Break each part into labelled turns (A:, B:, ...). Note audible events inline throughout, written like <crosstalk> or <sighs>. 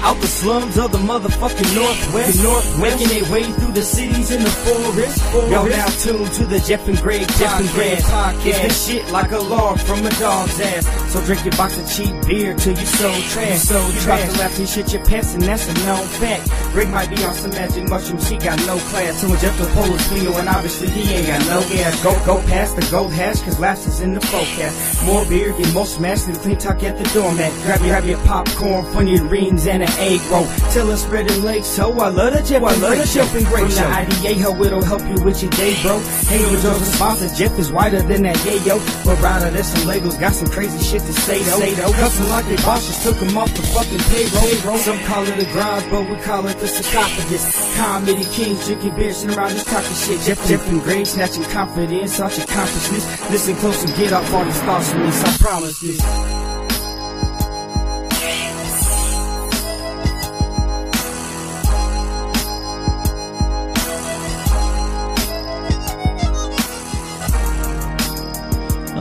A: Out the slums of the motherfucking Northwest. Northwest. Making their way through the cities in the forest. Y'all now tuned to the Jeff and Greg Jeff and Greg podcast. It's this shit like a log from a dog's ass. So drink your box of cheap beer till you so trash. So you about to laugh and shit your pants and that's a known fact. Greg might be on some magic mushroom, she got no class. So when Jeff the pole is Cleo and obviously he ain't got no gas. Go, go past the gold hash cause laughs is in the forecast. More beer, get more smashed than clean talk at the doormat. Grab your, grab your popcorn, funny rings and an egg roll. Tell us spread the legs, so I love the Jeff, I love the Jeff and Greg show. From the IDA, how it'll help you with your day, bro. Hey, yo, Joe's sponsor, Jeff is whiter than that yayo. But rather, there's some Legos, got some crazy shit to say though. Say though. Custom like they bosses took them off the fucking payroll. Some call it a grind, but we call it the sarcophagus. Comedy kings drinking beer, sitting around this talking shit. Jeff, Jeff and Greg snatching confidence, such accomplishments. Listen close and get off all these thoughts from this, I promise this.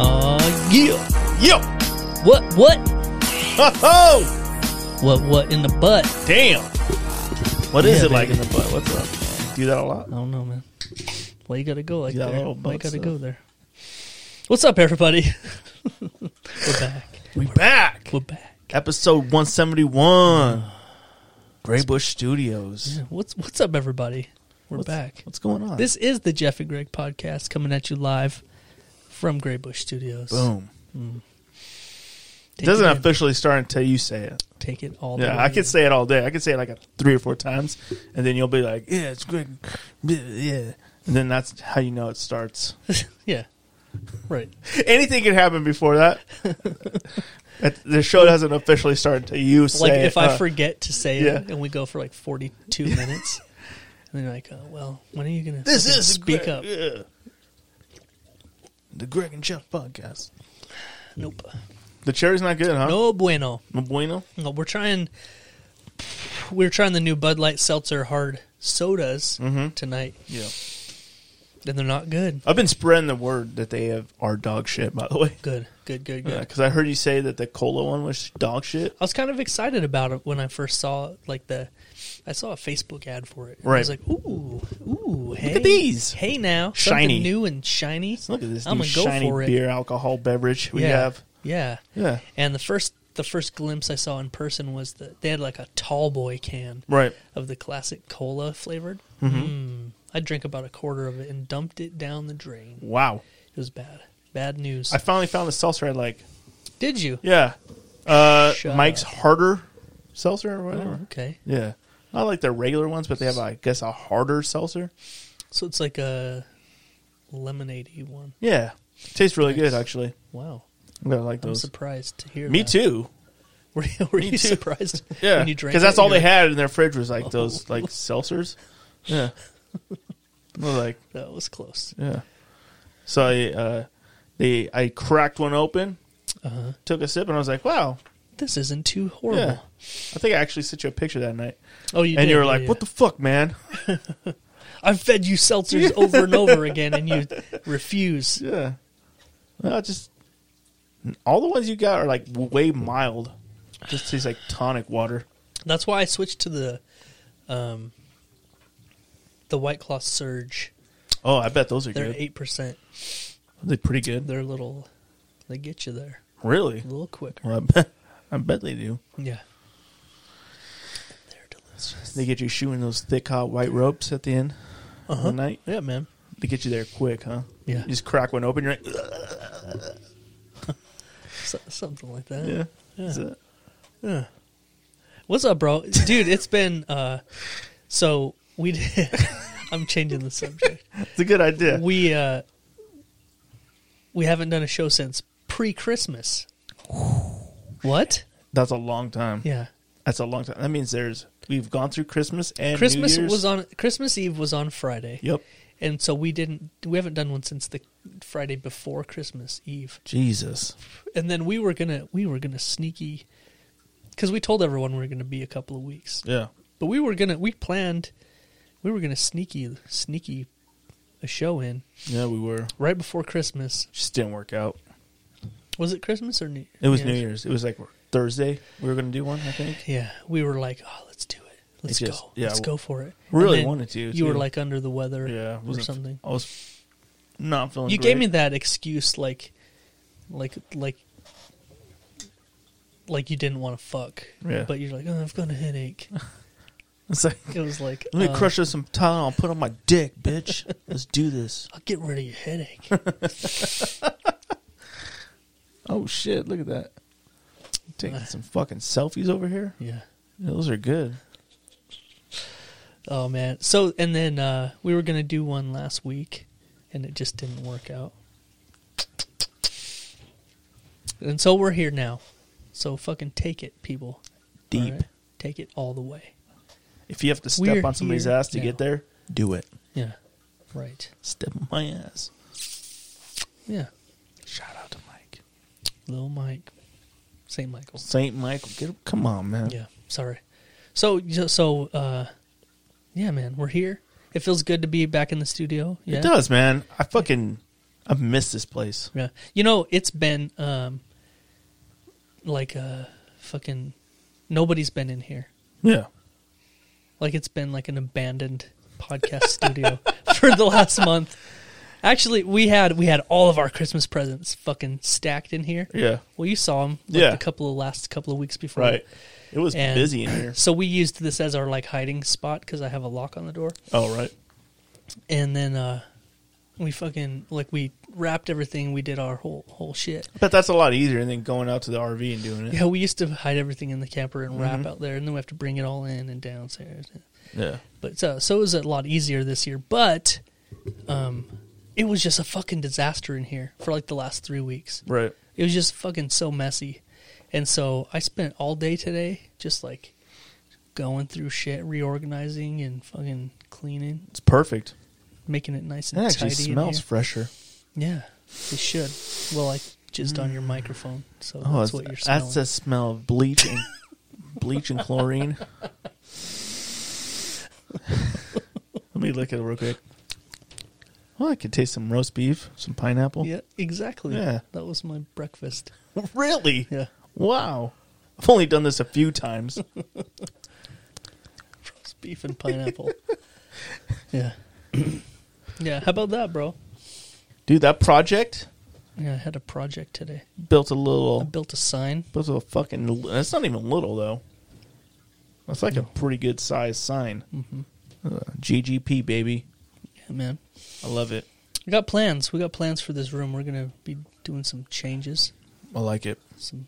B: Uh, yeah.
C: Yep.
B: What? What?
C: Oh,
B: What? What in the butt?
C: <laughs> damn. What is
B: Yeah,
C: it like in
B: baby.
C: the butt? What's up? Do that a lot.
B: I don't know, man. Why you gotta go like
C: Yeah,
B: there?
C: little
B: Why you
C: butt
B: gotta
C: stuff.
B: go there? What's up, everybody? <laughs> We're back.
C: We back.
B: We're back.
C: Episode 171. Grey Bush Studios.
B: What's What's up, everybody? We're
C: What's-
B: back.
C: What's going on?
B: This is the Jeff and Greg podcast coming at you live from Greybush Studios.
C: boom.
B: Take
C: It doesn't
B: it in.
C: officially start until you say it.
B: take it all. the
C: Yeah,
B: way
C: I could
B: in.
C: say it all day. I could say it like a, three or four times, and then you'll be like, "Yeah, it's Greg." Yeah, yeah. and then that's how you know it starts. <laughs>
B: yeah, right.
C: Anything can happen before <laughs> that. It- the show doesn't officially start until you say.
B: like if I
C: uh,
B: forget to say
C: yeah.
B: it and we go for
C: <laughs>
B: like 42 minutes and they're like uh, well when are you gonna
C: this
B: fucking
C: is the
B: speak
C: Greg-
B: up
C: yeah. The Greg and Jeff podcast.
B: nope
C: The cherry's not good, huh?
B: no bueno
C: No bueno.
B: no, we're trying we're trying the new Bud Light seltzer hard sodas
C: Mm-hmm.
B: tonight
C: Yeah,
B: and they're not good
C: I've been spreading the word that they have are dog shit. By the way,
B: good good good good
C: yeah, because I heard you say that the cola one was dog shit.
B: I was kind of excited about it when I first saw like the I saw a Facebook ad for it. And I was
C: Right.
B: like, ooh, oooo, hey,
C: these.
B: hey now,
C: Shiny.
B: something new and shiny.
C: Look at this
B: I'm
C: new
B: gonna go
C: shiny
B: for it.
C: beer alcohol beverage we
B: yeah,
C: have.
B: yeah,
C: Yeah.
B: And the first the first glimpse I saw in person was that they had like a tall boy can
C: Right.
B: of the classic cola flavored.
C: Mm-hmm.
B: Mm. I drank about a quarter of it and dumped it down the drain.
C: Wow.
B: It was bad. Bad news.
C: I finally found the seltzer I like.
B: Did you?
C: Yeah. Uh,
B: Shut
C: Mike's
B: up. Oh,
C: harder seltzer or whatever.
B: Okay.
C: Yeah. Not like their regular ones, but they have, I guess, a harder seltzer.
B: So it's like a lemonadey one.
C: Yeah. Tastes really good, actually.
B: Wow.
C: I like
B: I'm
C: those.
B: surprised to hear.
C: Me
B: that.
C: too.
B: <laughs> Were you, were you surprised?
C: <laughs> Yeah.
B: when you drank
C: Because that's
B: it?
C: all
B: You're Oh.
C: they had in their fridge was
B: <laughs>
C: like those like seltzers. Yeah. Well, like,
B: like, That was close.
C: yeah. So I, uh, they, I cracked one open,
B: Uh-huh.
C: took a sip, and I was like, wow.
B: This isn't too horrible.
C: Yeah. I think I actually sent you a picture that night.
B: Oh, you
C: and
B: did,
C: you were
B: yeah,
C: like,
B: yeah.
C: "What the fuck, man?" <laughs>
B: I've fed you seltzers over and over again, and
C: <laughs>
B: you refuse.
C: Yeah. No, just all the ones you got are like way mild. Just tastes like tonic water.
B: That's why I switched to the, um, the White Claw Surge.
C: Oh, I bet those are
B: They're
C: good.
B: eight percent.
C: They're pretty good.
B: They're little. They get you there
C: Really?
B: a little quicker.
C: Well, I bet, <laughs> I bet they do.
B: Yeah. They're delicious.
C: They get you shooting those thick hot white ropes at the end of the night.
B: Yeah, man.
C: They get you there quick, huh?
B: Uh-huh. Yeah.
C: You just crack one open. You're like, "Ugh."
B: So, something like that.
C: yeah. That's it.
B: What's up, bro? Dude, it's been uh so we did <laughs> I'm changing the <laughs> subject.
C: It's a good idea.
B: We uh we haven't done a show since pre-Christmas. What?
C: That's a long time.
B: Yeah.
C: That's a long time. That means there's we've gone through Christmas and New
B: Christmas
C: Year's.
B: was on Christmas Eve was on Friday.
C: Yep.
B: And so we didn't we haven't done one since the Friday before Christmas Eve.
C: Jesus.
B: And then we were going to we were going to sneaky cuz we told everyone we were going to be a couple of weeks.
C: Yeah.
B: But we were gonna we planned we were gonna sneaky sneaky a show in
C: Yeah, we were.
B: right before Christmas.
C: Just didn't work out.
B: Was it Christmas or New
C: It was New Year's. It was like Thursday we were going to do one. I think
B: Yeah, we were like, oh, let's do it. Let's
C: just-
B: go.
C: yeah,
B: let's
C: w-
B: go for it.
C: really
B: And then
C: wanted to,
B: You
C: too.
B: were like under the weather,
C: yeah
B: or
C: wasn't-
B: something.
C: I was not feeling.
B: You gave me
C: great.
B: that excuse, like, like, like, like you didn't want to fuck.
C: Yeah.
B: But you're like, oh, I've got a headache.
C: It's like
B: It was like,
C: let me
B: uh,
C: crush us some Tylenol, put on my dick,
B: <laughs>
C: bitch. Let's do this.
B: I'll get rid of your headache. <laughs>
C: Oh shit! Look at that. Taking some fucking selfies over here.
B: yeah.
C: Yeah, those are good.
B: Oh man. So and then uh, we were gonna do one last week, and it just didn't work out. And so we're here now. So fucking take it, people.
C: Deep.
B: Alright? Take it all the way.
C: If you have to
B: We're
C: step on somebody's
B: here
C: ass to
B: now.
C: get there, do it.
B: Yeah. Right.
C: Step on my ass.
B: Yeah.
C: Shout out to Mike.
B: Little Mike, St. Michael's.
C: Saint Michael. Get him. Come on, man.
B: Yeah, sorry. So so uh yeah, man, we're here. It feels good to be back in the studio. Yeah.
C: It does, man. I fucking I've missed this place.
B: Yeah. You know, it's been um like uh fucking nobody's been in here.
C: Yeah.
B: Like it's been like an abandoned
C: <laughs>
B: podcast studio for the last month. Actually, we had we had all of our Christmas presents fucking stacked in here.
C: Yeah.
B: Well, you saw them
C: Yeah.
B: a couple of last couple of weeks before.
C: Right. It was
B: And
C: busy in
B: <clears throat>
C: here.
B: So we used this as our like hiding spot because I have a lock on the door.
C: Oh right.
B: and then uh we fucking like we wrapped everything we did our whole whole shit
C: But that's a lot easier than going out to the RV and doing it.
B: yeah we used to hide everything in the camper and
C: Mm-hmm.
B: wrap out there and then we have to bring it all in and downstairs
C: Yeah.
B: but so so it was a lot easier this year but um it was just a fucking disaster in here for like the last three weeks
C: Right.
B: it was just fucking so messy and so i spent all day today just like going through shit reorganizing and fucking cleaning
C: It's perfect.
B: making it nice
C: It
B: and
C: actually
B: tidy in
C: smells
B: here.
C: fresher.
B: Yeah, they should. Well, like just on your microphone, so
C: Mm. Oh,
B: that's
C: that's,
B: what you're smelling.
C: that's the smell of bleach and bleach and
B: <laughs>
C: chlorine. Let me look at it real quick. Well, I could taste some roast beef, some pineapple.
B: yeah, exactly.
C: Yeah.
B: that was my breakfast.
C: <laughs> Really?
B: Yeah,
C: Wow. I've only done this a few
B: <laughs>
C: times.
B: it's beef
C: <laughs>
B: and pineapple. yeah, <clears throat> yeah. How about that, bro?
C: Dude, that project
B: Yeah, I had a project today.
C: built a
B: I
C: little
B: built a sign.
C: built a fucking it's not even little though. That's like a pretty good sized sign. Uh, GGP baby.
B: Mm-hmm. Yeah, man.
C: I love it.
B: We got plans. We got plans for this room. We're gonna be doing some changes.
C: I like it.
B: Some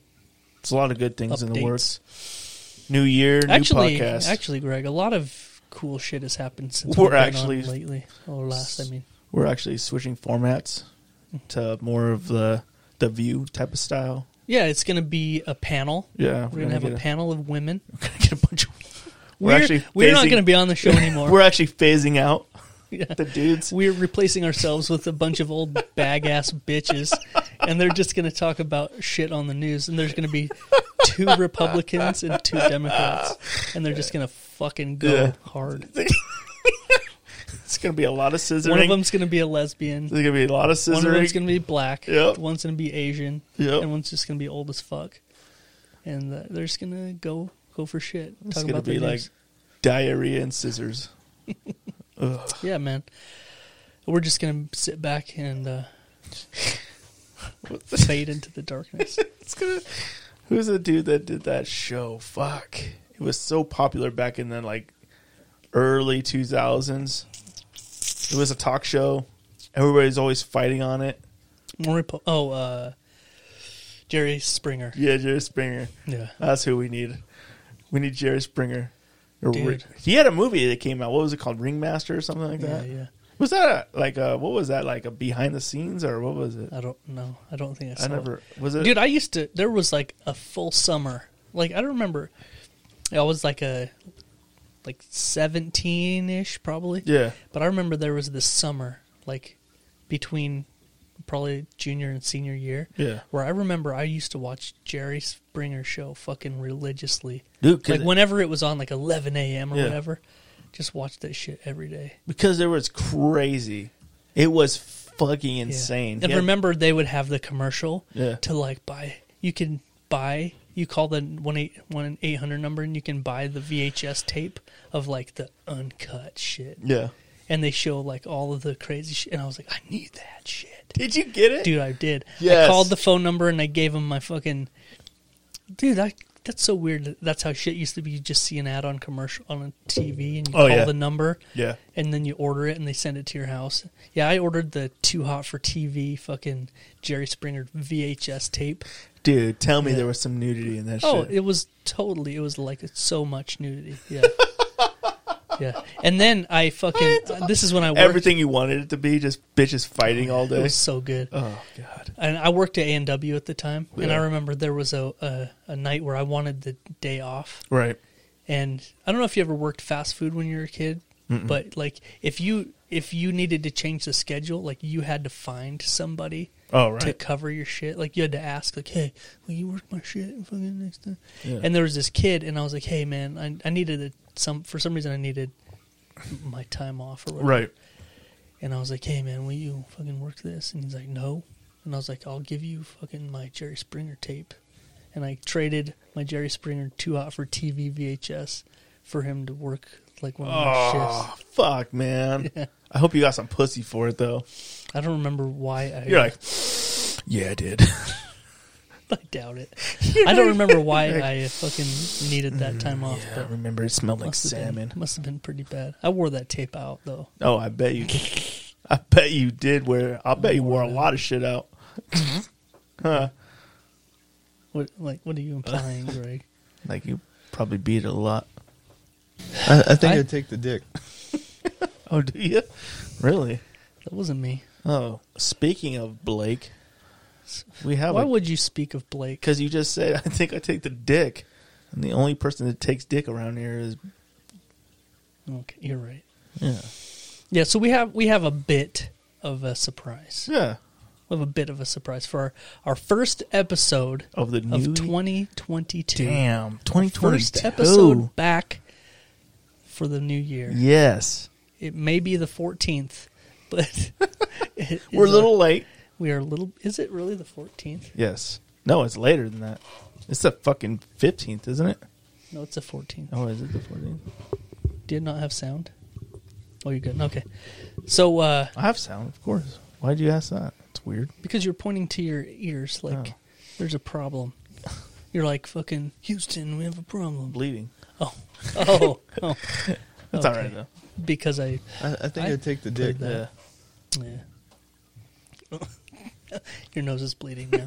C: It's a lot of good things in the
B: Updates.
C: works. New year, new
B: actually,
C: podcast.
B: actually, Greg, a lot of cool shit has happened since
C: We're
B: we've been on
C: actually-
B: lately or last. I mean,
C: We're actually switching formats to more of the the view type of style.
B: yeah, it's gonna be a panel.
C: Yeah,
B: We're gonna have
C: get
B: a panel of women.
C: <laughs> We're gonna get a bunch of.
B: We're,
C: actually
B: we're not
C: phasing-
B: going to be on
C: <laughs>
B: the show anymore.
C: We're actually phasing out <laughs>
B: Yeah.
C: the dudes.
B: We're replacing ourselves with a bunch of old bag ass bitches, and they're just going to talk about shit on the news. And there's going to be
C: <laughs>
B: two Republicans and two Democrats, and they're just going to fucking go
C: Yeah.
B: hard.
C: It's gonna be a lot of scissoring.
B: One of them's going to be a lesbian.
C: There's gonna be a lot of scissoring.
B: One of them's going to be black.
C: Yep.
B: One's going to be Asian.
C: Yep.
B: And one's just going to be old as fuck. And uh, they're just going to go go for shit.
C: it's
B: talk
C: gonna
B: about the
C: be like
B: news.
C: diarrhea and scissors.
B: yeah, man. We're just going to sit back and.
C: <laughs>
B: Uh, fade into the darkness.
C: It's gonna. Who's the dude that did that show? Fuck, it was so popular back in the like early two thousands. It was a talk show. Everybody's always fighting on it.
B: More repo- oh, uh, Jerry Springer.
C: Yeah, Jerry Springer.
B: Yeah.
C: That's who we need. We need Jerry Springer. Or
B: Dude.
C: Ri- He had a movie that came out. What was it called? Ringmaster or something like
B: Yeah,
C: that.
B: yeah.
C: Was that a, like a what was that like a behind the scenes or what was it?
B: I don't know. I don't think I saw
C: I never was it.
B: Dude, I used to. There was like a full summer. Like, I don't remember. I was like a. Like 17 ish, probably.
C: yeah,
B: But I remember there was this summer, like between probably junior and senior year.
C: Yeah.
B: Where I remember I used to watch Jerry Springer show fucking religiously.
C: Dude, 'cause
B: like
C: it-
B: whenever it was on like 11 a.m. or
C: Yeah.
B: whatever, just watch that shit every day.
C: because it was crazy. It was fucking
B: Yeah.
C: insane.
B: And
C: He had-
B: remember, they would have the commercial
C: Yeah.
B: to like buy. You can buy you call the one eight one eight hundred number and you can buy the VHS tape of like the uncut shit.
C: Yeah.
B: And they show like all of the crazy shit, and I was like, I need that shit,
C: Did you get it?
B: dude. I did. I
C: Yes.
B: called the phone number and I gave him my fucking. Dude, I, that's so weird. that- That's how shit used to be. You just see an ad on commercial on a TV and you
C: Oh,
B: call
C: yeah.
B: the number
C: Yeah.
B: and then you order it and they send it to your house. Yeah, I ordered the Too Hot for TV fucking Jerry Springer VHS tape.
C: Dude, tell me there was some nudity in that
B: Oh,
C: shit.
B: it was totally. It was like so much nudity.
C: <laughs>
B: Yeah. yeah. And then I fucking. this is when I worked.
C: Everything you wanted it to be, just bitches fighting all
B: It
C: day.
B: was so good.
C: Oh god.
B: and I worked at A and W at the time, and I
C: Yeah.
B: remember there was a, a a night where I wanted the day off,
C: Right.
B: and I don't know if you ever worked fast food when you were a kid, but like if you if you needed to change the schedule, like you had to find somebody
C: Oh
B: to
C: right.
B: cover your shit. Like you had to ask, like, hey, will you work my shit fucking next time?
C: Yeah.
B: And there was this kid, and I was like, hey man, I, I needed a, some for some reason I needed my time off or whatever.
C: Right.
B: And I was like, hey man, will you fucking work this? And he's like, no. And I was like, I'll give you fucking my Jerry Springer tape. And I traded my Jerry Springer two out for TV VHS for him to work like one of my
C: Oh fuck, man. I hope you got some pussy for it though.
B: shifts. <laughs> I don't remember why I
C: You're like, yeah, I did.
B: <laughs>
C: <laughs>
B: I doubt it. I don't remember why I fucking needed that time off,
C: I
B: but
C: remember it smelled mm, like
B: must have been
C: salmon.
B: must have been pretty bad. I wore that tape out though.
C: Oh, I bet you. I bet you did wear. I bet you wore a lot of shit out. huh.
B: What like
C: <laughs>
B: what are you implying, Greg?
C: Like you probably beat it a lot.
D: I, I think
B: I-
D: I, would take the dick.
C: <laughs> Oh, do you? Really?
B: That wasn't me.
C: Oh, speaking of Blake, we have
B: Why
C: a
B: would you speak of Blake?
C: because you just said <laughs> I think I take the dick, and the only person that takes dick around here is
B: Okay, you're right.
C: yeah,
B: Yeah, so we have we have a bit of a surprise.
C: yeah,
B: We have a bit of a surprise for our, our first episode
C: of the
B: of
C: new
B: 2022.
C: damn
B: First
C: 2022
B: episode back for the new year.
C: Yes,
B: It may be the 14th, <laughs> but it
C: we're a
B: is
C: little late.
B: we are a little. Is it really the 14th?
C: Yes, no, it's later than that. It's the fucking fifteenth, isn't it?
B: No, it's the 14th.
C: Oh, is it the fourteenth?
B: Did not have sound. Oh, you're good. Okay. So, uh,
C: I have sound, of course. Why'd you ask that? It's weird.
B: because you're pointing to your ears, like
C: Oh.
B: there's a problem. You're like fucking Houston. We have a problem.
C: Bleeding.
B: Oh, oh,
C: <laughs>
B: oh.
C: That's all right
B: Okay.
C: though.
B: Because I,
D: I, I think
B: I
D: I would take the dick.
B: that.
C: Yeah.
B: yeah. <laughs> Your nose is bleeding
C: <laughs>
B: now.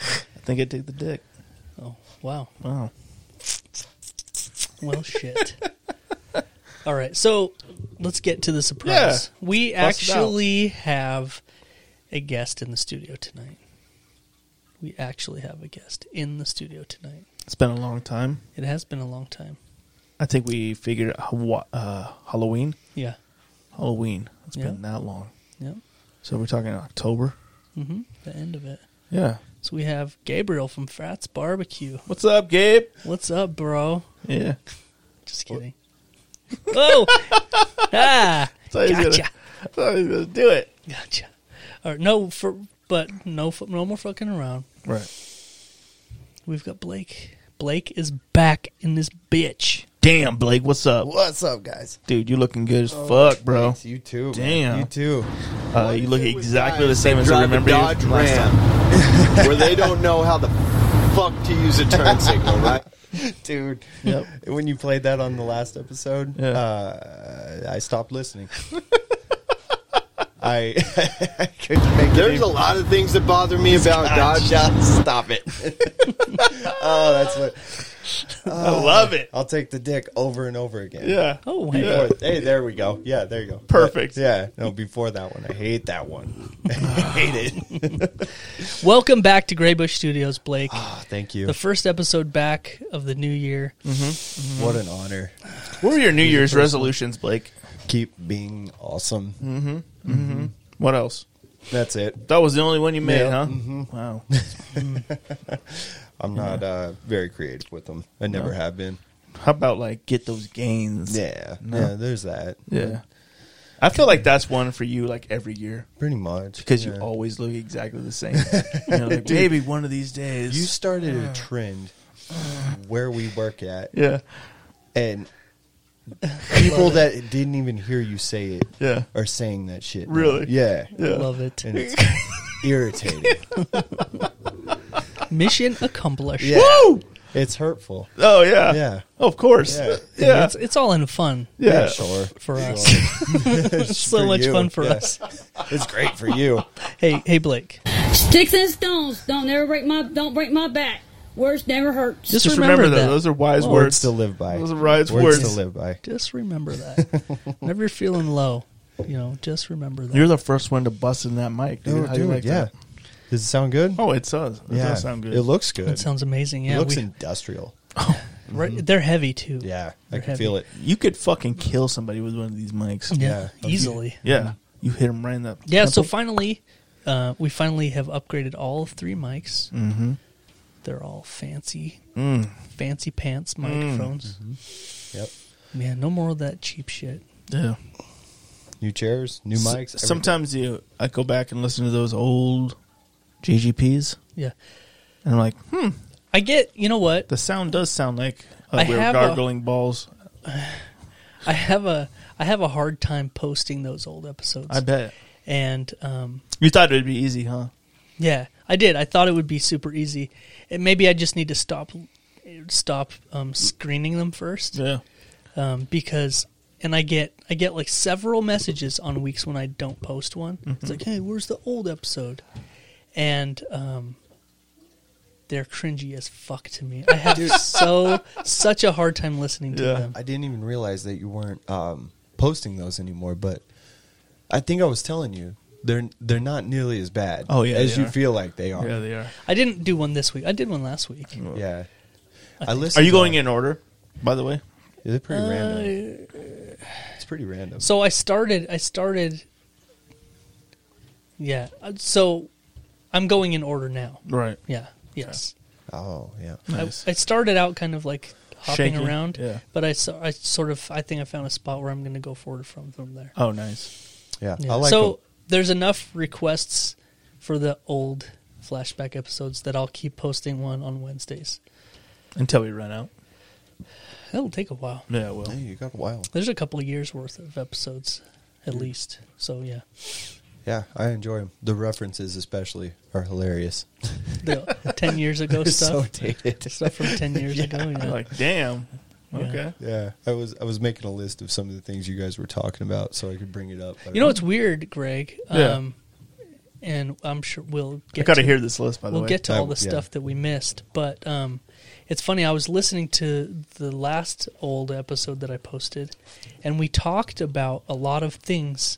C: I think I take the dick.
B: oh, wow.
C: Wow.
B: Well, shit. All right, so let's get to the surprise. We
C: Bust it out.
B: actually have a guest in the studio tonight. We actually have a guest in the studio tonight.
C: It's been a long time.
B: It has been a long time.
C: I think we figured out Hawa- uh, Halloween.
B: Yeah.
C: Halloween. It's been
B: Yeah.
C: that long.
B: Yep.
C: So we're talking October.
B: hmm The end of it.
C: Yeah.
B: So we have Gabriel from Frat's Barbecue.
C: What's up, Gabe?
B: What's up, bro?
C: Yeah.
B: Just kidding. <laughs> oh, ah,
C: So he's
B: gotcha,
C: gonna, I <laughs> thought he was gonna do it.
B: gotcha. All right, no, for but no, fu- no more fucking around.
C: Right.
B: We've got Blake. Blake is back in this bitch.
C: Damn, Blake. What's up,
D: What's up, guys?
C: dude? You looking good
D: Oh,
C: as fuck, bro.
D: Thanks, you too. man.
C: Damn.
D: You too.
C: Uh, you look exactly the same as I
E: drive a
C: remember you
E: Dodge
C: from last time.
E: Ram, where they don't know how the fuck to use a turn
D: <laughs>
E: signal, right?
D: Dude. <laughs>
C: Yep.
D: When you played that on the last episode,
C: Yeah.
D: uh, I stopped <laughs> listening. I, <laughs> I couldn't make
E: There's
D: it.
E: a lot of things that bother me about Dodge.
D: <laughs> Stop it. oh, that's what.
C: I love it.
D: I'll take the dick over and over again.
C: Yeah.
B: Oh, hey.
D: Before- Hey, there we go. Yeah, there you go.
C: Perfect.
D: But, yeah, no, before that one. I hate that one. I hate it.
B: Welcome back to Graybush Studios, Blake.
D: Oh, thank you.
C: <laughs>
B: the first episode back of the new year.
D: What an honor.
C: What were your New Year's resolutions, Blake?
D: Keep being awesome.
C: Mm-hmm. What else? Mm-hmm.
D: That's it.
C: That was the only one you made,
D: Yeah.
C: huh? <laughs> Wow.
D: I'm not uh, very creative with them. I never
C: Mm-hmm. No.
D: have been.
C: How about like get those gains?
D: Yeah.
C: No.
D: Yeah, there's that.
C: Yeah. I feel like that's one for you, like every year,
D: Pretty much.
C: because
D: yeah.
C: you always look exactly the
D: <laughs>
C: same. you know, like, Maybe one of these days.
D: You started a trend where we work at,
C: yeah, <laughs>
D: and people that didn't even hear you say it
C: Yeah.
D: are saying that shit. now.
C: Really?
D: Yeah.
C: yeah.
B: Love it.
C: <laughs>
D: And it's irritating.
B: Mission accomplished.
D: Yeah.
C: Woo!
D: It's hurtful.
C: Oh yeah,
D: Yeah.
C: Of course.
D: Yeah.
C: Yeah.
B: It's, it's all in fun.
C: Yeah.
D: sure. <laughs>
B: For us.
C: <laughs>
D: It's
B: so
D: for
B: much
D: you.
B: fun for
D: Yeah.
B: us.
D: It's great for you.
B: Hey, hey, Blake.
F: Sticks and stones don't ever break my don't break my back. Words never hurts.
B: Just,
C: Just
B: remember,
C: remember, though,
B: that.
C: those are wise
D: Words,
C: words.
D: to live by.
C: Those are Ryan's words.
D: to live by.
B: just remember that. Whenever you're feeling low, you know, just remember that.
C: You're the first one to bust in that mic, dude. How
D: No,
C: do
D: Oh, dude,
C: you like
D: yeah.
C: that?
D: Does it sound good?
C: Oh, it does. It does sound good.
D: It looks good.
B: that sounds amazing.
D: it
B: Yeah,
D: looks
B: we,
D: industrial.
B: <laughs> right, they're heavy too.
D: Yeah, I
B: They're
D: can feel it.
C: you could fucking kill somebody with one of these mics.
B: Yeah,
D: Yeah.
B: easily.
C: Yeah. You hit him right in the
B: Yeah, so
C: temple.
B: finally, uh, we finally have upgraded all three mics.
D: Mm-hmm.
B: They're all fancy,
D: Mm.
B: fancy pants microphones.
D: Yep.
B: Man, no more of that cheap shit.
C: yeah.
D: New chairs, new
C: S-
D: mics. everything.
C: Sometimes you, I go back and listen to those old JGPs,
B: Yeah,
C: and I'm like, hmm,
B: I get. You know what?
C: the sound does sound like uh,
B: I
C: we were
B: have a-
C: gargling balls.
B: I have a I have a hard time posting those old episodes.
C: I bet
B: And um,
C: you thought it'd be easy, huh?
B: Yeah, I did. I thought it would be super easy. And maybe I just need to stop stop um, screening them first
C: Yeah,
B: um, because and I get I get like several messages on weeks when I don't post one. It's like, hey, where's the old episode? And um, they're cringy as fuck to me. I have so such a hard time listening to
C: Yeah.
B: them.
D: I didn't even realize that you weren't um, posting those anymore, but I think I was telling you they're they're not nearly as bad.
C: Oh, yeah,
D: as
C: they
D: you
C: are.
D: feel like they are.
C: yeah, they are.
B: I didn't do one this week. I did one last week.
D: Yeah. I, listen.
C: Are you going in order? By the way,
D: They're pretty random. It's pretty random.
B: Uh, So I started. I started. Yeah. uh, So I'm going in order now.
C: right?
B: Yeah. Yes.
D: oh yeah.
C: Nice.
B: I, I started out kind of like hopping
C: Shaky,
B: around.
C: yeah.
B: But I, so- I sort of I think I found a spot where I'm going to go forward from from there.
C: Oh, nice.
D: Yeah.
B: Yeah.
D: I like
B: so
D: 'em.
B: there's enough requests for the old flashback episodes that I'll keep posting one on Wednesdays.
C: Until we run out.
B: That'll take a while.
C: Yeah, well,
D: Hey, you got a while.
B: There's a couple of years worth of episodes at least. So yeah.
D: Yeah, I enjoy them. The references especially are hilarious.
B: The <laughs> 10
C: <laughs>
B: years ago
D: It's so
B: stuff.
D: dated.
B: <laughs> stuff from 10 years ago. Yeah.
C: like damn. Okay.
D: Yeah, I was I was making a list of some of the things you guys were talking about so I could bring it up. but-
B: you know, it's weird, Greg.
C: Yeah.
B: Um, and I'm sure we'll
C: I
B: get
C: gotta
B: to,
C: hear this list. By the
B: we'll
C: way,
B: get to
D: I
B: all the
D: will, yeah.
B: stuff that we missed. But um, it's funny. I was listening to the last old episode that I posted, and we talked about a lot of things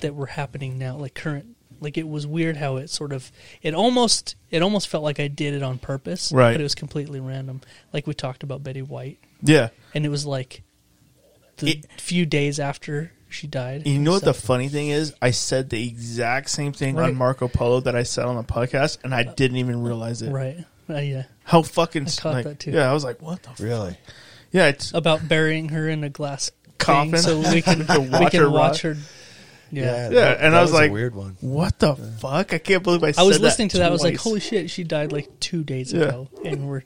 B: that were happening now, like current. Like it was weird how it sort of it almost it almost felt like I did it on purpose,
C: Right.
B: But it was completely random. Like we talked about Betty White,
C: yeah.
B: and it was like the
C: It-
B: few days after she died.
C: You know what the
B: So-
C: funny thing is? I said the exact same thing
B: Right. Uh,
C: on Marco Polo that I said on the podcast, and I didn't even realize it.
B: right? Uh, yeah,
C: How fucking
B: I caught
C: like-
B: that, too. Uh,
C: Yeah, I was like, what the? F-?
D: really
C: Yeah, it's
B: about burying her in a glass
C: Coffin.
B: thing so
C: <laughs>
B: we can
C: To
B: we
C: watch
B: can
C: her
B: watch
C: rot.
B: her. Yeah.
C: Yeah, and I was like-
D: a weird one.
C: what the fuck? I can't believe I.
B: I was
C: said
B: listening to that. I was like,
C: twice.
B: "Holy shit, she died like two days
C: Yeah.
B: ago," and we're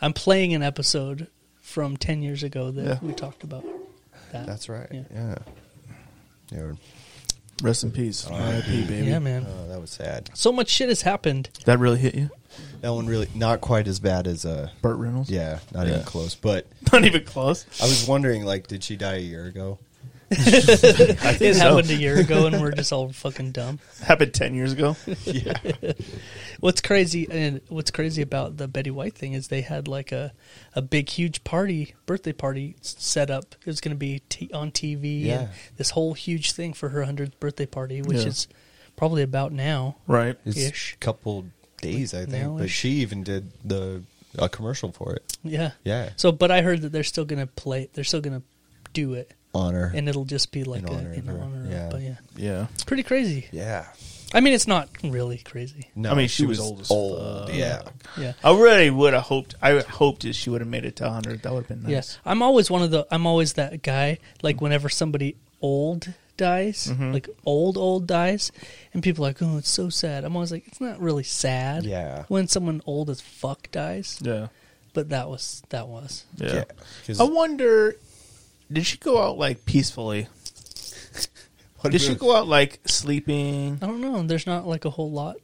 B: I'm playing an episode from ten years ago that
C: Yeah.
B: we talked about. That.
D: That's right.
B: Yeah.
D: Yeah. Dude,
C: Rest in peace, R.I.P. Baby.
B: <laughs> yeah, man.
D: oh, that was sad.
B: So much shit has happened.
C: That really hit you,
D: That one really not quite as bad as uh
C: Burt Reynolds.
D: yeah, not
C: Yeah.
D: even close. But
C: <laughs> not even close.
D: I was wondering like did she die a year ago?
B: It
C: so.
B: happened a year ago, and we're just all fucking dumb.
C: Happened ten years
B: <laughs>
C: ago.
B: What's crazy and what's crazy about the Betty White thing is they had like a, a big huge party birthday party s- set up. It was going to be t- on TV and
D: Yeah.
B: this whole huge thing for her hundredth birthday party, which
C: Yeah.
B: is probably about now.
C: right.
D: It's
B: Ish.
D: a couple days I think, but
B: Now-ish.
D: she even did the a commercial for it
B: Yeah,
D: Yeah.
B: So, but I heard that they're still going to play. They're still going to do it,
D: on her.
B: and it'll just be like
D: In
B: a,
D: honor of
B: in
D: her.
B: honor.
D: Yeah.
B: Of, but yeah,
C: Yeah.
B: it's pretty crazy.
D: yeah.
B: I mean, it's not really crazy.
D: No,
C: I mean, she was old as fuck.
D: yeah.
B: Yeah.
C: I really would have hoped. I hoped that she would have made it to hundred. That would have been nice.
B: Yes, I'm always one of the. I'm always that guy. Like whenever somebody old dies,
C: Mm-hmm.
B: like old old dies, and people are like, "Oh, it's so sad." I'm always like, "It's not really sad."
D: Yeah.
B: When someone old as fuck dies,
C: Yeah.
B: but that was that was.
C: Yeah.
D: 'Cause-
B: Oh,
C: I wonder, did she go out like peacefully? Did she go out like sleeping?
B: I don't know. There's not like a whole lot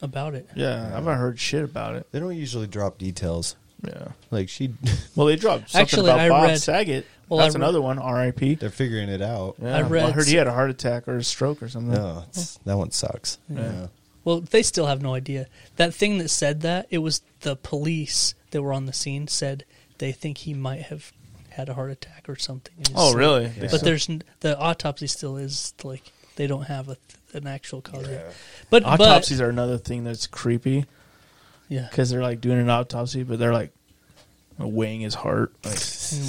B: about it.
C: Yeah, I haven't heard shit about it.
D: they don't usually drop details.
C: Yeah.
D: Like she, <laughs>
C: Well, they dropped something
B: Actually,
C: about
B: I
C: Bob
B: read-
C: Saget.
B: Well,
C: That's
B: I re-
C: another one, R.I.P.
D: they're figuring it out.
C: Yeah,
B: I
C: well,
B: read
C: heard he
B: s-
C: had a heart attack or a stroke or something.
D: No, it's, that one sucks. Yeah.
B: Well, they still have no idea. That thing that said that, it was the police that were on the scene said they think he might have had a heart attack or something. in his
C: Oh,
B: sleep.
C: really? They
B: But
C: still-
B: there's n- the autopsy still is like they don't have a, an actual cause yet. But
C: Autopsies
B: But,
C: are another thing that's creepy <laughs>
B: yeah.
C: because they're like doing an autopsy, but they're like weighing his heart. Like,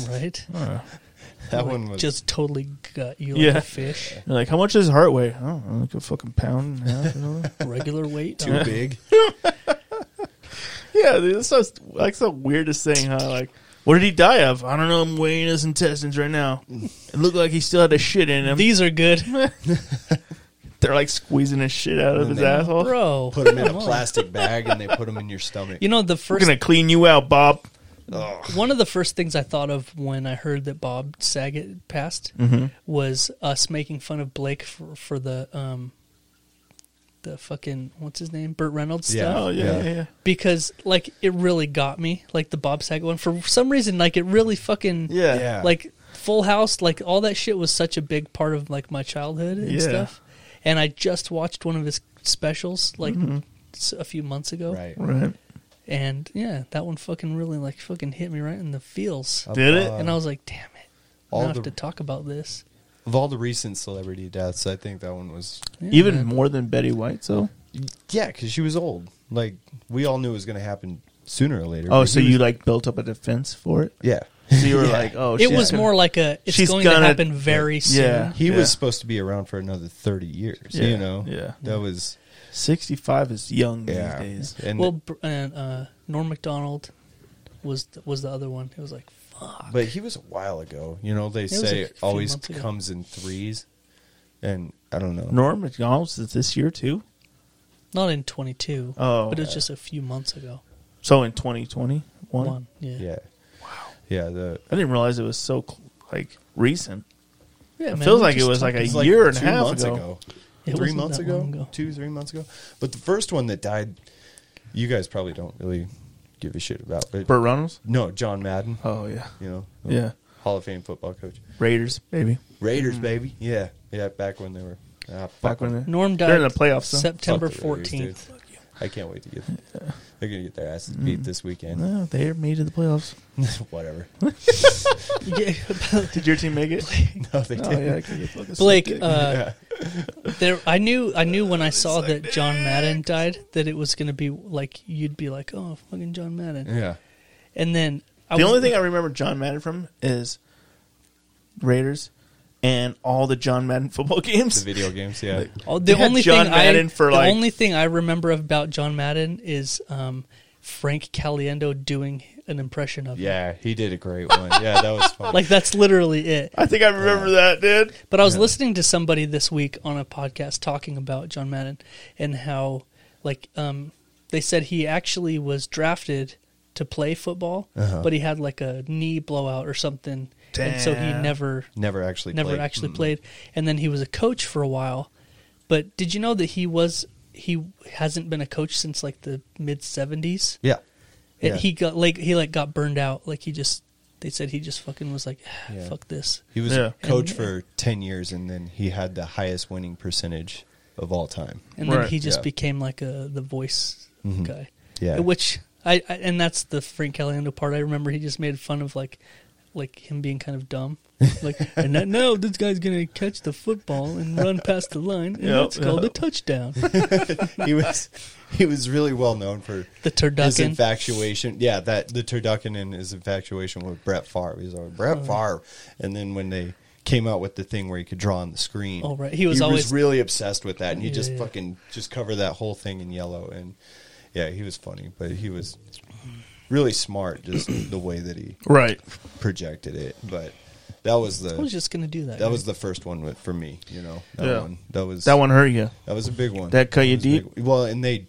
B: Right.
D: <laughs> That
B: Like,
D: one was
B: just totally gut you like
C: Yeah.
B: a fish.
C: they're like, how much does his heart weigh? I don't know, like a fucking pound and a half. or something.
B: Regular weight. <laughs>
D: too big.
C: <laughs> yeah, dude, that's so, like the weirdest thing, huh? Like, what did he die of? I don't know. I'm weighing his intestines right <laughs> now. It looked like he still had a shit in him.
B: These
C: <laughs>
B: are good,
C: they're like squeezing his shit out of his
D: they-
C: asshole.
B: bro.
D: Put them in a
B: come on.
D: plastic bag and they put them in your stomach.
B: You know the
C: We're
B: first
C: gonna clean you out, Bob.
B: One of the first things I thought of when I heard that Bob Saget passed
C: Mm-hmm.
B: was us making fun of Blake for, for the um, the fucking what's his name Burt Reynolds
D: Yeah.
B: stuff
C: Oh yeah, yeah.
D: Yeah.
C: yeah.
B: because like it really got me like the Bob Saget one for some reason like it really fucking
C: Yeah.
D: Yeah.
B: like Full House like all that shit was such a big part of like my childhood and
C: Yeah.
B: stuff and I just watched one of his specials like s a a few months ago
D: right?
C: Mm-hmm. Right.
B: and yeah that one fucking really like fucking hit me right in the feels
C: Did it?
B: and I was like, damn it. I
D: all
B: have
D: the-
B: to talk about this.
D: Of all the recent celebrity deaths, I think that one was
C: Even more than Betty White, so.
D: yeah, because she was old. Like we all knew it was going to happen sooner or later.
C: Oh,
D: but
C: so
D: he
C: you
D: was-
C: like built up a defense for it? <laughs>
D: yeah.
C: So you were like, oh,
B: it
C: she's
B: was
C: gonna-
B: more like a it's
C: she's
B: going
C: gonna-
B: to happen very soon.
C: Yeah.
D: He
C: Yeah.
D: was supposed to be around for another thirty years.
C: Yeah,
D: You know,
C: yeah.
D: that was
C: sixty-five is young
D: yeah.
C: these days.
D: And
B: Well, Br- and uh, Norm Macdonald was th- was the other one. It was like, fuck.
D: but he was a while ago. You know, they
B: was
D: say
B: a few
D: always
B: months ago.
D: comes in threes, and I don't know.
C: Norm McDonald's is this year too.
B: Not in 22.
C: Oh.
B: but it was just a few months ago.
C: So in twenty twenty one,
B: One. Yeah.
D: Yeah. Wow. Yeah. The
C: I didn't realize it was so cl- like recent.
B: Yeah,
C: It
B: man,
C: feels
B: we
C: like it
B: just
C: was like
B: talked-
C: a
D: It's like
C: year and a
D: two
C: half
D: months
C: ago.
B: It
D: three
B: wasn't
D: months
B: that
D: ago,
B: long ago.
D: two, three months ago. But the first one that died, you guys probably don't really give a shit about. But
C: Burt Reynolds.
D: no, John Madden,
C: Oh yeah,
D: you know,
C: yeah.
D: Hall of Fame football coach,
C: Raiders, baby.
D: Raiders
B: Mm.
D: baby, yeah, yeah. Back when they were ah, fuck
C: Back when
D: them.
C: they-
B: Norm died
C: they're in the playoffs. Though.
B: September
D: Fuck the Raiders,
B: 14th.
D: dude. I can't wait to get. They're gonna get their asses
C: Mm.
D: beat this weekend.
C: No, they made it to the playoffs.
D: <laughs>
C: <laughs>
D: Whatever.
B: <laughs> yeah,
D: <laughs>
C: Did your team make it? <laughs>
B: <laughs>
D: No, they
C: oh
D: didn't.
C: yeah, 'cause you fucking
B: Blake,
C: sucked dick.
B: uh, there. I knew, I knew when I saw that John Madden died that it was going to be like you'd be like, oh, fucking John Madden,
D: Yeah.
B: and then I
C: the
B: was-
C: only thing I remember John Madden from is Raiders and all the John Madden <laughs> football
D: The
C: games.
D: video games. Yeah.
B: Oh,
C: They
B: the
C: had
B: only
C: John
B: thing
C: Madden
B: I
C: for,
B: the
C: like-
B: only thing I remember about John Madden is um, Frank Caliendo doing an impression of him.
D: yeah. He did a great one. Yeah, that was
C: <laughs>
D: fun.
B: Like that's literally it.
C: I think I remember that, dude.
B: But I was listening to somebody this week on a podcast talking about John Madden and how, like, um, they said he actually was drafted to play football, but he had like a knee blowout or something, and so he
C: Damn.
B: never
D: never actually.
B: never
D: played.
B: actually
D: Mm.
B: played. And then he was a coach for a while. But did you know that he was he hasn't been a coach since like the mid seventies?
D: Yeah.
B: And
D: Yeah.
B: He got like he like got burned out. Like he just they said he just fucking was like "Ah,
D: Yeah.
B: fuck this.
D: He was
C: Yeah.
D: coach for
B: uh,
D: ten years, and then he had the highest winning percentage of
B: <laughs>
D: all time.
B: And then
C: Right,
B: he just
D: yeah. Mm-hmm.
B: became like a the voice guy.
D: Yeah.
B: Which I, I and that's the Frank Caliendo part. I remember he just made fun of like like him being kind of dumb. Like and
D: <laughs>
B: that, now this guy's gonna catch the football and run past the line and
C: Yep,
B: that's called a
C: yep.
B: touchdown.
D: He was he was really well known for
B: The
D: his
B: turducken.
D: infatuation. Yeah, that the turducken and his infatuation with Brett Favre. He was like
B: Oh.
D: Brett Favre, and then when they came out with the thing where he could draw on the screen.
B: Oh, right. He was always-
D: really obsessed with that, and he just
B: Yeah.
D: fucking just covered that whole thing in yellow. And yeah, he was funny, but he was really smart, just the way that he
C: Right.
D: projected it. But That was the
B: I was just gonna do that.
D: that
B: right?
D: was the first one with- for me. You know that
C: Yeah.
D: one. That was
C: That one hurt you.
D: That was a big one.
C: That cut you
D: was a big
C: deep?
D: one. Well, and they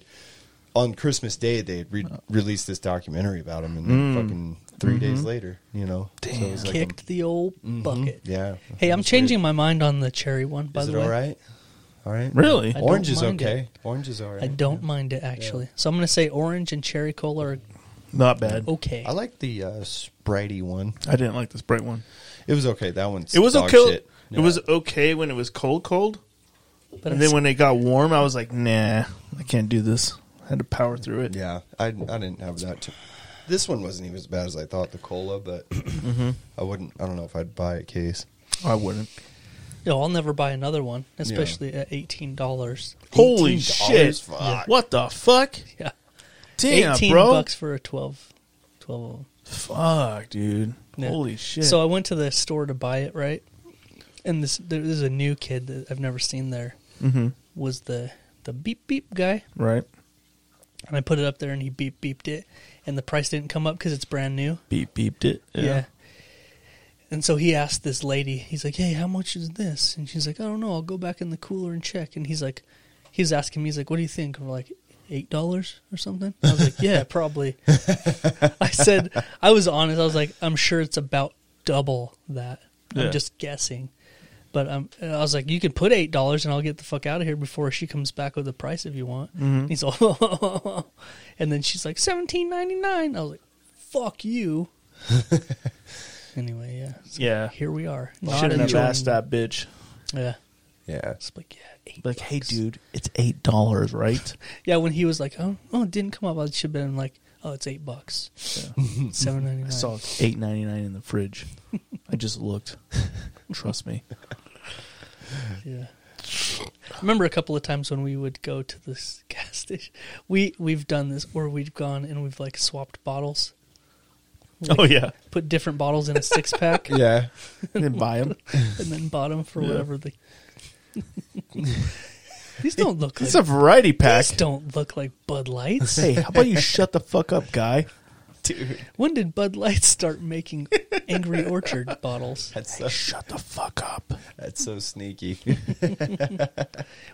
D: on Christmas Day they had re- released this documentary about him, and then
C: Mm.
D: fucking 3
C: Mm-hmm.
D: days later, you know, so it was like, Mm-hmm.
B: kicked the old bucket.
D: yeah.
B: Hey,
D: It
B: I'm
D: was
B: changing
D: weird.
B: my mind on the cherry one. By
D: Is
B: the
D: it
B: way,
D: all right? All right.
C: Really?
B: I-
D: Orange
B: don't
D: is
B: mind
D: okay. Orange is all right.
B: I don't mind it actually. So I'm gonna say orange and cherry cola are
C: Not bad.
B: okay.
D: I like the uh, spritey one.
C: I didn't like this bright one.
D: It was okay. That one's
C: It was
D: dog
C: okay.
D: shit.
C: It was okay when it was cold, cold.
B: but
C: and then when it got warm, I was like, nah, I can't do this. I had to power through it.
D: Yeah, I, I didn't have that. Too. This one wasn't even as bad as I thought. The cola, but <clears throat> I wouldn't. I don't know if I'd buy a case.
C: I wouldn't.
B: no, I'll never buy another one, especially at eighteen dollars.
C: Holy
D: $18?
C: shit.
D: Fuck.
C: What the fuck?
B: Yeah,
C: Damn,
B: eighteen
C: bro.
B: bucks for a 12, 12 of them.
C: Fuck, dude.
B: Yeah.
C: Holy shit.
B: So I went to the store to buy it, right? And this there- there's a new kid that I've never seen there. Mm-hmm. Was the the beep beep guy,
C: right.
B: and I put it up there, and he beep beeped it, and the price didn't come up because it's brand new.
C: Beep beeped it.
B: Yeah. And so he asked this lady, he's like, Hey, how much is this? And she's like, I don't know, I'll go back in the cooler and check. And he's like, He's asking me, he's like, What do you think? And we're like, Eight dollars or something? I was like, Yeah, probably. <laughs> I said, I was honest. I was like, I'm sure it's about double that.
C: Yeah.
B: I'm just guessing. But um, and I was like, you could put eight dollars, and I'll get the fuck out of here before she comes back with the price if you want.
C: Mm-hmm.
B: He's all, <laughs> and then she's like seventeen ninety nine. I was like,
C: <laughs>
B: fuck you. anyway, yeah, So
C: Yeah.
B: Here we are.
C: Shouldn't have
B: enjoying-
C: asked that bitch.
B: Yeah,
D: Yeah,
B: it's like yeah, eight
C: Like, hey,
B: bucks.
C: dude, it's eight dollars, right?
B: Yeah, when he was like, oh, oh, it didn't come up. I should have been like, oh, it's
C: <laughs>
B: eight bucks, seven ninety
C: I saw
B: nine.
C: it's eight ninety nine in the fridge. I just <laughs> looked. Trust me.
B: Yeah. I remember a couple of times when we would go to this <laughs> gas station. We we've done this, or we've gone and we've like swapped bottles,
C: <laughs> oh yeah,
B: put different bottles in a six pack,
C: <laughs>
D: yeah.
C: didn't buy them.
B: and then bought them for whatever they. These don't look
C: <laughs>
B: like
C: It's a variety pack.
B: these don't look like Bud Lights.
C: Hey, how about you <laughs> shut the fuck up, guy?
B: When did Bud Lights
C: <laughs>
B: start making Angry Orchard bottles?
D: That's so,
C: Shut the fuck up.
D: that's so sneaky.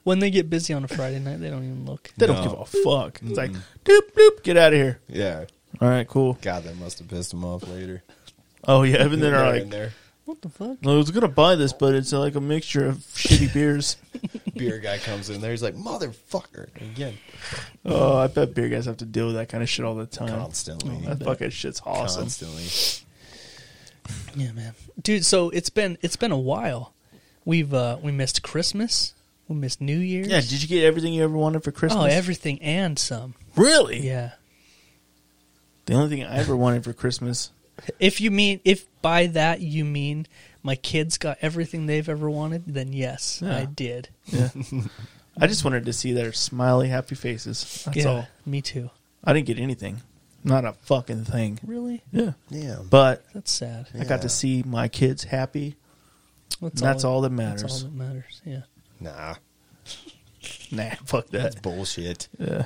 B: When they get busy on a Friday night, they don't even look.
C: They don't give a fuck. It's like doop doop, get out of here.
D: yeah,
C: All right, cool.
D: God, that must have pissed him off later.
C: Oh yeah, and then are
D: They're
C: like,
D: in there.
B: What the fuck?
C: I was gonna buy this, but it's like a mixture of shitty beers.
D: beer guy comes in there. He's like, motherfucker, again,
C: <laughs> Oh, I bet beer guys have to deal with that kind of shit all the time.
D: constantly,
C: That fucking shit's awesome.
D: constantly.
B: Yeah, man, dude. So it's been it's been a while. We've uh we missed Christmas. We missed New Year's.
C: Yeah, did you get everything you ever wanted for Christmas?
B: oh, everything and some.
C: Really?
B: Yeah.
C: The only thing I ever wanted for Christmas.
B: If you mean if by that you mean my kids got everything they've ever wanted, then yes,
C: Yeah.
B: I did.
C: I just wanted to see their smiley, happy faces. That's
B: yeah,
C: all.
B: me too.
C: I didn't get anything. Not a fucking thing.
B: Really?
C: Yeah.
D: Yeah,
C: But
B: That's sad.
C: I got to see my kids happy.
B: That's,
C: That's all that
B: That's all
C: matters.
B: that matters. Yeah.
D: nah,
C: Nah, <laughs> fuck
D: that's
C: that.
D: bullshit.
C: Yeah.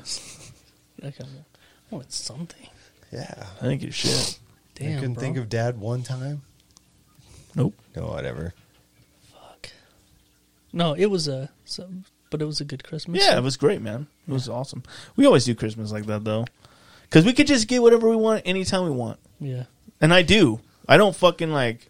B: I got- I wanted Oh, something.
D: Yeah,
C: I think it's shit.
B: Damn.
D: I couldn't
B: bro.
D: think of dad one time.
C: Nope.
D: No, whatever.
B: Fuck. No, it was a. So, but it was a good Christmas.
C: Yeah, it was great, man. It was awesome. We always do Christmas like that, though. Because we could just get whatever we want anytime we want.
B: Yeah.
C: And I do. I don't fucking, like,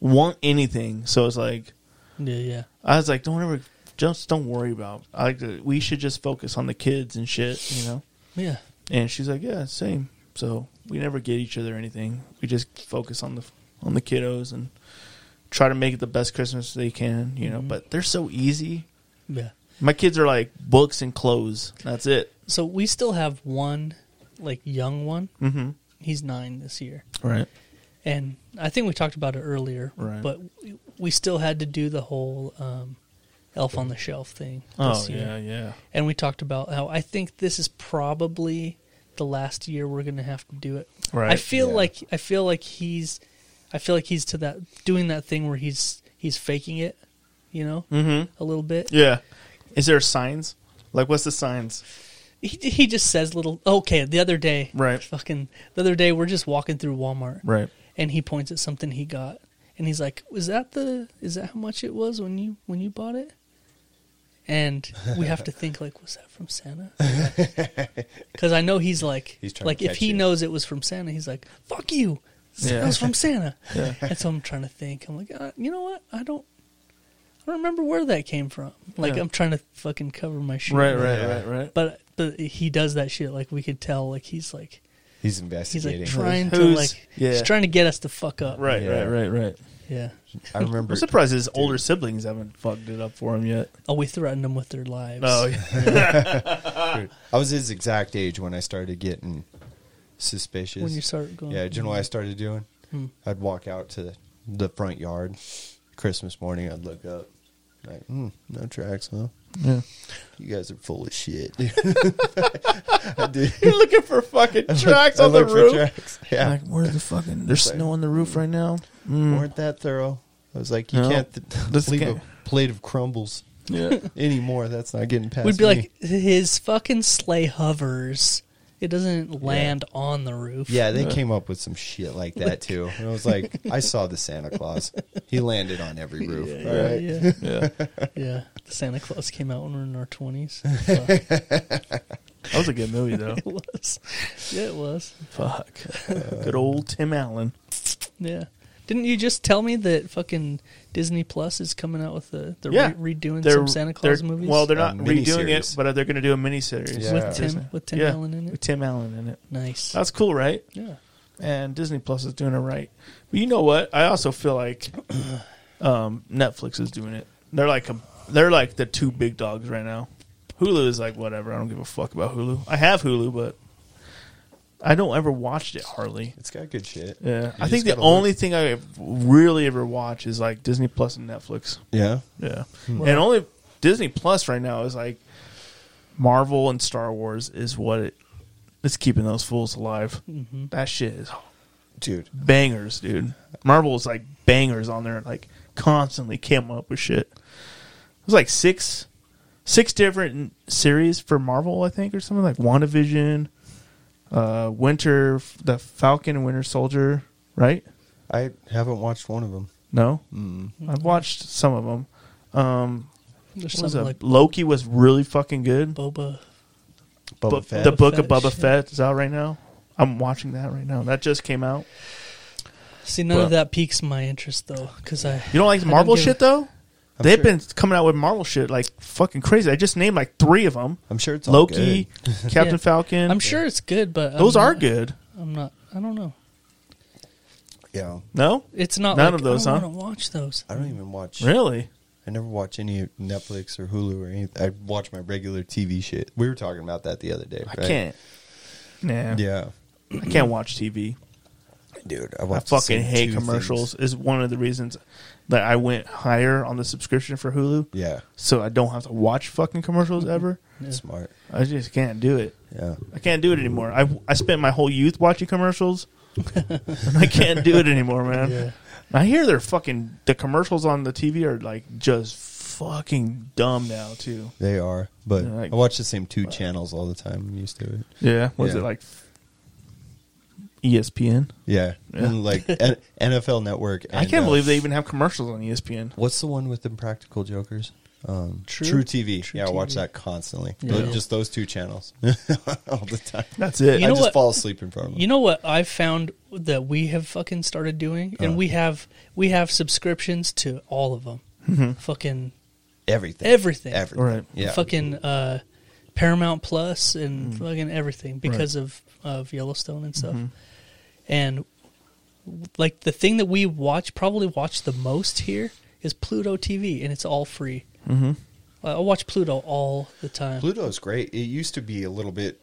C: want anything. So it's like,
B: Yeah. Yeah.
C: I was like, don't ever, just don't worry about. I like to, we should just focus on the kids and shit, you know.
B: Yeah.
C: And she's like, yeah, same. So we never get each other anything. We just focus on the on the kiddos and try to make it the best Christmas they can, you know. But they're so easy.
B: Yeah.
C: My kids are like books and clothes. That's it.
B: So we still have one, like young one.
C: Mm-hmm.
B: He's nine this year,
C: Right.
B: and I think we talked about it earlier.
C: Right.
B: But we- we still had to do the whole um, Elf on the Shelf thing.
C: Oh
B: This year.
C: yeah, yeah.
B: And we talked about how I think this is probably the last year we're going to have to do it.
C: Right,
B: I feel
D: yeah.
B: like I feel like he's, I feel like he's to that doing that thing where he's he's faking it, you know, mm-hmm. a little bit.
C: Yeah. Is there signs? Like, what's the signs?
B: he he just says little okay the other day
C: Right.
B: fucking the other day we're just walking through walmart
C: Right.
B: and he points at something he got and he's like, "Was that the? Is that how much it was when you when you bought it?" And we have to think like, was that from Santa? Because I know he's like,
D: He's trying to
B: like if
D: catch
B: he
D: you.
B: knows it was from Santa, he's like, "Fuck you." That
C: Yeah.
B: was from Santa. And so I'm trying to think. I'm like, uh, you know what? I don't, I don't remember where that came from. Like
C: Yeah.
B: I'm trying to fucking cover my shit.
C: Right, right, right, right.
B: But but he does that shit. Like we could tell. Like he's like
D: He's
B: he's
D: investigating.
B: like trying to
C: Who's-
B: like
C: yeah.
B: he's trying to get us to fuck up.
C: Right,
D: Yeah.
C: right, right, right.
B: Yeah.
D: I remember.
C: I'm surprised his older siblings haven't fucked it up for him yet.
B: Oh, we threatened them with their lives. <laughs>
C: Oh, yeah.
D: I was his exact age when I started getting suspicious.
B: When you start going-
D: yeah. Do you know what I started doing?
C: Hmm.
D: I'd walk out to the front yard Christmas morning. I'd look up, like, hmm, no tracks, huh?
C: yeah.
D: You guys are full of shit. <laughs> I did.
C: <laughs> You're looking for fucking tracks
D: I
C: on the
D: looked for
C: roof. <laughs>
D: tracks. Yeah,
C: Like, where the fucking? There's
D: Like-
C: snow on the roof right now.
D: weren't that thorough. I was like, you
C: No.
D: can't th-
C: This
D: leave
C: can't-
D: a plate of crumbles
C: Yeah.
D: <laughs> anymore. That's not getting past.
B: We'd be
D: me.
B: like, his fucking sleigh hovers. It doesn't land on the roof.
D: Yeah, they came up with some shit like that too. And I was like, I saw the Santa Claus. He landed on every roof. all
B: <laughs>
D: right.
B: Yeah.
C: yeah.
B: Yeah. The Santa Claus came out when we were in our <laughs> 20s.
C: That was a good movie though.
B: It was. Yeah, it was.
C: <laughs> Fuck. <laughs> Good old Tim Allen.
B: Yeah. Didn't you just tell me that fucking Disney Plus is coming out with the they're
C: Yeah.
B: re- redoing
C: They're-
B: some Santa Claus
C: they're-
B: movies?
C: Well, they're
D: A
C: not redoing it,
D: miniseries.
C: but they're going to do a miniseries
D: Yeah.
B: with Tim
C: Disney.
B: with Tim
C: Yeah,
B: Allen in
C: With
B: it.
C: Tim Allen in it.
B: Nice.
C: That's cool, right?
B: yeah.
C: And Disney Plus is doing it right. But you know what? I also feel
D: <clears throat>
C: like um, Netflix is doing it. They're like a, they're like the two big dogs right now. Hulu is like whatever. I don't give a fuck about Hulu. I have Hulu, but I don't ever watched it hardly.
D: It's got good shit.
C: Yeah,
D: You
C: I think
D: just
C: the
D: gotta look.
C: only thing I really ever watch is like Disney Plus and Netflix.
D: Yeah.
C: Yeah.
D: Hmm.
C: and only Disney Plus right now is like Marvel and Star Wars is what it it's keeping those fools alive.
D: Mm-hmm.
C: That shit is
D: Dude.
C: bangers, dude. Marvel is like bangers on there, like constantly came up with shit. It was like six six different series for Marvel, I think, or something like WandaVision, uh Winter the Falcon and Winter Soldier, right?
D: I haven't watched one of them.
C: No? Mm. I've watched some of them.
B: There's
C: What was
B: something
C: that?
B: like
C: Loki was really fucking good.
B: Boba.
D: Bubba
C: Bu-
D: Fett.
C: The book of
B: Fett,
C: Bubba
B: shit.
C: Fett is out right now. I'm watching that right now. That just came out.
B: See, none
C: Bruh.
B: of that piques my interest though, because I
C: You don't like
B: I
C: the Marvel
B: give a-
C: shit though? They've
D: sure-
C: been coming out with Marvel shit like fucking crazy. I just named like three of them.
D: I'm sure it's all
C: Loki,
B: <laughs>
C: Captain
B: Yeah.
C: Falcon.
B: I'm sure it's good, but I'm
C: those are
B: not-
C: good.
B: I'm not. I don't know.
D: Yeah.
C: No,
B: It's not.
C: None
B: like,
C: of those,
B: I
C: huh?
B: don't want to watch those.
D: I don't even watch.
C: really?
D: I never watch any Netflix or Hulu or anything. I watch my regular TV shit. We were talking about that the other day.
C: I
D: right?
C: can't. Nah,
D: Yeah.
C: I can't watch TV.
D: Dude, I
C: I
D: watch. the
C: fucking
D: same
C: hate
D: two
C: commercials.
D: things.
C: Is one of the reasons that I went higher on the subscription for Hulu.
D: Yeah.
C: So I don't have to watch fucking commercials
B: Mm-hmm.
C: ever.
D: Smart.
C: I just can't do it.
D: Yeah.
C: I can't do it anymore. I I spent my whole youth watching commercials. and I can't do it anymore,
B: <laughs>
C: man. I hear they're fucking the commercials on the TV are like just fucking dumb now too.
D: They are. But
C: Yeah, like-
D: I watch the same two channels all the time. I'm used to it.
C: Yeah, was
D: Yeah.
C: it like E ESPN?
D: Yeah. And
B: <laughs>
D: like N- NFL Network. And,
C: I can't
D: uh,
C: believe they even have commercials on E ESPN.
D: What's the one with the Practical Jokers? Um,
B: True-
D: True, TV.
B: True
D: yeah, I watch
B: TV.
D: that constantly.
B: Yeah.
D: Those- Just those two channels <laughs> all the time.
C: That's it.
B: You know
D: I just
B: what-
D: fall asleep in front of them.
B: You know what I've found that we have fucking started doing,
C: Uh.
B: and we have we have subscriptions to all of them.
C: Mm-hmm.
B: Fucking
D: everything.
B: everything.
D: Everything.
C: Right.
D: Yeah.
B: Fucking uh, Paramount Plus and fucking everything because of of Yellowstone and stuff. And like the thing that we watch probably watch the most here is Pluto TV, and it's all free. Mm-hmm. I watch Pluto all the time.
D: Pluto's great. It used to be a little bit,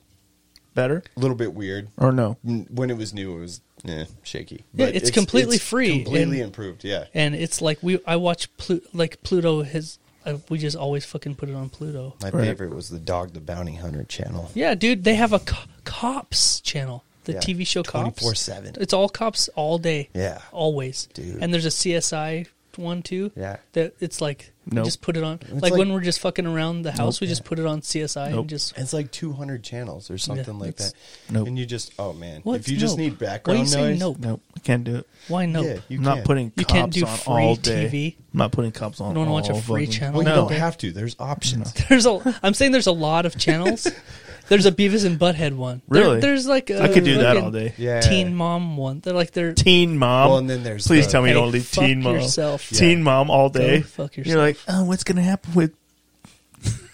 C: Better
D: little bit weird.
C: or no?
D: N- When it was new, it was eh, shaky.
B: Yeah,
D: But
B: it's completely free
D: Completely
B: and-
D: improved. Yeah.
B: and it's like we I watch Plu- like Pluto has uh, we just always fucking put it on Pluto.
D: My
C: Right.
D: favorite was the Dog the Bounty Hunter channel.
B: Yeah, dude, they have a co- cops channel, the
D: Yeah,
B: TV show Cops,
D: 24/7.
B: It's all cops all day.
D: Yeah.
B: always.
D: Dude.
B: and there's a CSI one too.
D: Yeah.
B: That it's like we
C: Nope.
B: just put it on. Like,
D: like-
B: when we're just fucking around the house, we just put it on CSI
C: Nope.
B: and just
D: It's like 200 channels or something like
B: it's-
D: that.
C: Nope.
D: And you just, oh man,
B: what?
D: if you just
B: Nope.
D: need background
B: Why you say
D: noise,
B: nope?
C: Nope, I can't do it.
B: Why nope?
D: yeah, you
C: I'm not
D: can't.
C: putting
B: You
C: cops
B: can't do
C: on
B: free
C: all day.
B: TV.
C: I'm not putting cops on.
B: You don't
C: all
B: watch a free
C: fucking-
B: channel?
D: Well, you
B: No.
D: don't have to. There's options.
C: <laughs>
B: There's a. I'm saying there's a lot of
D: <laughs>
B: channels. There's a Beavis and Butthead one. There-
C: Really?
B: there's like a
C: I could do that
B: fucking
C: all day.
D: Yeah.
B: Teen Mom one. They're like they're
C: Teen Mom.
D: Well, and then there's
C: please
D: the-
C: tell me you
B: Hey,
C: don't leave
B: fuck
C: Teen Mom.
B: yourself.
C: Teen Mom all
B: Go
C: day.
B: fuck
C: You're like, oh, what's gonna happen with?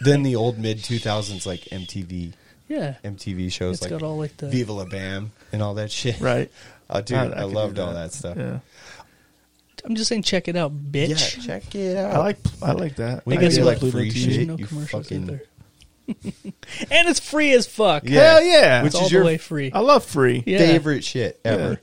D: then the old mid 2000s, like MTV,
B: yeah.
D: MTV shows
B: It's
D: like
B: got all like the
D: Viva La Bam and all that shit.
C: Right.
D: <laughs> Oh, dude,
C: I- I
D: I,
C: could do
D: loved all
C: that.
D: that stuff.
C: Yeah,
B: I'm just saying, check it out,
D: Yeah,
B: bitch.
D: check it out.
C: I like I like that.
D: We
C: I
D: can
B: do
C: do
B: like
C: Pluto
D: free
C: TV.
D: shit.
B: There's no
D: you
B: commercials
D: fucking-
B: either. <laughs> and it's free as fuck.
C: Hell yeah! Oh,
D: Which
B: It's all
D: is your
B: the way free.
C: I love free.
B: Yeah.
D: favorite shit
C: <laughs>
D: ever.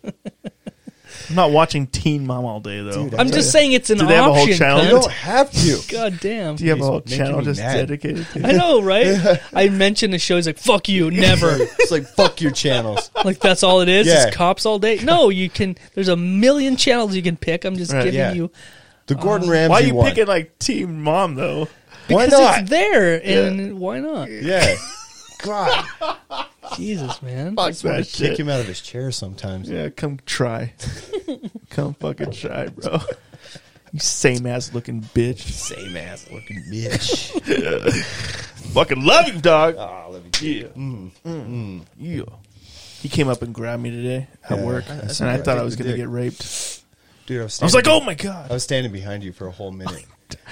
C: I'm not watching Teen Mom all day though.
D: Dude,
B: I'm just saying it's an
C: Do
B: option.
C: they have a whole channel?
B: cunt.
D: You don't have to.
B: <laughs>
C: <laughs>
B: God damn.
C: Do you have a whole
D: Making
C: channel
D: me
C: just
D: mad.
C: dedicated to?
B: I know, right? I mentioned the show. He's like, "Fuck you, never."
D: <laughs> it's like fuck your channels.
B: like that's all it is.
D: Yeah.
B: It's cops all day. No, you can. There's a million channels you can pick. I'm just
C: Right,
B: giving
D: yeah.
B: you
D: The
B: Oh,
D: Gordon Ramsay
C: Why are you
D: one.
C: picking like Teen Mom though?
D: Why
B: because
D: not?
B: it's there, and why not? <laughs>
D: yeah. God,
B: Jesus, man.
C: Fuck that
D: kick
C: shit.
D: him out of his chair sometimes.
C: Yeah, come try. come fucking try, bro. <laughs> You same ass looking bitch.
D: Same ass looking bitch.
C: Fucking love you, dog.
D: Ah, let me
C: Yeah. Mm.
D: Mm.
C: Yeah. He came up and grabbed me today at
D: Yeah,
C: work,
D: I- I
C: and
D: saw
C: I
D: that.
C: thought I
D: Big
C: was going to
D: dick.
C: get raped.
D: Dude, I was,
C: I was like,
D: standing-
C: oh my God.
D: I was standing behind you for a
C: <laughs>
D: whole minute.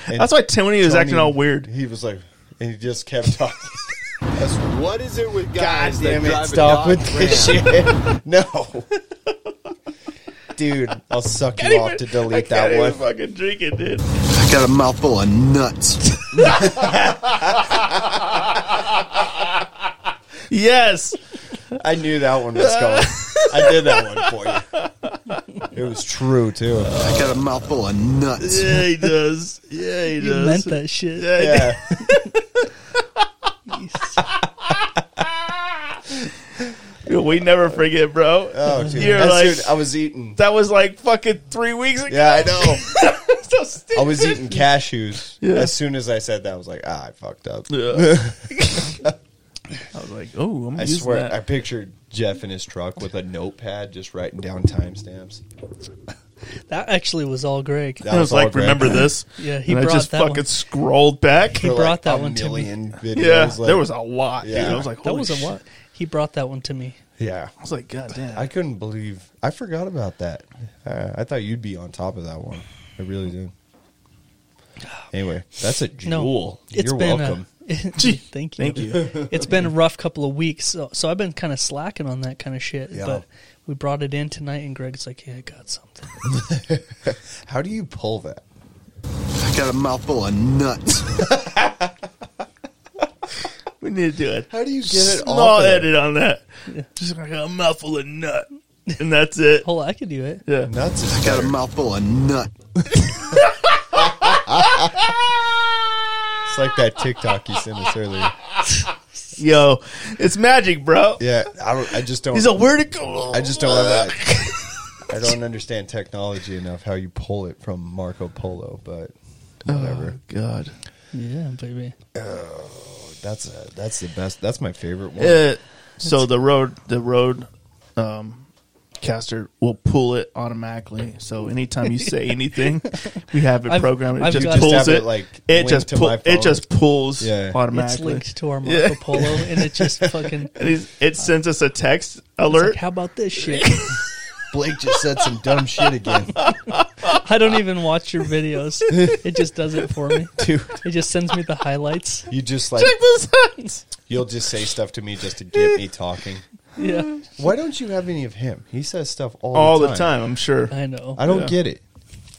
D: And
C: That's why Tony was
D: Tony-
C: acting all weird.
D: He was like, and he just kept <laughs> talking.
E: What is it with guys
D: Damn
E: that
D: it,
E: drive
D: stop
E: a
D: with
E: Dodge
D: this
E: Ram?
D: shit. <laughs> No. Dude, I'll suck you off to delete that
C: Can't even
D: one.
C: fucking drink it, dude.
D: <laughs>
E: I got a mouthful of nuts.
C: Yes.
D: I knew that one was coming. I did that one
C: <laughs>
D: for you. It was true, too.
E: I got a mouthful of nuts.
C: Yeah, he does. Yeah, he
B: You
C: does.
B: meant that shit.
D: Yeah.
C: Dude, we never forget, bro.
D: Oh, dude.
C: You're
D: That's
C: like-
D: dude, I was eating.
C: That was like fucking three weeks ago.
D: Yeah, I know.
C: So stupid.
D: I was eating cashews.
C: Yeah.
D: As soon as I said that, I was like, ah, I fucked up.
C: I was like, oh, I'm
D: <laughs> I
C: using
D: swear,
C: that.
D: I pictured Jeff in his truck with a notepad just writing down timestamps.
B: That actually was all Greg.
D: That
C: I was
D: all
C: like,
D: Greg.
C: remember this?
B: Yeah, he
C: and I
B: brought
C: just
B: that
C: fucking
B: one.
C: scrolled back.
B: He
D: For,
B: brought that
D: a
B: one to me.
D: million videos.
C: Yeah,
D: like-
C: there was a lot. Dude.
D: Yeah.
C: I was like,
B: that
C: holy
B: was a
C: shit.
B: what? He brought that one to me.
D: Yeah.
C: I was like, God damn.
D: I couldn't believe I forgot about that. Uh, I thought you'd be on top of that one. I really did. Anyway, that's a
B: No,
D: jewel.
B: it's
D: You're
B: been <laughs>
D: welcome.
B: A, thank you.
C: Thank
D: <laughs>
C: you.
B: it's been a rough couple of weeks, so, so I've been kind of slacking on that kind of shit.
D: Yeah.
B: But we brought it in tonight, and Greg's like, "Yeah, I got something."
D: How do you pull that?
E: I got a mouthful of nuts.
C: we need to do it.
D: How do you get it
C: Small
D: off? of
C: edit on that. Just like a mouthful of nut, and that's it.
B: Hold on, I can do it.
C: Yeah.
D: there? Nuts is
E: I got a
D: better.
E: mouthful of nut.
D: It's like that TikTok you sent us earlier.
C: Yo, it's magic, bro.
D: Yeah, I don't. I just don't.
C: He's a where'd it go?
D: I just don't have that. I don't understand technology enough. How you pull it from Marco Polo, but whatever.
C: Oh, God.
B: Yeah, baby.
D: That's a, that's the best. That's my favorite one.
C: Uh, so the road, the road, um, caster will pull it automatically. So anytime you say <laughs> anything, we have it
B: I've-
C: programmed. It
B: I've
C: just
B: got-
D: Just
C: pulls
D: have
C: it.
D: it, like,
C: it
D: linked
C: just
D: to
C: pull,
D: my
C: it
D: phone.
C: just pulls
D: Yeah.
B: It's
C: automatically.
B: linked to our Marco Polo, and it
D: <laughs>
B: just fucking.
C: and he's, it sends us a text
B: It's
C: alert.
B: like, how about this shit?
D: <laughs>
B: <laughs>
D: Blake just said some dumb shit again,
B: I don't even watch your videos. It just does it for me.
D: <laughs> dude.
B: It just sends me the highlights.
D: You just like
C: Check this out.
D: You'll just say stuff to me just to get me talking.
B: Yeah,
D: Why don't you have any of him? He says stuff all,
C: All
D: the,
C: the
D: time.
C: time, I'm sure.
B: I know.
D: I don't
C: Yeah.
D: get it.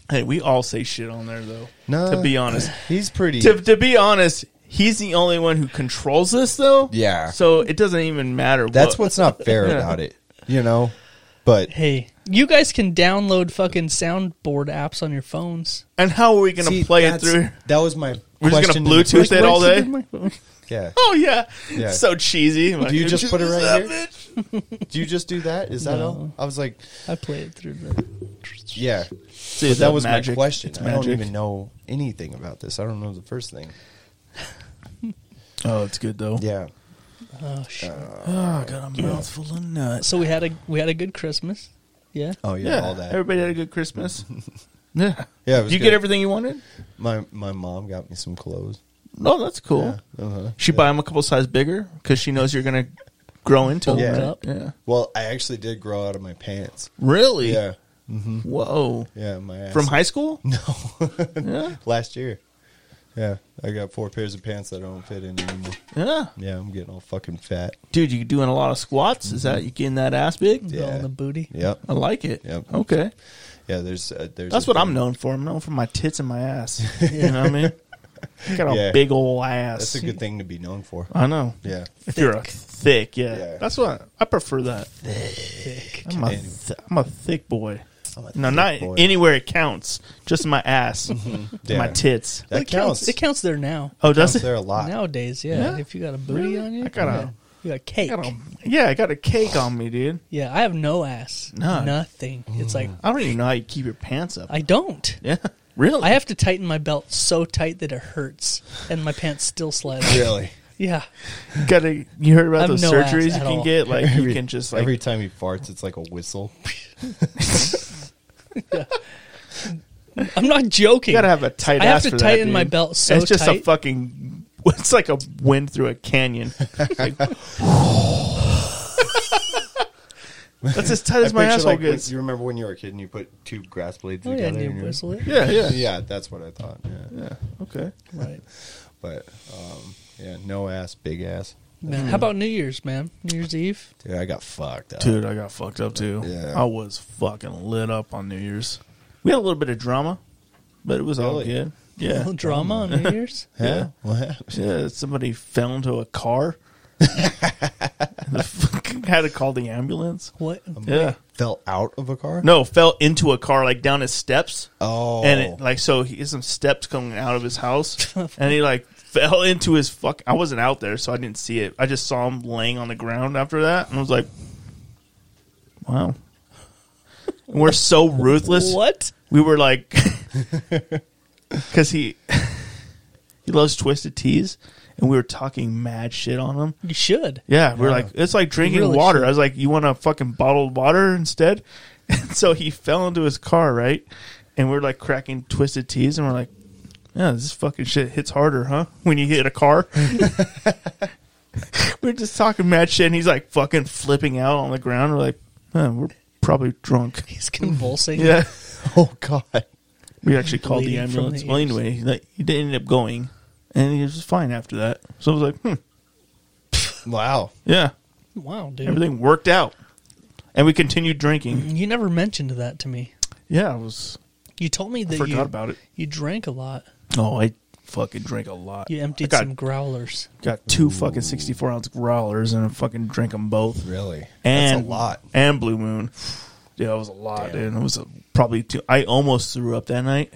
C: Hey, we all say shit on there though.
D: No.
C: to be
D: <sighs>
C: honest,
D: He's pretty.
C: to, to be honest, he's the only one who controls this though.
D: Yeah.
C: So it doesn't even matter.
D: That's
C: what,
D: what's not fair
C: Yeah.
D: about it, you know. But
B: Hey, you guys can download fucking soundboard apps on your phones.
C: and how are we gonna
D: See,
C: play it
D: that's-
C: through?
D: That was my.
C: We're just gonna
D: question in the
C: Bluetooth
D: first
C: it all
D: place.
C: day.
D: Yeah.
C: Oh yeah.
D: Yeah.
C: It's so cheesy.
D: Do you just put it right
C: That
D: here? Do you just do that? Is that all? I was like,
B: I play it through the.
D: Yeah.
C: <laughs> See,
D: But
C: is
D: that was my
C: magic?
D: question.
C: It's
D: I don't
C: magic.
D: even know anything about this. I don't know the first thing.
C: Oh, it's good though.
D: Yeah.
B: Oh, shit.
C: Oh, I got a mouthful of nuts.
B: So we had a we had a good Christmas. Yeah.
D: Oh yeah,
C: Yeah,
D: all that.
C: everybody had a good
D: <laughs>
C: Christmas. yeah,
D: Yeah, it
C: Did
D: was
C: you
D: good.
C: get everything you wanted?
D: my my mom got me some clothes.
C: Oh, that's cool.
D: Uh-huh.
C: She buy him a couple size bigger because she knows you're gonna grow into
B: Bulge
C: it. right?
B: up.
C: Yeah.
D: Well, I actually did grow out of my pants.
C: Really?
D: Yeah.
C: Whoa.
D: Yeah, my ass.
C: From high school?
D: <laughs> No. Last year. Yeah, I got four pairs of pants that don't fit in anymore.
C: Yeah.
D: Yeah, I'm getting all fucking fat.
C: Dude, you doing a lot of squats? Is that you getting that ass big?
B: All in the booty.
D: Yep.
C: I like it.
D: Yep.
C: Okay.
D: Yeah, there's uh, there's
C: That's
D: a
C: what I'm
D: thing.
C: known for. I'm known for my tits and my ass. You know what I
D: <laughs>
C: mean? I got a
D: Yeah.
C: big old ass.
D: That's a good thing to be known for.
C: I know.
D: Yeah.
C: If you're a thick, yeah.
D: Yeah.
C: That's what I prefer that.
B: Thick.
C: I'm a, th- I'm a thick boy.
D: I'm a
C: No, not
D: thick boy. Mm-hmm.
C: anywhere it counts. Just my ass, and
D: Yeah.
C: my tits.
D: That
B: it
D: counts.
B: It counts there now.
C: Oh, does
D: There
C: it? <laughs>
D: a lot.
B: Nowadays, yeah.
C: Yeah?
B: If you got a booty
C: Really?
B: on you,
C: I got a-
B: yeah. you got cake.
C: I got a- yeah, I got a cake on me, dude.
B: yeah, I have no ass.
C: No.
B: Nothing. It's like
C: I don't even know how you keep your pants up.
B: I don't.
C: yeah, <laughs> really?
B: I have to tighten my belt so tight that it hurts, and my pants still
C: <laughs>
B: slide. out.
D: Really.
B: Yeah,
C: got to. You heard
B: I
C: about
B: have
C: those
B: no ass
C: surgeries you
B: at
C: can
B: all.
C: get? Like you can just like
D: Every time he farts, it's like a whistle.
B: I'm not joking.
C: you gotta have a tight
B: I
C: ass.
B: have
C: for
B: to tighten
C: that, dude.
B: my belt so
C: it's just a
B: tight.
C: fucking. <laughs> It's like a wind through a
B: <laughs>
C: canyon. Like- That's as tight as
D: I
C: my
D: picture,
C: asshole
D: like, when-
C: gets.
D: You remember when you were a kid and you put two grass blades
B: oh yeah,
D: together?
B: and
D: and
B: you
D: you-
B: whistle it.
C: Yeah, yeah,
D: <laughs> yeah, that's what I thought. Yeah.
C: yeah. Okay.
B: Right.
D: But um, yeah, no ass, big ass.
B: Man,
C: Mm.
B: how about New Year's, man? New Year's Eve.
D: Dude, I got fucked
B: Uh,
D: up.
C: Dude, I got fucked up too.
D: Yeah.
C: I was fucking lit up on New Year's. We had a little bit of drama, but it was all
D: Really?
C: good.
B: A
C: Yeah.
B: little drama on
C: <laughs>
B: New Year's.
D: Yeah. What happened?
C: yeah. Somebody fell into a car. The fucking- had to call the ambulance.
B: What?
C: Yeah.
D: Fell out of a car?
C: No, fell into a car like down his steps.
D: Oh.
C: And it, like so he some steps coming out of his house and he like fell into his fuck I wasn't out there so I didn't see it. I just saw him laying on the ground after that and I was like Wow. And we're so ruthless.
B: What?
C: We were like <laughs> cuz he <laughs> he loves twisted teas and we were talking mad shit on him.
B: You should.
C: Yeah, we are like, it's like drinking
B: really
C: water.
B: should.
C: I was like, you want a fucking bottled water instead? <laughs> And so he fell into his car, right? And we are like cracking twisted teas, and we're like, yeah, this fucking shit hits harder, huh? When you hit a car. <laughs> we're just talking mad shit, and he's like fucking flipping out on the ground. We're like, huh, we're probably drunk.
B: He's convulsing.
C: <laughs> Yeah.
D: <laughs> oh God.
C: We actually called the
B: Bleeding from
C: ambulance.
B: the
C: well,
B: ears.
C: anyway, he, like, he did end up going, and he was fine after that. So I was like, hmm,
D: Wow.
C: yeah,
B: Wow, dude.
C: everything worked out. And we continued drinking.
B: You never mentioned that to me.
C: Yeah, I was.
B: You told me that
C: forgot
B: you,
C: about it.
B: You drank a lot.
C: Oh, I fucking drank a lot.
B: You emptied
C: I got,
B: some growlers.
C: Got two fucking sixty-four ounce growlers and I fucking drank them both.
D: Really?
C: And
D: That's a lot.
C: And Blue Moon. <sighs> Yeah, that was a lot, dude. It was a, probably two. I almost threw up that <laughs> night.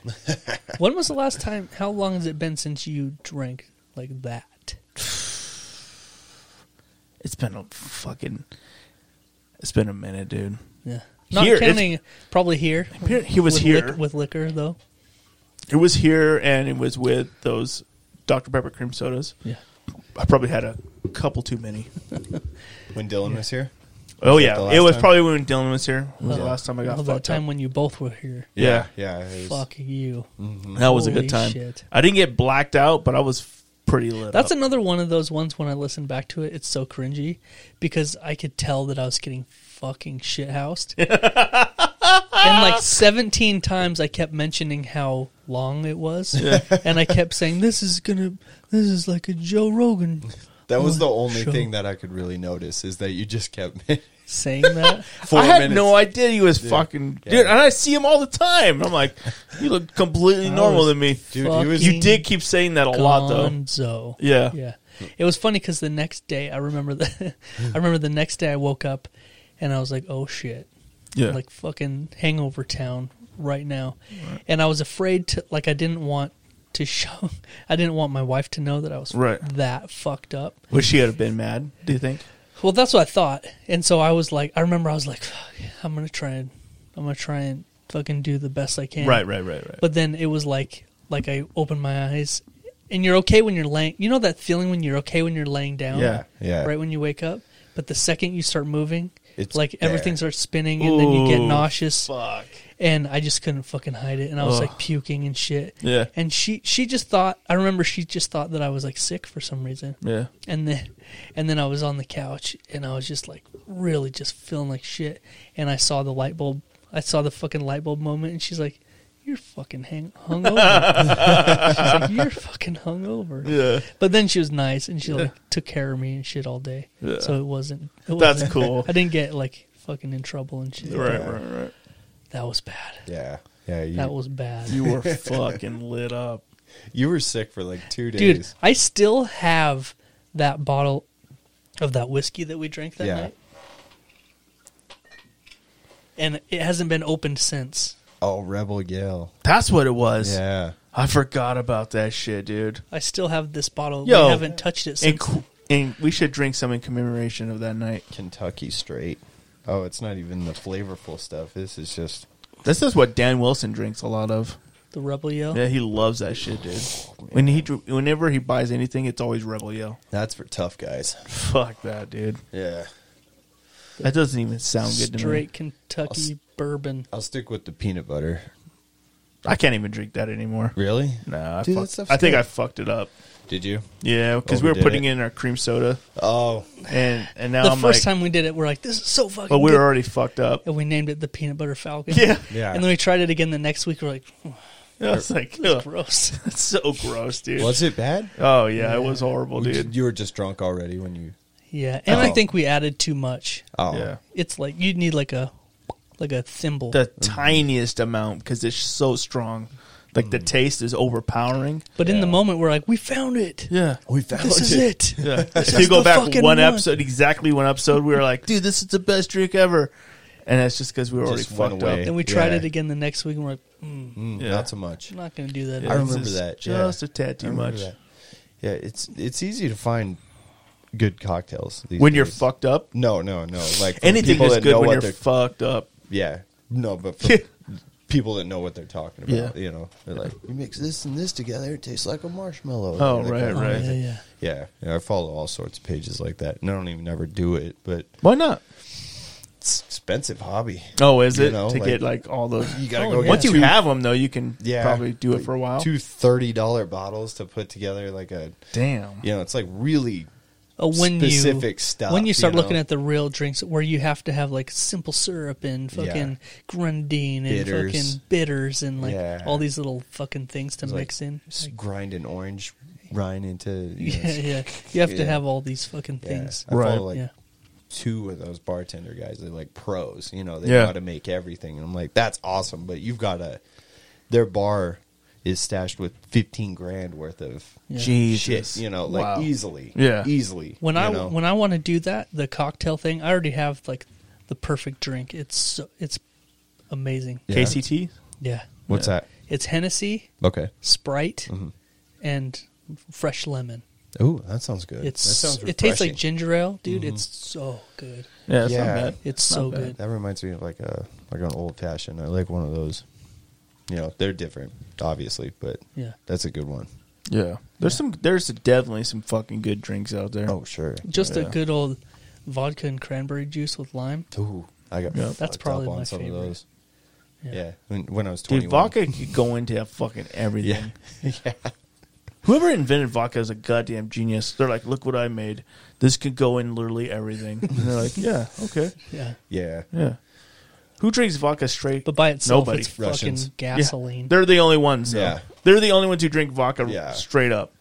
B: When was the last time? How long has it been since you drank like that?
C: It's been a fucking. It's been a minute, dude.
B: Yeah. Not
C: Here, it's-
B: counting, probably here.
C: Here- he was
B: with
C: here.
B: lic- with liquor, though.
C: It was here, and it was with those Dr Pepper cream sodas.
B: Yeah.
C: I probably had a couple too many.
D: When Dylan was here?
C: Oh
D: the
C: yeah,
D: last
C: it was
D: time?
C: probably when Dylan was here. It was
B: Yeah.
C: the last time I got
B: Well,
C: fucked
B: that time
C: up.
B: when you both were here.
C: Yeah.
D: Yeah. it was-
B: Fuck you.
C: That was a
B: Holy
C: good time.
B: shit.
C: I didn't get blacked out, but I was f- pretty lit.
B: That's
C: up.
B: another one of those ones when I listen back to it, it's so cringy because I could tell that I was getting fucking
C: <laughs>
B: shithoused. and like 17 times I kept mentioning how long it was. And I kept saying, this is going to, this is like a Joe Rogan
D: That was the only
B: Sure.
D: thing that I could really notice is that you just kept <laughs>
B: saying that.
D: four
C: I had
D: minutes.
C: no idea he was fucking
D: Yeah.
C: dude, and I see him all the time. I'm like, you look completely normal
B: was
C: to me.
D: Dude, he was-
C: You did keep saying that <laughs> a lot though.
B: Gonzo.
C: Yeah.
B: yeah. It was funny because the next day, I remember the, <laughs> I remember the next day I woke up, and I was like, "Oh shit!"
C: Yeah,
B: like fucking hangover town right now. And I was afraid to like I didn't want to show <laughs> I didn't want my wife to know that I was
C: Right.
B: that fucked up.
C: would she have been mad? Do you think?
B: Well, that's what I thought. And so I was like I remember I was like "Fuck, I'm going to try and I'm going to try and fucking do the best I can.
C: Right, right, right, right.
B: But then it was like like I opened my eyes, and you're okay when you're laying. You know that feeling when you're okay when you're laying down.
C: Yeah,
D: yeah.
B: Right when you wake up, but the second you start moving,
D: It's
B: like
D: there.
B: everything starts spinning, and then you get
C: Ooh,
B: nauseous,
C: Fuck.
B: and I just couldn't fucking hide it, and I was
C: Ugh.
B: like puking and shit.
C: Yeah.
B: And she she just thought I remember she just thought that I was like sick for some reason.
C: Yeah.
B: And then and then I was on the couch and I was just like really just feeling like shit. And I saw the light bulb I saw the fucking light bulb moment and she's like, You're fucking hang hungover. she's like,
C: <laughs>
B: You're fucking hungover.
C: Yeah.
B: But then she was nice and she like took care of me and shit all day.
C: Yeah.
B: So it wasn't it
C: That's
B: wasn't-
C: cool.
B: <laughs> I didn't get like fucking in trouble and shit.
C: Right, right, right.
B: That was bad.
D: Yeah. Yeah. You,
B: That was bad.
C: You
D: <laughs>
C: were fucking lit up.
D: you were sick for like two
B: <laughs>
D: days.
B: Dude, I still have that bottle of that whiskey that we drank that
D: Yeah.
B: night. And it hasn't been opened since.
D: Oh, Rebel Yell.
C: That's what it was.
D: Yeah.
C: I forgot about that shit, dude.
B: I still have this bottle.
C: Yo.
B: we haven't touched it
C: And,
B: since.
C: qu- and we should drink some in commemoration of that night.
D: Kentucky Straight. Oh, it's not even the flavorful stuff. This is just,
C: This is what Dan Wilson drinks a lot of.
B: the Rebel Yell.
C: Yeah, he loves that shit, dude. When he dr- whenever he buys anything, it's always Rebel Yell.
D: that's for tough guys.
C: Fuck that, dude.
D: Yeah.
C: That doesn't even sound good to me.
B: Straight Kentucky bourbon.
D: I'll stick with the peanut butter.
C: I can't even drink that anymore.
D: Really?
C: No, I,
D: Dude, that
C: fucked-
D: stuff's
C: I think
D: good. Oh,
C: I fucked it up.
D: Did you?
C: Yeah, because we were
D: Overdid
C: putting
D: it.
C: in our cream soda,
D: Oh,
C: and and now
B: The
C: I'm
B: first
C: like,
B: time we did it, we're like, this is so fucking
C: but we were
B: good.
C: already fucked up.
B: and we named it the Peanut Butter Falcon.
C: Yeah,
B: <laughs>
D: yeah.
B: And then we tried it again the next week. We're like, "Oh,
C: I was like,
B: this is
C: "Ugh, <laughs>
B: gross.
C: that's so gross, dude.
D: <laughs> was it bad?
C: Oh yeah, it was horrible, dude.
D: You were just drunk already when you.
B: yeah. And I
D: Oh.
B: think we added too much.
D: Oh.
C: Yeah,
B: It's like, you'd need like a, like a thimble.
C: the tiniest amount because it's so strong. Like
D: Mm.
C: the taste is overpowering.
B: But in the moment, we're like, we found it.
C: Yeah,
D: We found
B: This is it.
D: <laughs>
C: yeah. if
B: is
C: you go
B: the
C: back
B: fucking
C: one,
B: one.
C: episode, exactly one episode, we were like, dude, this is the best drink ever, and that's just because we were already
D: Just went
C: fucked
D: away.
C: up.
B: Then we tried
D: Yeah.
B: it again the next week, and we're like, mm,
D: Mm,
C: Yeah.
D: Not so much.
B: I'm not going to do that.
C: Yeah,
D: I
B: again.
C: this
D: remember
C: is
D: that, yeah.
C: Just a tad
D: I
C: too
D: remember
C: much.
D: that. Yeah, it's it's easy to find good cocktails these
C: When you're
D: days.
C: fucked up,
D: No, no, no. Like for
C: anything
D: people
C: is
D: that
C: good
D: know
C: when
D: what
C: you're
D: they're-
C: fucked up.
D: Yeah. No,
C: <laughs>
D: but for people that know what they're talking about,
C: Yeah.
D: you know, they're like, you mix this and this together, it tastes like a marshmallow.
C: Oh,
D: Like,
C: right,
B: Oh,
C: right.
B: yeah, yeah.
D: Yeah, yeah. I follow all sorts of pages like that, and I don't even ever do it, but
C: Why not?
D: it's an
C: <laughs>
D: expensive hobby.
C: Oh, is
D: You
C: it
D: know,
C: to
D: like-
C: get like all those?
D: You gotta
B: Oh,
D: go
B: yeah.
D: get
C: Once you
D: two-
C: have them, though, you can
D: yeah,
C: probably do it for a while.
D: Two thirty dollar bottles to put together like a,
C: Damn.
D: you know, it's like really
B: Uh, when you,
D: specific stuff,
B: When you
D: you
B: start
D: know?
B: looking at the real drinks, where you have to have like simple syrup and fucking grundine and
D: Bitters.
B: fucking bitters and like
D: Yeah.
B: all these little fucking things to
D: like,
B: mix in.
D: s- grinding orange rind into. <laughs>
C: <laughs>
D: You know,
B: Yeah,
D: s-
B: yeah. You have to
D: Yeah.
B: have all these fucking
D: yeah.
B: things.
D: I
C: Right.
D: follow, like
B: yeah.
D: two of those bartender guys. They're like pros, you know. They
C: Yeah.
D: know how to make everything, and I'm like, that's awesome. But you've got to. Their bar is stashed with 15 grand worth of
B: Yeah.
C: Jesus.
D: shit, you know, like
C: Wow.
D: easily,
C: Yeah.
D: easily.
B: When
D: you
B: I
D: know?
B: when I want to do that, the cocktail thing, I already have like the perfect drink. It's so, it's amazing.
D: Yeah.
C: KCT.
B: Yeah.
D: what's that?
B: It's Hennessy,
D: Okay.
B: Sprite,
C: Mm-hmm.
B: and fresh lemon.
D: Oh, that sounds good.
B: It's
D: that sounds
B: it tastes like
D: refreshing.
B: ginger ale, dude.
C: Mm-hmm.
B: It's so good.
C: Yeah, it's
D: Yeah.
C: not bad.
B: It's so
C: bad.
B: good.
D: That reminds me of like a like an old fashioned. I like one of those. You know, they're different, obviously, but
B: Yeah.
D: that's a good one.
C: Yeah, there's some. There's definitely some fucking good drinks out there.
D: Oh, sure.
B: Just
C: Yeah.
B: a good old vodka and cranberry juice with lime.
D: Ooh, I got
C: Yeah.
D: fucked
B: That's probably
D: up on
B: my
D: some
B: favorite.
D: of those.
B: Yeah.
D: Yeah, When, when I was
C: dude,
D: 21.
C: vodka could go into fucking everything.
D: <laughs> Yeah,
C: <laughs> Whoever invented vodka is a goddamn genius. They're like, look what I made. This could go in literally everything. And they're like, yeah, okay,
B: Yeah.
D: yeah.
C: yeah. Who drinks vodka straight?
B: But by itself
C: Nobody.
B: it's
D: Russians.
B: fucking gasoline.
C: They're the only ones. Yeah,
D: Yeah.
C: they're the only ones who drink vodka
D: Yeah.
C: straight up.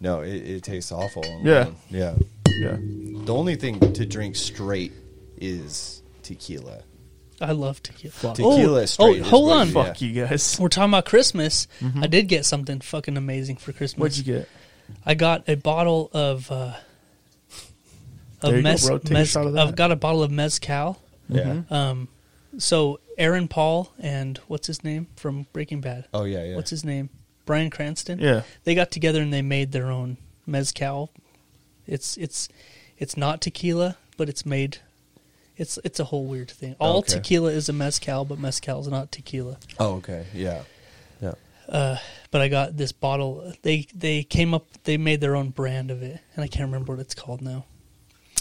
D: No, it, it tastes awful. on
C: Yeah.
D: one. yeah.
C: Yeah,
D: The only thing to drink straight is tequila.
B: I love tequila.
D: Tequila
B: oh,
D: straight
B: oh,
D: is
B: hold
D: what
B: on.
D: you-
C: fuck you
B: <laughs>
C: guys.
B: We're talking about Christmas. I did get something fucking amazing for Christmas.
C: What'd you get?
B: I got a bottle of uh
C: There you
B: of
C: go,
B: mez,
C: bro. Take a
B: mez,
C: shot of
B: I've
C: that.
B: got a bottle of mezcal.
D: Yeah.
C: Mm-hmm.
B: Uh, So Aaron Paul and what's his name from Breaking Bad?
D: oh yeah, yeah.
B: What's his name? Brian Cranston.
C: Yeah.
B: They got together and they made their own mezcal. It's it's it's not tequila, but it's made It's it's a whole weird thing. All
D: Okay.
B: tequila is a mezcal, but mezcal is not tequila.
D: Oh, okay. Yeah. Yeah.
B: But I got this bottle. They they came up. They made their own brand of it, and I can't remember what it's called now.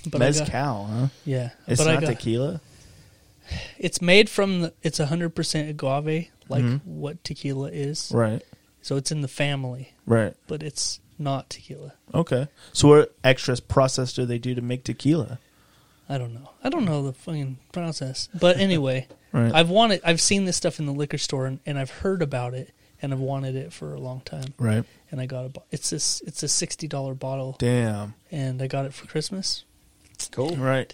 B: But I
C: Mezcal,
B: got-
C: huh?
B: yeah.
C: It's
B: but I
C: not
B: got,
C: tequila.
B: It's made from the, it's hundred percent agave, like
C: Mm-hmm.
B: what tequila is.
C: Right.
B: So it's in the family,
C: Right.
B: but it's not tequila.
C: Okay. So what extra process do they do to make tequila?
B: I don't know. I don't know the fucking process.
C: <laughs>
B: But anyway,
C: Right.
B: I've wanted. I've seen this stuff in the liquor store, and, and I've heard about it, and I've wanted it for a long time.
C: Right.
B: And I got a. bo- It's this. It's a sixty dollar bottle,
C: Damn.
B: and I got it for Christmas.
D: Cool.
C: Right.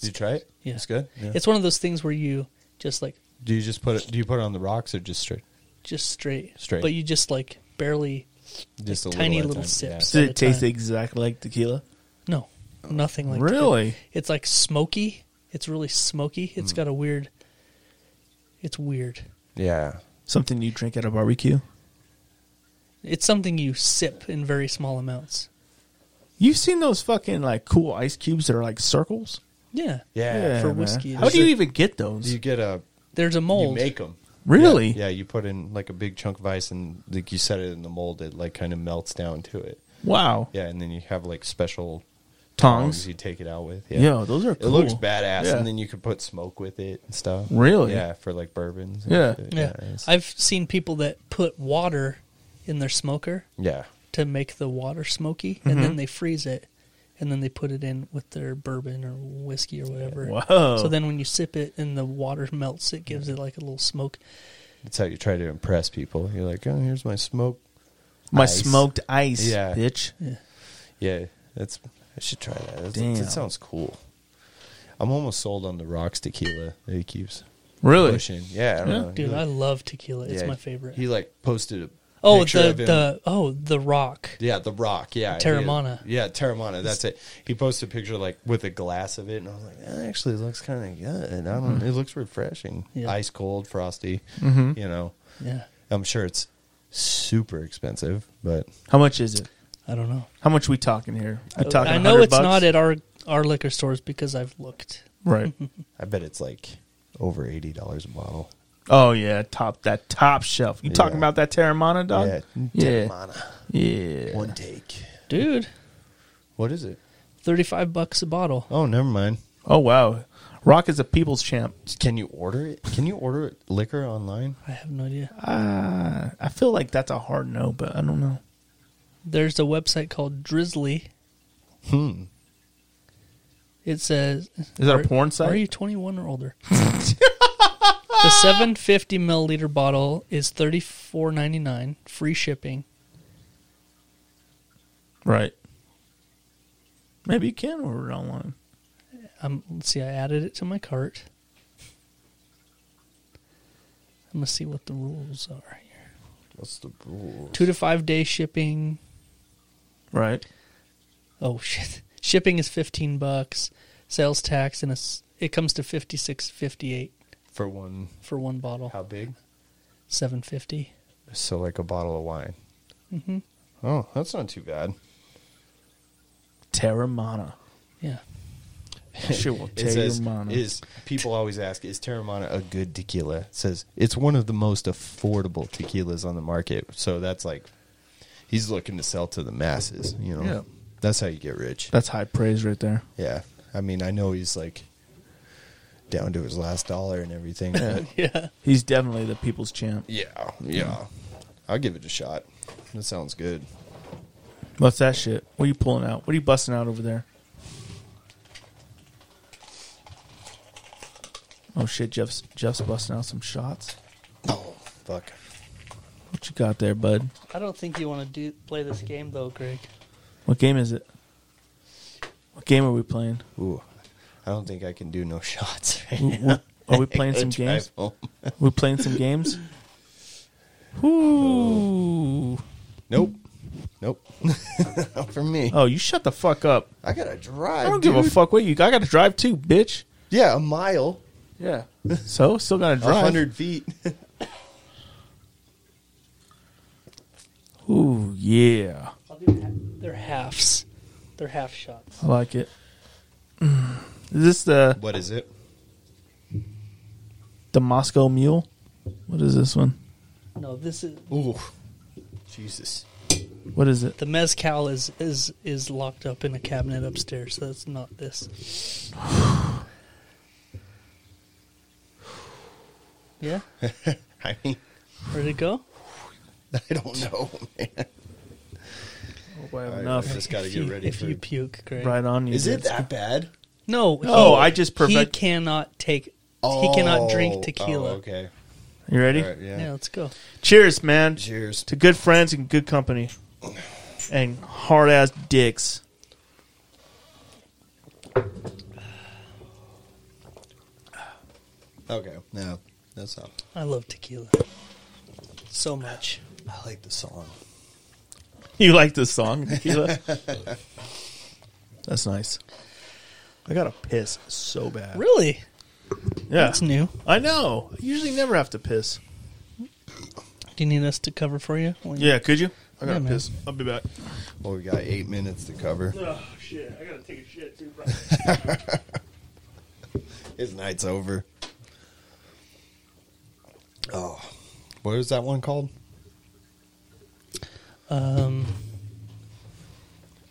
D: Did you try it?
B: Yeah.
D: It's good. Yeah.
B: It's one of those things where you just like
D: do you just put it? Do you put it on the rocks or just straight?
B: just straight,
D: Straight.
B: but you just like barely.
D: Just
B: Like
D: a
B: tiny
D: little, at a
B: little
D: time?
B: sips.
D: Yeah.
C: Did
B: At a
C: it taste
B: time.
C: exactly like tequila?
B: No, nothing like
C: Really? Hmm.
B: That. It's like smoky. It's really smoky. It's got a weird. It's weird.
D: Yeah.
C: Something you drink at a barbecue?
B: It's something you sip in very small amounts.
C: You've seen those fucking like cool ice cubes that are like circles?
B: Yeah.
D: Yeah.
B: for whiskey.
C: How do you
D: Is it-
C: even get those?
D: You get a.
B: There's a
D: You
B: mold.
D: make them.
C: really?
D: Yeah, you put in like a big chunk of ice and like you set it in the mold. It like kind of melts down to it.
C: Wow.
D: Yeah, and then you have like special
C: Tongs.
D: you take it out with. Yeah.
C: Yeah. those are
D: It
C: cool.
D: looks badass,
C: Yeah.
D: and then you could put smoke with it and stuff.
C: Really?
D: Yeah, for like bourbons. and
C: Yeah.
D: shit.
B: Yeah.
D: it's-
B: I've seen people that put water in their smoker
D: yeah.
B: to make the water smoky and then they freeze it and then they put it in with their bourbon or whiskey or whatever.
C: Whoa.
B: So then when you sip it and the water melts, it gives it like a little smoke.
D: That's how you try to impress people. You're like, oh, here's my smoke.
C: My
D: Ice.
C: smoked ice,
D: Yeah.
C: bitch.
D: Yeah, that's. I should try that. That's,
C: Damn.
D: That sounds cool. I'm almost sold on the rocks tequila that he keeps
C: Really?
D: pushing. Yeah, I don't know.
B: Dude,
D: He,
B: I
D: like-
B: love tequila. It's
D: yeah,
B: my favorite.
D: He like posted a
B: oh,
D: picture
B: the
D: of him.
B: the oh, the rock.
D: Yeah, The Rock. Yeah,
B: Terramana.
D: Yeah, Terramana. That's it. He posted a picture like with a glass of it, and I was like, that actually looks kind of good. I don't. It looks refreshing.
B: Yeah.
D: Ice cold, frosty.
C: Mm-hmm.
D: You know,
B: Yeah.
D: I'm sure it's super expensive, but
C: How much is it?
B: I don't know.
C: How much we talking here?
D: Uh,
C: We talking
B: I know
C: 100
B: it's
C: bucks?
B: not at our our liquor stores because I've looked.
C: right.
D: <laughs> I bet it's like over eighty dollars a bottle.
C: Oh yeah, top that top shelf. You talking
D: Yeah.
C: about that Terramana dog?
D: Yeah,
C: yeah,
D: Terramana.
C: yeah.
D: One take.
B: Dude,
D: What is it?
B: 35 bucks a bottle.
D: Oh, never mind.
C: Oh wow, Rock is a people's champ.
D: Can you order it? Can you order it- liquor online?
B: I have no idea.
C: Uh, I feel like that's a hard no, but I don't know.
B: There's a website called Drizzly.
D: Hmm.
B: It says, "Is
C: that a porn site?
B: Are you 21 or older?" the 750 milliliter bottle is 34.99, free shipping.
C: Right? Maybe you can order it online.
B: Um, let's see, I added it to my cart. I'm gonna see what the rules are here.
D: What's the rule?
B: Two to five day shipping.
C: Right?
B: Oh <laughs> shit! Shipping is 15 bucks. Sales tax and a s it comes to 56.58
D: for one?
B: for one bottle.
D: How big?
B: 750.
D: So like a bottle of wine. Mm-hmm. Oh, that's not too bad.
C: Terramana.
B: Yeah.
C: That shit will tear
D: It says,
C: your mind up.
D: is people always ask, is Terramana a good tequila? It says it's one of the most affordable tequilas on the market. So that's like he's looking to sell to the masses. You know,
C: Yeah.
D: that's how you get rich.
C: That's high praise right there.
D: Yeah, I mean, I know he's like down to his last dollar and <laughs> everything. But
B: <laughs> Yeah.
C: He's definitely the people's champ.
D: yeah, yeah, I'll give it a shot. That sounds good.
C: What's that shit? What are you pulling out? What are you busting out over there? Oh shit, Jeff's Jeff's busting out some shots.
D: Oh fuck!
C: What you got there, bud?
B: I don't think you want to do play this game though, Greg.
C: What game is it? What game are we playing?
D: Ooh, I don't think I can do no <laughs> shots. Right
C: W- w- Are
D: <laughs>
C: we playing some
D: Drive
C: games?
D: home. <laughs>
C: We playing some games?
D: Oh.
C: Ooh.
D: Nope. Nope. <laughs> Not for me.
C: Oh, you shut the fuck up.
D: I gotta drive.
C: I don't give
D: dude.
C: a fuck what you I gotta drive too, bitch.
D: Yeah, a mile,
C: Yeah. <laughs> So still gotta
D: a
C: drive.
D: hundred feet. <laughs>
C: Ooh, yeah.
B: I'll do ha- they're halves. They're half shots.
C: I like it. Mm. Is this the
D: What is it?
C: the Moscow Mule? What is this one?
B: No, this is
D: Ooh, Jesus.
C: What is it?
B: the mezcal is is is locked up in a cabinet upstairs. So that's not this. <sighs> Yeah,
D: I mean, <laughs>
B: where'd it go?
D: I don't know, man.
C: Enough.
D: I just got to
B: If
D: get
B: you-
D: ready
B: if
D: for.
B: you puke, Greg.
C: Right on you.
D: Is it
C: dude.
D: that bad?
B: No,
C: No,
B: he-
C: I just perfect-
B: He cannot take. he cannot
D: Oh,
B: drink tequila.
D: oh, okay.
C: You ready?
D: All right, yeah.
B: yeah. let's go.
C: Cheers, man.
D: Cheers.
C: To good friends and good company. And hard ass dicks. <laughs>
D: Okay. No, that's not.
B: I love tequila so much.
D: I like the song.
C: You like this song, tequila? That's nice. I gotta piss so bad.
B: Really,
C: Yeah.
B: that's new.
C: I know. I usually never have to piss.
B: Do you need us to cover for you? When-
C: Yeah, could you? I
B: Yeah,
C: gotta
B: man.
C: piss. I'll be back.
D: Well, we got eight minutes to cover.
C: Oh shit. I gotta take a shit too, bro.
D: His night's over. Oh, what is that one called?
B: Um,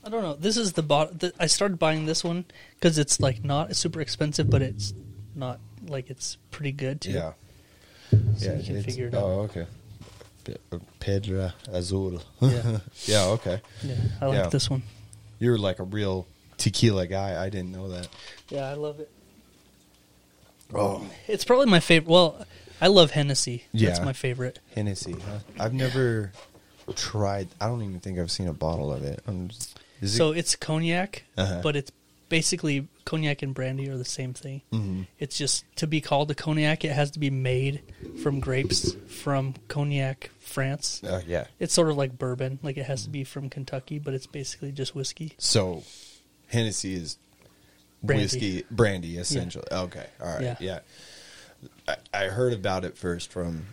B: I don't know. This is the bot. The, I started buying this one because it's like not super expensive, but it's not like it's pretty good too.
D: Yeah.
B: So you can
D: it's-
B: figure it
D: Oh, okay. Pe- uh, Pedra Azul.
B: Yeah.
D: <laughs> yeah, okay.
B: Yeah, I like
D: Yeah.
B: this one.
D: You're like a real tequila guy. I didn't know that.
B: Yeah, I love it.
D: Oh,
B: It's probably my favorite. Well, I love Hennessy. that's
D: Yeah.
B: my favorite.
D: Hennessy. Huh? I've never tried. I don't even think I've seen a bottle of it. I'm just, is
B: so
D: it?
B: it's cognac,
D: Uh-huh.
B: but it's basically cognac and brandy are the same thing.
D: Mhm.
B: It's just to be called a cognac, it has to be made from grapes from cognac, France.
D: Uh, yeah.
B: It's sort of like bourbon, like it has to be from Kentucky, but it's basically just whiskey.
D: So Hennessy is
B: Brandy.
D: whiskey, brandy, essentially. Okay. All right. Yeah.
B: Yeah.
D: I, I heard about it first from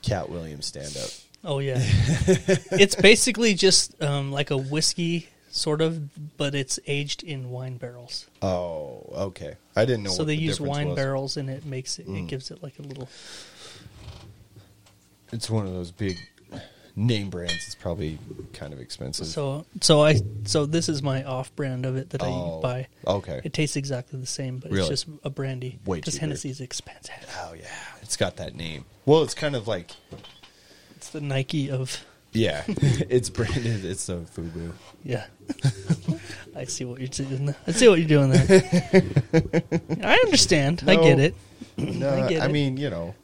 D: Cat Williams stand up.
B: Oh
D: <laughs>
B: yeah, it's basically just um, like a whiskey sort of, but it's aged in wine barrels.
D: Oh, okay. I didn't know
B: so
D: what
B: they
D: the
B: use
D: difference
B: wine
D: was. Mm.
B: barrels, and it makes it, it gives it like a little.
D: It's one of those big name brands. It's probably kind of expensive.
B: So so I so this is my off brand of it that
D: Oh,
B: I buy.
D: Okay.
B: It tastes exactly the same, but
D: Really?
B: it's just a brandy.
D: Way
B: because
D: cheaper.
B: Hennessy's expensive.
D: oh yeah. It's got that name. Well, it's kind of like
B: <laughs> It's the Nike of <laughs>
D: yeah. it's branded. It's a FUBU. <laughs>
B: yeah. I see what you're doing. I see what you're doing there.
D: <laughs>
B: I understand. I get
D: No.
B: it.
D: No,
B: I
D: I,
B: get it.
D: mean you know.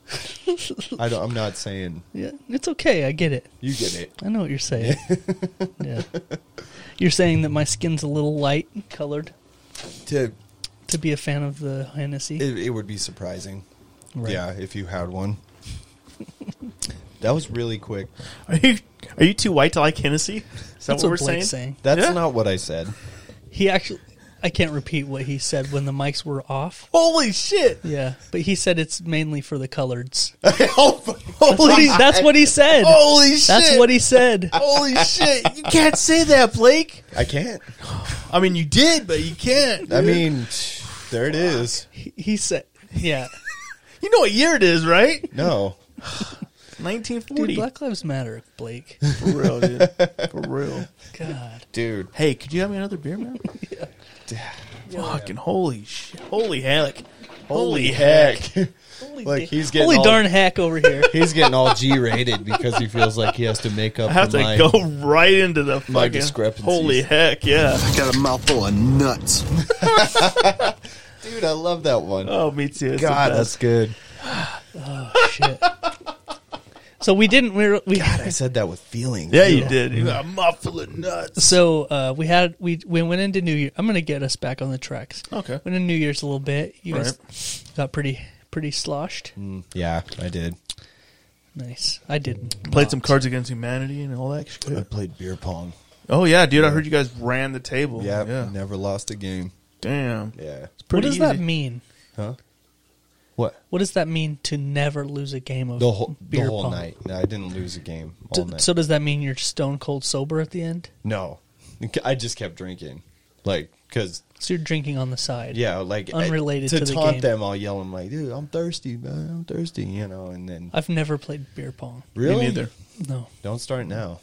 D: I don't. I'm not saying
B: Yeah, it's okay. I get it.
D: you get it.
B: I know what you're saying. <laughs> yeah, you're saying that my skin's a little light colored
D: To
B: to be a fan of the Hennessy.
D: it, it would be surprising.
B: Right.
D: Yeah, if you had one. that was really quick.
C: Are you are you too white to like Hennessy? Is that what
B: That's what
C: we're saying?
B: Blake's saying.
D: That's
C: Yeah.
D: not what I said.
B: He actually, I can't repeat what he said when the mics were off.
C: Holy shit!
B: Yeah, but he said it's mainly for the
C: <laughs>
B: coloreds.
D: <laughs>
C: Oh,
D: Holy
B: That's what he, that's what he said.
C: Holy Oh, shit!
B: That's what he said.
C: Holy shit! You can't say that, Blake.
D: I can't.
C: I mean, you did, but you can't.
D: I
C: dude.
D: mean, there it is.
B: He, he said,
C: <laughs>
B: yeah.
C: you know what year it is, right?
D: No.
B: Dude,
C: 1940.
B: Black Lives Matter, Blake.
C: For real, dude. For real.
B: God.
C: <laughs>
D: Dude,
C: Hey, could you have me another beer,
D: <laughs>
C: man? Fucking holy shit! Holy heck! Holy heck!
B: Holy,
D: Like,
B: da-
D: he's getting
B: holy
D: all-
B: darn hack over here. <laughs>
D: he's getting all G-rated because he feels like he has to make up
C: I have
D: for
C: to
D: my-
C: go right into the
D: my
C: fucking
D: discrepancies.
C: Holy heck! Yeah.
E: Got a mouthful of nuts.
D: Dude, I love that one.
C: Oh, me too. It's the
D: God,
C: best.
D: that's good.
B: Shit. So we didn't. We were, we
D: I said that with feeling.
C: yeah, you did. You got a mouthful of nuts.
B: so uh, we had we we went into New Year. I'm gonna get us back on the tracks.
C: Okay.
B: Went into New Year's a little bit. You guys got pretty pretty sloshed.
D: Mm, Yeah, I did.
B: Nice. I didn't.
C: Played some Cards Against Humanity and all that
D: I
C: shit.
D: played beer pong.
C: Oh yeah, dude! I heard you guys ran the table.
D: Yeah,
C: Oh, yeah.
D: never lost a game.
C: Damn.
D: Yeah.
B: What
C: Pretty
B: does that
C: easy.
B: mean?
D: Huh? What?
B: What does that mean to never lose a game of
D: The whole
B: beer
D: the whole
B: pong?
D: night. No, I didn't lose a game all
B: D-
D: night.
B: so does that mean you're stone cold sober at the end?
D: no, I just kept drinking, like because
B: So you're drinking on the side.
D: Yeah, like I-
B: Unrelated
D: to,
B: to the
D: taunt
B: game.
D: them. I'll yell, "I'm like, dude, I'm thirsty, man. I'm thirsty," you know. And then
B: I've never played beer pong.
D: really,
C: Me neither.
B: No.
D: Don't
C: <laughs>
D: start now.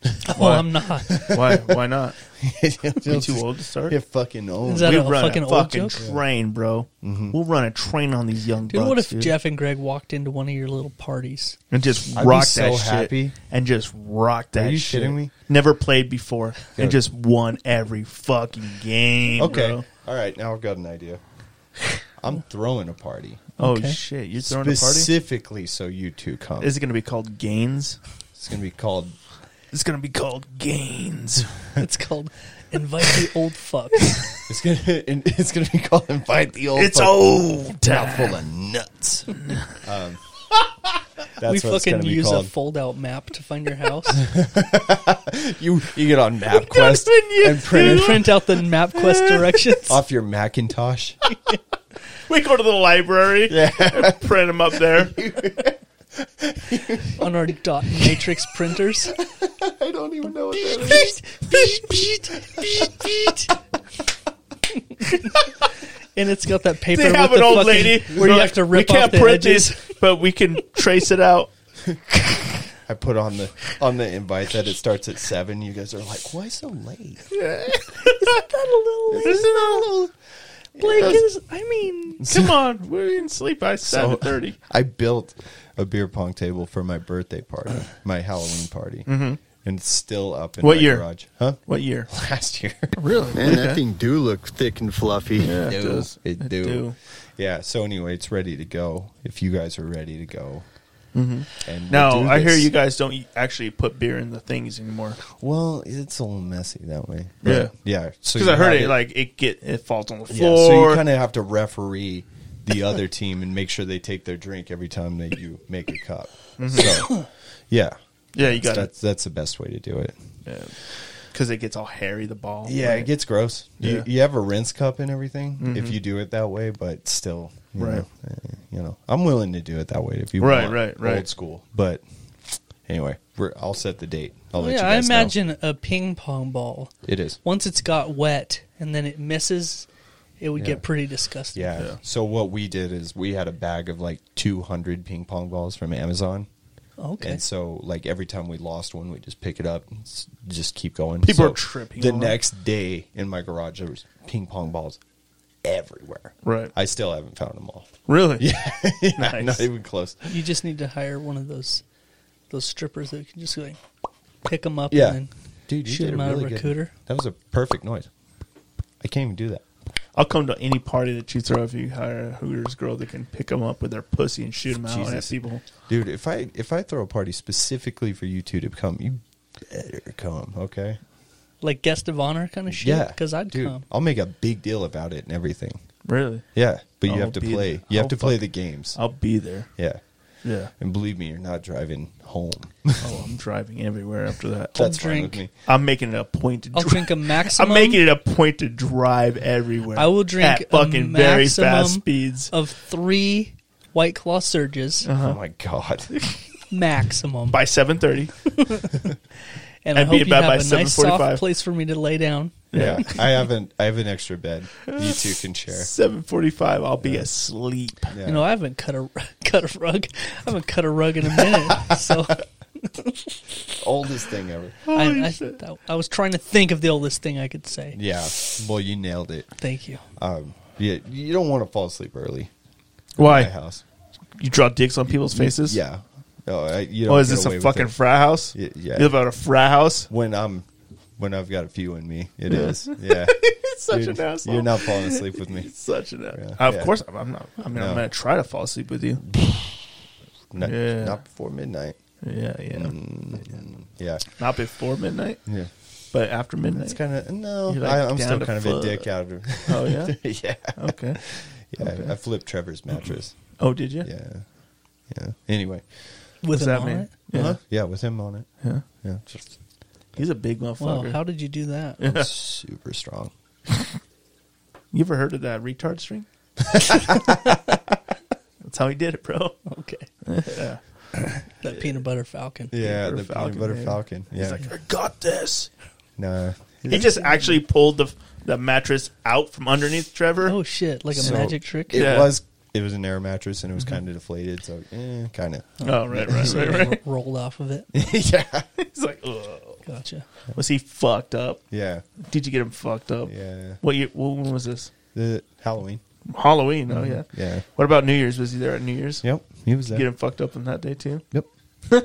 D: <laughs>
B: Oh, I'm not.
C: Why? Why not?
D: You're
C: too old to start?
D: You're fucking old.
B: Is that
C: we
B: a
C: run
B: fucking
C: a
B: old
C: fucking
B: joke?
C: train, bro.
D: Mm-hmm.
C: We'll run a train on these young
B: Dude,
C: bucks,
B: what if
C: dude.
B: Jeff and Greg walked into one of your little parties?
C: and just
D: I'd be
C: rock
D: so
C: that shit
D: happy.
C: and just rock that.
D: you
C: shit.
D: kidding me?
C: Never played before
D: Yeah.
C: and just won every fucking game.
D: okay.
C: bro.
D: All right. Now I've got
C: <laughs>
D: an idea. I'm throwing a party
C: Oh
B: Okay.
C: shit! You're throwing a party.
D: specifically so you two come.
C: Is it going to be called Gains?
D: It's gonna be called
C: It's going to be called Gains.
B: It's
D: <laughs>
B: called Invite the Old Fucks.
D: It's gonna <laughs> it's gonna be called invite the old.
C: It's
D: fuck-
C: old time.
D: mouthful of
C: <laughs>
D: nuts. um,
B: we
D: that's what it's gonna
B: fucking
D: be
B: use
D: called.
B: a fold out map to find your
D: <laughs>
B: house.
D: you you
C: <laughs>
D: get on MapQuest and print
B: and
D: it
B: print out the map quest directions.
D: off your Macintosh.
C: We go to the library. and print them up there.
B: on our dot matrix printers.
D: I don't even know what that is.
B: Beat, beat, beat, beat, beat. and it's got that paper.
C: They have
B: with
C: an
B: the
C: old
B: fucking-
C: lady. They're
B: where you
C: like,
B: have to rip
C: We can't
B: off the
C: print
B: edges.
C: this, but we can trace it out.
D: I put on the on the invite that it starts at seven. You guys are like, why so late?
C: Isn't that a little-
B: Blake is. I mean,
C: <laughs> Come on, we didn't sleep by
D: So,
C: seven thirty.
D: I built a beer pong table for my birthday party, my Halloween party, and it's still up <laughs> in
C: Mm-hmm. What
D: my
C: year?
D: garage. Huh?
C: What
D: <laughs>
C: year?
D: Last year.
C: Really?
E: Man, that thing do look thick and fluffy.
C: Yeah, it
D: do.
C: does.
D: It, do.
C: do.
D: Yeah. So anyway, it's ready to go. If you guys are ready to go, and we'll
C: No,
D: do
C: Mm-hmm. I hear
D: this.
C: you guys don't e- actually put beer in the things anymore.
D: Well, it's a little messy that way.
C: Yeah.
D: Yeah. So
C: Because
D: you
C: I heard
D: have
C: it, like it get it falls on the
D: yeah.
C: floor.
D: So you kind of have to referee the other <laughs> team and make sure they take their drink every time that you make a cup. So yeah,
C: yeah, Mm-hmm. you got it
D: that's that's the best way to do it.
C: because it gets all hairy. The ball.
D: Yeah,
C: right?
D: it gets gross.
C: Yeah. Mm-hmm.
D: You, you have a rinse cup and everything if you do it that way, but still, you
C: Right.
D: Know, eh, you know, I'm willing to do it that way if you
C: Right,
D: want,
C: right, right.
D: old school. But anyway, we're, I'll set the date. I'll let
B: yeah,
D: you
B: I
D: guys know.
B: imagine a ping pong ball.
D: it is.
B: Once it's got wet and then it misses, it would
D: Yeah.
B: get pretty disgusting.
D: Yeah. So what we did is we had a bag of like 200 ping pong balls from Amazon.
B: Oh, Okay.
D: And so, like every time we lost one, we just pick it up and s- just keep going.
C: People
D: So
C: are tripping
D: The
C: on it.
D: next day in my garage, there was ping pong balls everywhere.
C: Right.
D: I still haven't found them
C: <laughs>
D: all. <laughs>
C: really.
D: Yeah,
C: Nice.
D: Not even close.
B: You just need to hire one of those those strippers that can just like pick them up
D: Yeah.
B: and then
D: Dude, you
B: Shoot
D: did a
B: him out of
D: really
B: a
D: good.
B: cooter.
D: That was a perfect noise. I can't even do that.
C: I'll come to any party that you throw if you hire a Hooters girl that can pick them up with their pussy and shoot them out at
D: Jesus.
C: people.
D: Dude, if I if I throw a party specifically for you two to come, you better come, okay?
B: like guest of honor kind of shit.
D: Yeah.
B: because I'd
D: Dude,
B: come.
D: I'll make a big deal about it and everything.
C: Really?
D: Yeah. But you
C: I'll
D: have to
C: be
D: play.
C: there.
D: You have
C: I'll
D: to play
C: fuck-
D: the games.
C: I'll be there.
D: yeah.
C: Yeah.
D: And believe me, you're not driving home. <laughs>
C: Oh, I'm driving everywhere after that.
D: That's
B: drink.
D: fine with me.
C: I'm making it a point to.
B: I'll
C: dri- <laughs>
B: drink a maximum.
C: I'm making it a point to drive everywhere.
B: I will drink
C: at
B: a
C: fucking very fast
B: maximum
C: speeds. Uh-huh.
B: of three White Claw surges
D: Oh my
C: <laughs>
D: god.
B: maximum,
C: by seven thirty.
B: and I
C: I'd be
B: hope you
C: about by
B: have a nice
C: 7:45.
B: soft place for me to lay down.
D: yeah. I haven't I have an extra bed. You two can share.
C: Seven forty-five, I'll be asleep.
D: Yeah.
B: You know, I haven't cut a <laughs> cut a rug. I haven't cut a rug in a minute. so
D: Oldest thing ever.
B: I, I, I was trying to think of the oldest thing I could say.
D: Yeah. Well, you nailed it.
B: Thank you.
D: Um, yeah, you don't want to fall asleep early.
C: Why?
D: At my house.
C: You draw dicks on people's faces?
D: Yeah. Oh, I, you don't
C: Oh, is
D: get
C: this
D: away
C: a
D: with
C: fucking
D: it.
C: frat house?
D: Y- yeah.
C: You live at a frat house?
D: when I'm when I've got a few in me,
C: <laughs>
D: it is. Yeah.
C: It's <laughs> such
D: Dude,
C: an asshole.
D: You're not falling asleep with
C: <laughs>
D: me.
C: It's such an asshole.
D: Yeah.
C: Of
D: Yeah.
C: course, I'm- I'm not. I mean,
D: No. Mm.
C: I'm going to try to fall asleep with you.
D: Not,
C: Yeah.
D: not before midnight.
C: Yeah, yeah.
D: Mm. Yeah.
C: Not before midnight,
D: Yeah.
C: but after midnight.
D: It's kind of no.
C: You're like
D: I, I'm
C: down
D: still
C: to
D: kind of a
C: fuck.
D: dick out of.
C: Oh, yeah?
D: <laughs> yeah.
C: okay.
D: Yeah. I, I flipped Trevor's
C: <laughs>
D: mattress.
C: Oh, did you?
D: Yeah. Yeah. Anyway.
B: With
C: What's
B: him
C: that
B: on
C: mean?
B: it?
C: Yeah.
D: Uh-huh. Yeah, with him on it.
C: Yeah.
D: Yeah. Just
C: He's a big
B: Wow,
C: motherfucker. <laughs>
B: how did you do that?
D: <laughs> I'm super strong.
C: you ever heard of that retard
D: <laughs>
C: string? That's how he did it, bro.
B: Okay,
C: Yeah.
B: that peanut butter falcon.
D: Yeah,
C: Butter
D: the
C: Falcon,
D: peanut butter
C: man.
D: falcon. Yeah.
C: He's like, I got this.
D: no.
C: He just actually pulled the the mattress out from underneath Trevor.
B: Oh shit! Like a
D: So,
B: magic trick.
D: It
C: Yeah. Mm-hmm.
D: was it was an air mattress and it was kind of deflated, so eh, kind
C: <laughs>
D: of.
C: oh right, right, right, right.
B: Ro- Rolled off of it.
D: <laughs> yeah,
C: He's like, Ugh.
B: Gotcha.
C: was he fucked up?
D: yeah,
C: Did you get him fucked up?
D: yeah.
C: What year? When was this?
D: The Halloween.
C: Halloween. Oh yeah.
D: Mm-hmm. Yeah.
C: What about New Year's? Was he there at New Year's?
D: Yep, he was
C: Did
D: there.
C: you Get him Oh. fucked up on that day too. <laughs>
D: Yep.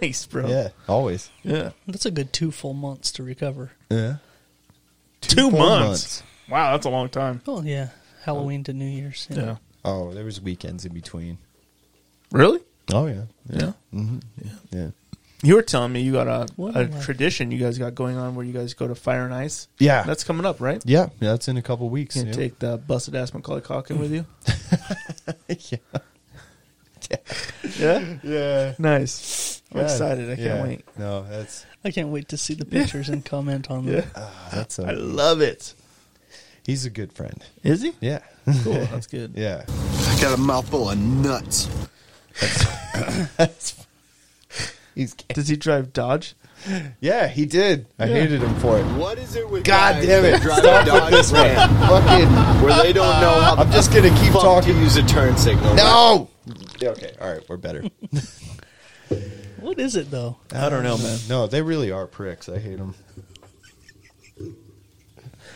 C: nice, bro.
D: Yeah, always.
C: Yeah.
B: That's a good two full months to recover.
D: Yeah.
C: Two,
D: Four
C: months. Wow, that's a long time.
B: Oh yeah, Halloween to New Year's. Yeah.
C: Yeah.
D: Oh, there was weekends in between.
C: Really?
D: Oh yeah, Mm-hmm.
C: Yeah.
D: yeah,
C: You were telling me you got a,
B: What
C: a
B: am I-
C: tradition you guys got going on where you guys go to Fire and Ice.
D: Yeah.
C: That's coming up, right?
D: yeah. That's in a couple weeks.
C: You gonna
D: yeah.
C: take the busted ass Macaulay Calkin with
D: <laughs>
C: you?
D: yeah.
C: Yeah.
D: Yeah.
C: Nice. I'm
D: Yeah.
C: excited. I can't
D: Yeah.
C: wait.
D: No, that's
B: I can't wait to see the pictures and
C: <laughs>
B: comment on them.
C: Yeah.
D: Uh, that's
C: I
D: a,
C: love it.
D: he's a good friend.
C: Is he?
D: Yeah. <laughs>
C: Cool. That's good.
D: Yeah.
E: I got a mouthful of nuts.
D: That's- he's
C: Does he drive Dodge?
D: Yeah, he did. I hated him for it.
E: What is it with
D: God
E: guys
D: damn
E: that
D: it.
E: drive
D: Stop with
E: Dodge
D: this one.
E: Ram
D: Fucking
E: where they don't know how
D: I'm
E: the
D: just gonna keep
E: fuck
D: talking.
E: to use a turn signal?
D: No. Yeah, okay. All right, we're better.
B: What is it though?
C: I don't know, man.
D: No, they really are pricks. I hate them.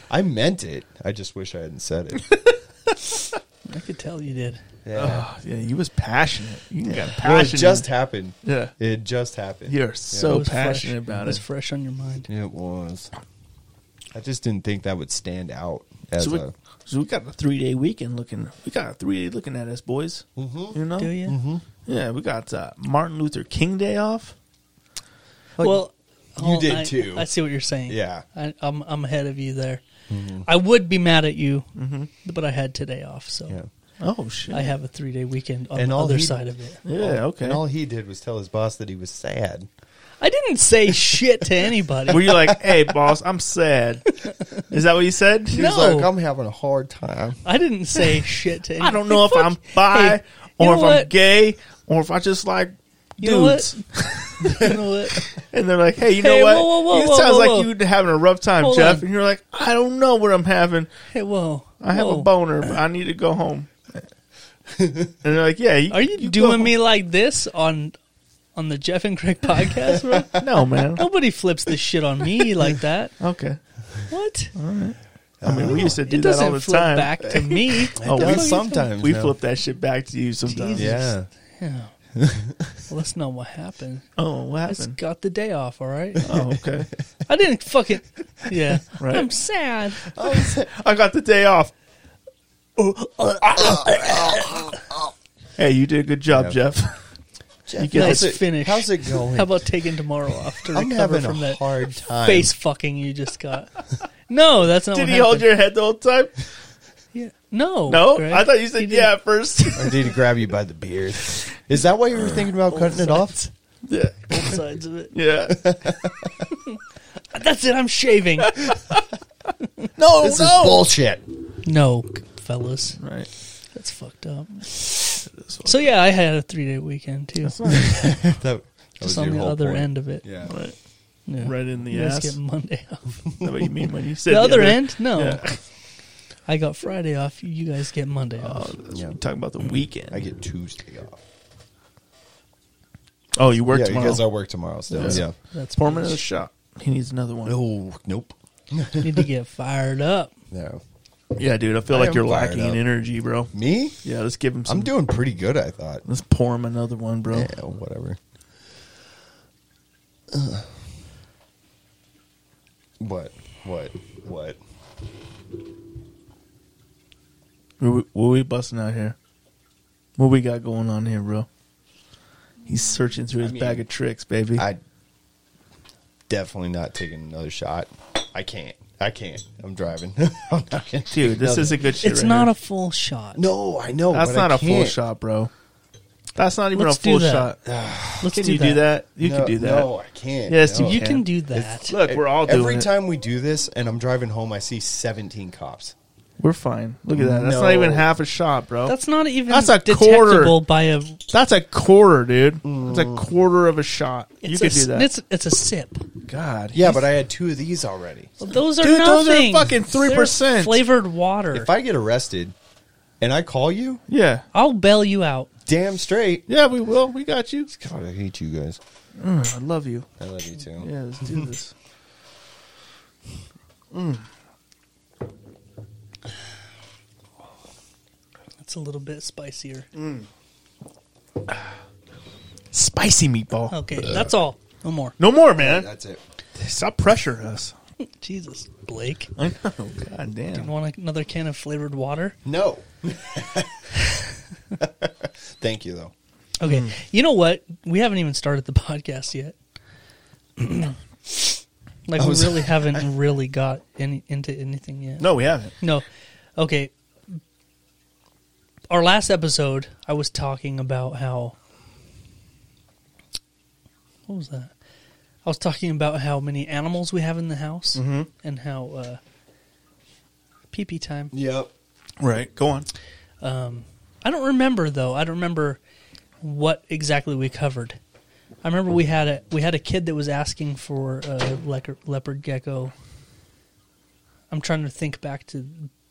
D: I meant it. I just wish I hadn't said it.
B: I could tell you did.
D: Yeah.
C: <laughs> Yeah, you was passionate. You got passionate.
D: Well, it just happened.
C: yeah.
D: It just happened.
C: You're so
B: was
C: passionate
B: fresh.
C: about
B: It was
C: it.
B: fresh on your mind.
D: It was. I just didn't think that would stand out as
C: So we,
D: a.
C: so we got a three day weekend looking. We got a three day looking at us, boys.
D: Mm-hmm.
C: You know?
B: Mm-hmm. Do you?
C: Yeah, we got uh, Martin Luther King Day off.
B: well, oh,
D: did
B: I-
D: too.
B: I see what you're saying.
D: Yeah.
B: I, I'm I'm ahead of you there.
C: Mm-hmm.
B: I would be mad at you, but I had today off, so
D: Yeah.
C: Oh shit!
B: I have a three day weekend on
D: And
B: the
D: all
B: other
D: he-
B: side of it.
C: yeah, okay.
D: And all he did was tell his boss that he was sad.
B: I didn't say shit to anybody.
C: <laughs> Were you like, "Hey, boss, I'm sad"? Is that what you said?
D: He was
B: <laughs> No.
D: like, "I'm having a hard time."
B: I didn't say shit to
C: <laughs>
B: anybody.
C: I don't know if I'm bi
B: Hey, you
C: or if
B: know
C: I'm
B: what?
C: gay or if I just like
B: You know what?
C: dudes.
B: You know what?
C: And they're like, "Hey, you
B: Hey,
C: know what?
B: whoa, whoa, whoa,
C: it
B: whoa,
C: sounds
B: whoa,
C: like
B: whoa.
C: you're having a rough time,
B: Hold
C: Jeff."
B: on.
C: And you're like, "I don't know what I'm having.
B: Hey, whoa.
C: I have
B: whoa.
C: a boner. But I need to go
B: <laughs>
C: home." and they're like, "Yeah,
B: Are you,
C: go
B: doing
C: home."
B: me like this on on the Jeff and Craig podcast,
C: <laughs>
B: bro?
C: <laughs> No,
B: <laughs>
C: man.
B: Nobody flips this shit on me like that.
C: okay.
B: What?
C: I mean, we used to do
B: It
C: that all
B: doesn't
C: the
B: flip
C: time.
B: back to
C: <laughs>
B: me.
C: Oh, we-
D: Does sometimes
C: we
D: now.
C: flip that shit back to you sometimes.
D: Yeah,
B: Yeah. Well, that's not what happened.
C: Oh, what
B: I just
C: happened?
B: got the day off, all right?
C: Oh, okay.
B: I didn't fucking. Yeah.
C: <laughs> Right.
B: I'm sad.
C: I got the day
B: <laughs>
C: off. hey, you did a good job,
D: Yeah.
C: Jeff. You get
B: Nice
C: the-
B: finish.
D: How's
B: <laughs>
D: it going?
B: How about taking tomorrow off to
D: I'm
B: recover
D: having
B: from
D: a
C: <laughs>
B: that
D: hard time.
B: face fucking you just got? No, that's
C: <laughs>
B: not
C: did
B: what
C: he hold
B: happened.
C: your head the whole time?
B: Yeah. No.
C: No,
B: Greg.
C: I thought you said
B: He
C: yeah at first. <laughs>
D: Or did he grab you by the beard? Is that why you were thinking about cutting it off?
C: yeah,
B: did both sides of it.
C: yeah.
B: That's it.
C: <laughs>
B: I'm shaving.
C: No,
D: This is
C: Oh, no.
D: bullshit.
B: no, fellas.
C: Right.
B: That's fucked up. So, yeah, I had a three day weekend, too.
D: That, that
B: Just
D: was
B: on
D: your
B: the
D: whole
B: other
D: point.
B: end of it.
D: Yeah.
C: Right.
B: Yeah.
C: Right in the
B: You guys
C: ass.
B: get Monday off.
C: Is that what you mean when you said
B: The other end? Oh. No.
C: Yeah. Oh,
B: I got Friday off. You guys get Monday off.
D: Yeah.
C: We're talking about the weekend.
D: I get Tuesday off.
C: oh, you work
D: yeah,
C: tomorrow.
D: because I work tomorrow still.
C: Yeah.
D: Yeah.
B: That's
C: Pour him into
B: bitch.
C: the shop. He needs another one.
D: No, nope.
B: Need to get fired up.
D: No.
C: Yeah, dude. I feel
D: I
C: like
D: am
C: you're
D: fired
C: lacking
D: up.
C: in energy, bro.
D: Me?
C: Yeah, let's give him some.
D: I'm doing pretty good, I thought.
C: Let's pour him another one, bro.
D: Yeah, whatever. <sighs> What? What? What?
C: What we, what we busting out here? What we got going on here, bro? He's searching through his
D: I mean,
C: bag of tricks, baby.
D: I definitely not taking another shot. I can't. I can't. I'm driving. <laughs> I'm not gonna
C: Dude, this
D: No.
C: is a good <laughs> shit.
B: It's
C: right
B: not
C: here.
B: a full shot.
D: No, I know.
C: That's
D: but
C: not
D: I
C: a full
D: can't.
C: shot, bro. That's not even
B: Let's
C: a
B: do
C: full
B: that.
C: shot.
B: Let's
C: Can
B: do
C: you
B: that.
C: do that? You
D: no,
C: can do that.
D: No, I can't.
C: Yes,
D: no.
B: You
C: Okay.
B: can do that.
C: Look, we're all doing
D: Every
C: it.
D: time we do this, and I'm driving home, I see 17 cops.
C: We're fine. Look at that. That's
D: No.
C: not even half a shot, bro. That's
B: That's not even
C: oh. That's a
B: detectable
C: quarter.
B: by a.
C: that's Mm. a quarter, dude. That's a quarter of a shot.
B: It's
C: you could
B: a,
C: do that.
B: It's, it's a sip.
C: God.
D: Yeah, but I had two of these already.
B: Well, those are
C: Dude, those are
B: nothing.
C: fucking
B: They're
C: 3%.
B: flavored water.
D: If I get arrested and I call you,
C: Yeah.
B: I'll bail you out.
D: damn straight.
C: Yeah, we will. We got you.
D: God, I hate you guys.
C: I love you.
D: I love you too.
C: Yeah, let's do <laughs> this.
B: It's a little bit spicier.
C: Spicy meatball.
B: Okay, that's all. No more.
C: Oh. No more, man.
D: That's it.
C: Stop pressuring us.
B: Jesus, Blake.
C: I know. God damn.
B: Want another can of flavored water?
D: No. <laughs> Thank you though.
B: Okay. You know what? We haven't even started the <laughs> podcast yet. <clears throat> like we really haven't really got any into anything yet.
C: No, we haven't.
B: No. Okay. Our last episode, I was talking about how. What was that? I was talking about how many animals we have in the house and how. Uh, pee pee time.
D: Yep.
C: Right. Go on.
B: I don't remember though. I don't remember what exactly we covered. I remember we had a we had a kid that was asking for a leopard, leopard gecko. I'm trying to think back to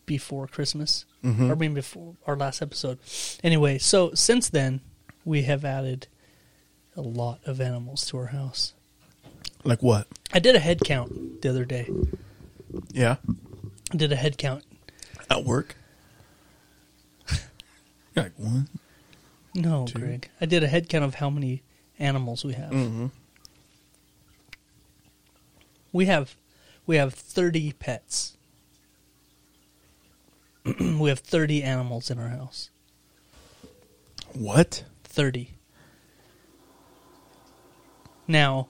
B: before Christmas, or I mean before our last episode. Anyway, so since then we have added a lot of animals to our house.
C: Like what?
B: I did a head count the other day.
C: Yeah.
B: I did a head count.
C: At work. <laughs> You're like one.
B: No, Greg. I did a head count of how many animals we have.
C: Mm-hmm.
B: We have we have 30 pets. <clears throat> we have 30 animals in our house.
C: What?
B: 30. Now,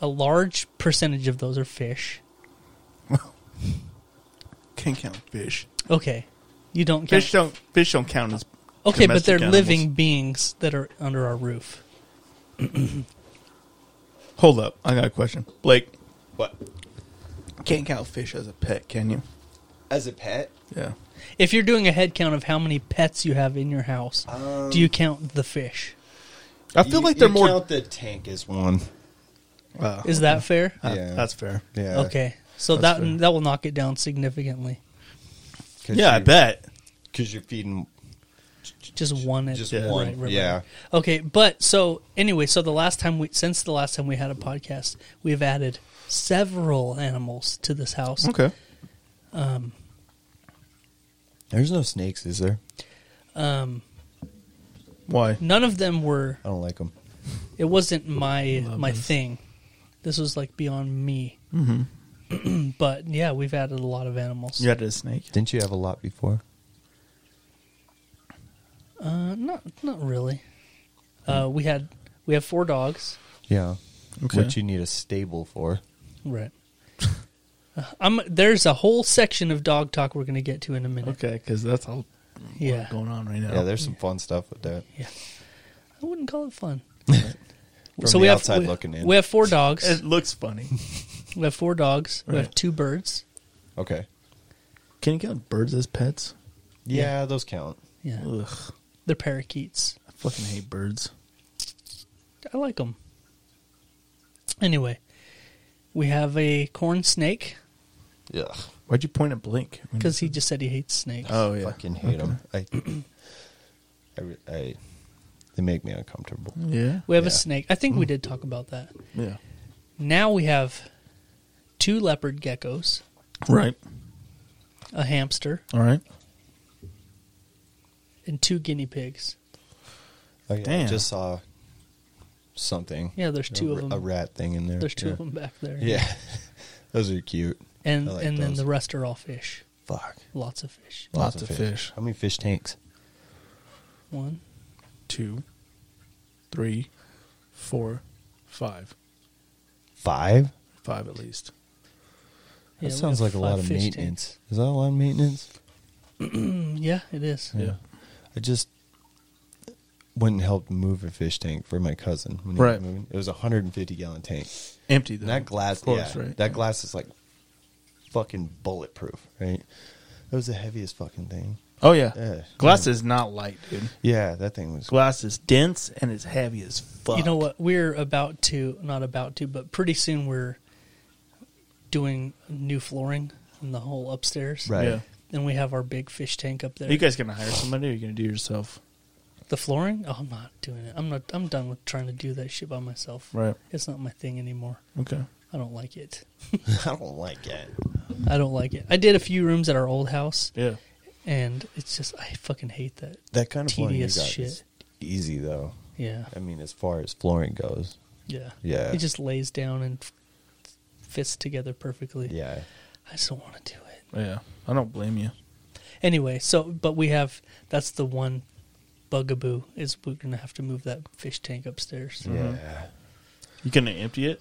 B: a large percentage of those are fish.
C: Can't count fish.
B: Okay. You don't count
C: Fish don't. Fish don't count as.
B: Okay, but
C: domestic
B: they're
C: animals.
B: living beings that are under our roof.
C: Hold up. I got a question. Blake,
D: What?
C: can't count fish as a pet, can you?
D: As a pet?
C: Yeah.
B: If you're doing a head count of how many pets you have in your house, do
D: Um,
B: you count the fish?
C: I feel like they're more.
D: count the tank as one.
C: Uh,
B: Is that fair?
C: that-
D: Yeah.
C: That's fair.
D: Yeah.
B: okay, so that
D: that's fair.
B: that will knock it down significantly.
C: Yeah, I bet.
D: Because you're feeding
B: Just one, at-
D: just
B: right,
D: one.
B: right, right.
D: yeah.
B: Okay, but so anyway, so the last time we since the last time we had a podcast, we've added several animals to this house.
C: Okay.
D: There's no snakes, is there?
C: Why?
B: Um, None of them were.
D: I don't like them.
B: It wasn't my my thing. This was like beyond me. Mm-hmm. <clears throat> but yeah, we've added a lot of animals.
C: You had a snake.
D: Didn't you have a lot before?
B: Uh, not not really. Uh, we had we have four dogs.
D: Yeah.
C: Okay.
D: What you need a stable for.
B: Right. <laughs> I'm, there's a whole section of dog talk we're going to get to in a minute.
C: Okay, because that's all
D: Oh,
B: Yeah.
C: going on right now.
D: Yeah, there's some fun stuff with that.
B: Yeah. I wouldn't call it fun.
D: <laughs> From the outside
B: we,
D: looking in.
B: We have four dogs.
C: it
B: <laughs>
C: looks funny.
B: We have four dogs. We have
C: Right.
B: two birds.
D: Okay.
C: Can you count birds as pets?
D: Yeah, those count.
B: Yeah.
C: Ugh,
B: They're parakeets.
C: I fucking hate birds.
B: I like them. Anyway, we have a corn snake
D: Yeah.
C: Why'd you point at Blink? I mean,
B: because
D: Mm-hmm.
B: he just said he hates snakes.
C: oh yeah,
D: Fucking hate them. I, I, re- I, they make me uncomfortable.
B: Mm.
C: yeah,
B: we have a
D: yeah. Mm-hmm.
B: snake. I think we did talk about that.
C: yeah.
B: Now we have two leopard geckos,
C: Right.
B: a hamster,
C: All right.
B: and two guinea pigs.
D: Oh, yeah,
C: Damn.
D: I just saw something.
B: Yeah, there's
D: A
B: two
D: ra-
B: of
D: A
B: them.
D: rat thing in there.
B: There's two
D: yeah.
B: of them back there.
D: Yeah. <laughs> those are cute.
B: And
D: I like
B: and then
D: those.
B: the rest are all fish.
D: Fuck.
B: Lots of fish.
C: Lots of fish.
D: How many fish tanks?
B: One,
C: Two, three, four, five,
D: Five?
C: five at least.
B: Yeah, we
D: That sounds
B: have
D: like a lot
B: five
D: of
B: fish
D: maintenance. Is that a lot of maintenance?
B: tanks. Yeah, it is.
C: Yeah.
D: I just went and helped move a fish tank for my cousin. When he
C: Right.
D: was moving. It was a 150 gallon tank.
C: Empty
D: And
C: though.
D: that glass,
C: Of course,
D: yeah,
C: right?
D: that glass is like fucking bulletproof, right? That was the heaviest fucking thing.
C: Oh yeah.
D: Yeah.
C: Glass is not light, dude.
D: Yeah, that thing was. <laughs>
C: Glass is dense and it's heavy as fuck.
B: You know what? We're about to, not about to, but pretty soon we're doing new flooring in the whole upstairs.
D: Right.
C: Yeah.
B: And we have our big fish tank up there.
C: Are you guys gonna hire somebody or are you gonna do it yourself?
B: the flooring? Oh, I'm not doing it. I'm not. I'm done with trying to do that shit by myself.
C: Right.
B: It's not my thing anymore.
C: Okay.
B: I don't like it.
D: I don't like it.
B: I don't like it. I did a few rooms at our old house,
C: Yeah.
B: and it's just I fucking hate that.
D: That kind of flooring you
B: Tedious
D: got
B: shit.
D: is easy though.
B: Yeah.
D: I mean, as far as flooring goes,
B: Yeah.
D: Yeah.
B: It just lays down and f- fits together perfectly.
D: yeah,
B: I just don't want to do it.
C: Yeah. I don't blame you.
B: Anyway, so but we have that's the one bugaboo is we're gonna have to move that fish tank upstairs.
D: yeah,
C: You gonna empty it?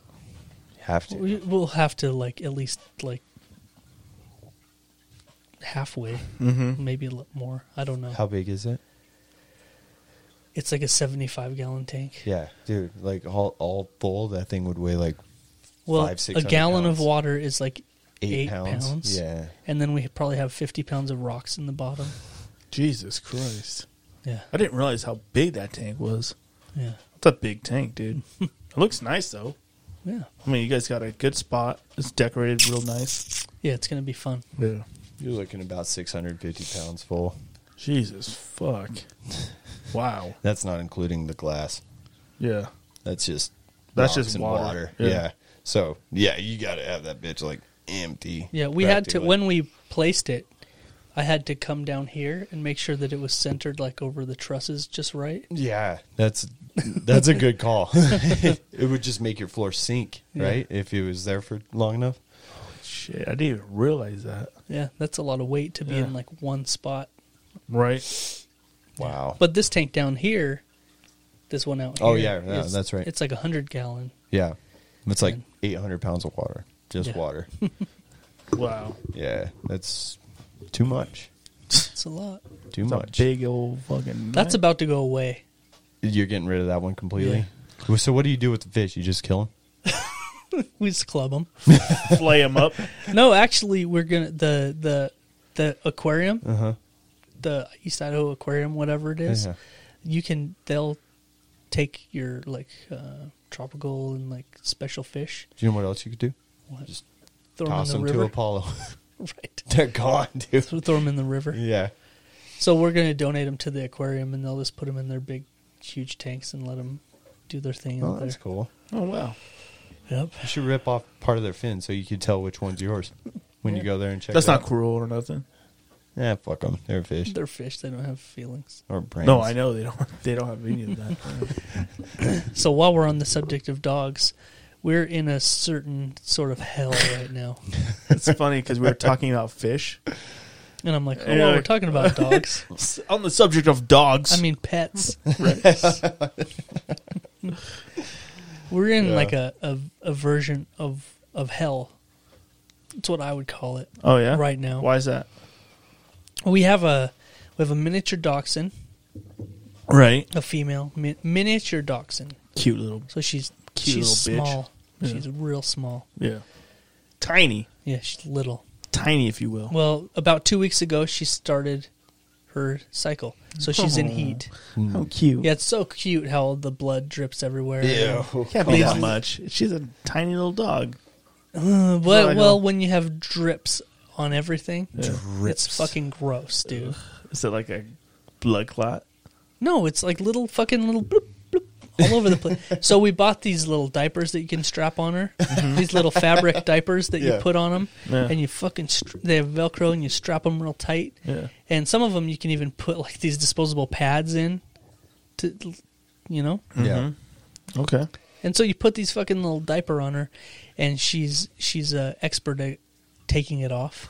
D: have to.
B: We, we'll have to like at least like halfway, maybe a little more. I don't know.
D: Mm-hmm. How big is it?
B: it's like a seventy-five gallon tank.
D: Yeah, dude, like all all full, that thing would weigh like
B: well,
D: five, six
B: a
D: hundred
B: gallon
D: pounds.
B: of water is like
D: eight,
B: eight,
D: pounds. Yeah,
B: and then we probably have fifty pounds of rocks in the bottom.
C: Jesus Christ.
B: Yeah,
C: I didn't realize how big that tank was.
B: yeah,
C: It's a big tank, <laughs> dude. it looks nice though.
B: yeah,
C: I mean you guys got a good spot. It's decorated real nice.
B: yeah. It's gonna be fun.
C: Yeah.
D: you're looking about six hundred fifty pounds full.
C: Jesus
D: <laughs>
C: fuck. Wow.
D: That's not including the glass.
C: Yeah.
D: That's just
C: That's
D: rocks
C: just
D: and
C: water.
D: Yeah.
C: Yeah.
D: So yeah, you got to have that bitch like empty.
B: Yeah, we had to
D: practically.
B: when we placed it. I had to come down here and make sure that it was centered like over the trusses just right.
D: Yeah, that's that's a good call. <laughs> it would just make your floor sink, right? If it was there for long enough.
C: Shit. I didn't even realize that.
B: Yeah, that's a lot of weight to be
C: Yeah.
B: in like one spot.
C: Right.
D: Wow.
B: But this tank down here, this one out.
D: Oh,
B: here
D: yeah, yeah,
B: is-
D: that's right.
B: It's like a hundred gallon.
D: yeah, it's like
B: Man.
D: eight hundred pounds of water, just
B: Yeah. <laughs>
D: water.
C: Wow.
D: yeah, that's too much.
B: It's a lot.
D: Too
C: It's
D: much.
C: a big old fucking tank.
B: That's about to go away.
D: You're getting rid of that one completely. Well, So what do you do with the fish? You just kill
B: We just club them.
C: flay them up.
B: no, actually, we're gonna the the the aquarium,
D: them? Uh huh.
B: the East Idaho Aquarium, whatever it is.
D: Yeah.
B: You can they'll take your like uh, tropical and like special fish.
D: Do you know what else you could do?
B: What?
D: Just
B: Throw 'em
D: Toss them to Apollo.
B: <laughs> right.
D: <laughs> They're gone,
B: <laughs>
D: dude.
B: So throw them in the river.
D: Yeah.
B: So we're gonna donate them to the aquarium, and they'll just put them in their big, huge tanks and let them do their thing
D: Oh,
B: out
D: that's
B: there.
D: cool.
C: <laughs> Oh wow.
B: Yep.
D: You should rip off part of their fin so you could tell which one's yours when you go there and check.
C: That's
D: it
C: not
D: out.
C: cruel or nothing.
D: Yeah, fuck them. They're fish
B: They're fish. They don't have feelings.
D: or brains.
C: No, I know they don't. <laughs> They don't have any of that.
D: <laughs>
B: So while we're on the subject of dogs, we're in a certain sort of hell right now.
C: it's funny because we were talking about fish
B: And I'm like, oh,
C: Yeah.
B: well, we're talking
C: <laughs>
B: about dogs.
C: S- on the subject of dogs.
B: I
C: <laughs>
B: mean, pets. we're in like a, a, a version of, of hell. That's what I would call it.
C: oh yeah,
B: right now.
C: Why is that?
B: We have a we have a miniature dachshund,
C: Right,
B: a female mi- miniature dachshund.
C: cute little.
B: So she's
C: Cute
B: she's
C: little bitch.
B: small. She's real small.
C: Yeah, tiny,
B: Yeah, she's little.
C: tiny, if you will.
B: Well, about two weeks ago, she started her cycle, so she's in heat.
C: How Oh, cute.
B: Yeah, it's so cute how the blood drips everywhere.
D: Yeah.
C: can't be that
B: Please.
C: much. She's a tiny little dog.
B: Uh,
C: No, I
B: well,
C: know.
B: well, when you have drips on everything,
D: Drips.
B: it's fucking gross, dude.
C: Is it like a blood clot?
B: No, it's like little fucking little bloop, bloop, all over the place. <laughs> so we bought these little diapers that you can strap on her. These little fabric diapers that
D: Yeah.
B: you put on them,
C: Mm-hmm. Yeah.
B: and you fucking str- they have Velcro, and you strap them real tight.
C: Yeah.
B: And some of them you can even put like these disposable pads in, to you know.
D: Yeah.
C: Okay.
B: And so you put these fucking little diaper on her, and she's she's a expert at taking it off.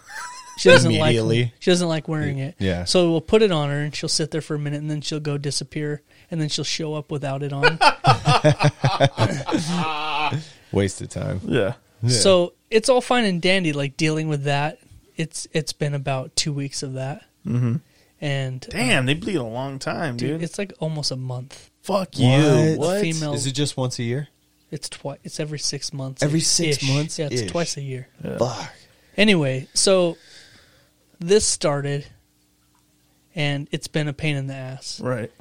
B: She doesn't like
D: Immediately.
B: she doesn't like wearing it.
D: Yeah.
B: So we'll put it on her, and she'll sit there for a minute, and then she'll go disappear, and then she'll show up without it on.
D: Waste of time.
C: Yeah.
B: So it's all fine and dandy, like dealing with that. It's it's been about two weeks of that, mm-hmm. and uh,
C: Damn, they bleed a long time,
B: dude,
C: dude.
B: it's like almost a month.
C: Fuck you.
B: The female,
D: Is it just once a year?
B: it's twice. It's every six months.
D: Every six months?
B: Yeah, it's
D: Ish.
B: twice a year.
D: Fuck.
B: Anyway, so this started, and it's been a pain in the ass.
C: Right.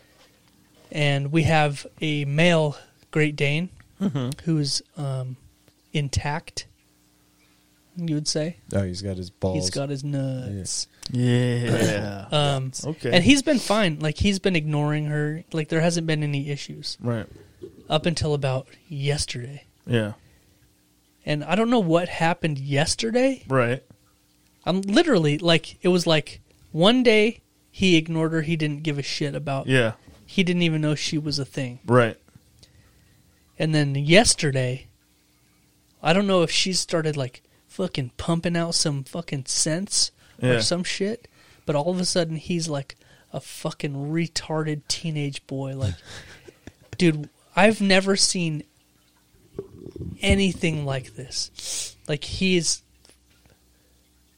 B: And we have a male Great Dane
C: Mm-hmm.
B: who is um, intact. You would say
D: Oh, he's got his balls.
B: he's got his nuts.
C: Yeah.
B: Um,
C: Okay.
B: And he's been fine. Like he's been ignoring her. Like there hasn't been any issues
C: right.
B: up until about yesterday.
C: Yeah.
B: And I don't know what happened yesterday.
C: Right.
B: I'm literally like it was like one day he ignored her. He didn't give a shit about.
C: Yeah.
B: He didn't even know she was a thing.
C: Right.
B: And then yesterday, I don't know if she started like fucking pumping out some fucking sense
C: Yeah.
B: or some shit, but all of a sudden he's like a fucking retarded teenage boy. Like, dude, I've never seen anything like this. Like, he's.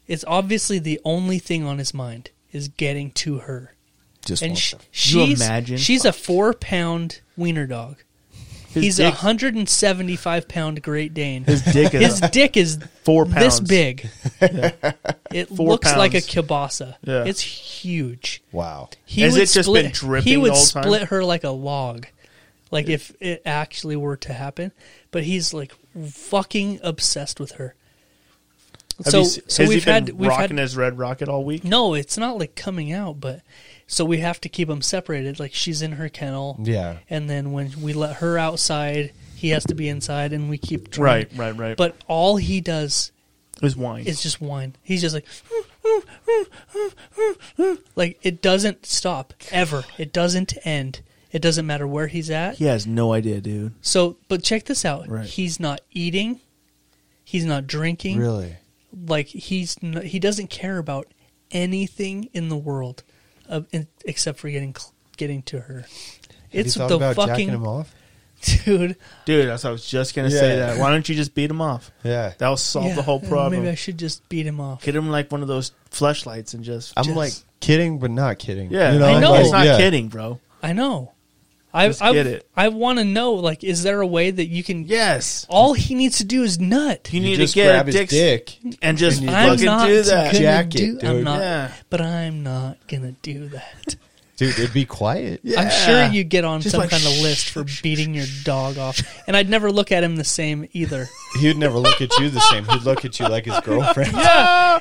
B: It's obviously the only thing on his mind is getting to her.
D: just
B: And
D: wants
B: sh-
D: to-
B: she's,
C: You imagine?
B: she's a four pound wiener dog.
C: His
B: He's a
C: dick-
B: 175 pound Great Dane.
C: His dick is
B: His
C: <laughs>
B: dick is
C: four pounds. <laughs>
B: this big. It
C: Four
B: looks like a
C: pounds.
B: kibasa.
C: Yeah.
B: It's huge.
D: wow.
B: He
C: Has
B: would
C: it just
B: split,
C: been dripping
B: He would
C: the whole time?
B: split her like a log, like if it actually were to happen. But he's like fucking obsessed with her.
C: Have
B: so
C: you se-
B: so
C: has he
B: we've
C: been
B: had we've had
C: rocking his red rocket all week?
B: no, it's not like coming out, but so we have to keep them separated. Like she's in her kennel,
D: Yeah.
B: and then when we let her outside, he has to be inside, and we keep trying.
C: Right, right, right.
B: Mm-hmm. But all he does
C: It was wine.
B: is just whine. He's just like, like it doesn't stop ever. It doesn't end. It doesn't matter where he's at.
C: he has no idea, dude.
B: So, but check this out.
C: Right.
B: He's not eating. He's not drinking
D: Really?
B: like he's n- he doesn't care about anything in the world of, in, except for getting cl- getting to her.
D: Have you
B: It's
D: thought
B: the
D: about
B: fucking
D: jacking him off?
B: <laughs> dude.
C: Dude, that's what I was just gonna say
D: Yeah.
C: that. Why don't you just beat him off?
D: Yeah.
C: That'll solve
B: Yeah,
C: the whole
B: and
C: problem.
B: Maybe I should just beat him off.
C: Get him like one of those flashlights and just.
D: I'm
B: just-
D: like kidding, but not kidding.
C: yeah,
D: You know,
B: I
D: I'm
B: know.
D: like,
C: it's not
D: yeah.
C: kidding, bro.
B: I know. I
C: Just
B: I,
C: get it.
B: I want to know. Like, is there a way that you can?
C: Yes,
B: All he needs to do is nut.
C: you,
D: You,
C: need
D: just
C: to get
D: grab
C: a dick,
D: his dick.
C: and just
D: and you
B: I'm
C: fucking
B: not
C: do that.
B: gonna
D: Jack it,
B: do. I'm
D: dude.
B: not.
C: Yeah.
B: But I'm not gonna
C: <laughs>
B: do that.
D: Dude, it'd be quiet.
B: I'm sure you get on
C: Just
B: some
C: like,
B: kind of
C: shh,
B: list
C: <laughs>
B: for beating your dog off, and I'd never look at him the same either.
D: He'd never look at you the same. He'd look at you
B: <laughs>
D: like his girlfriend.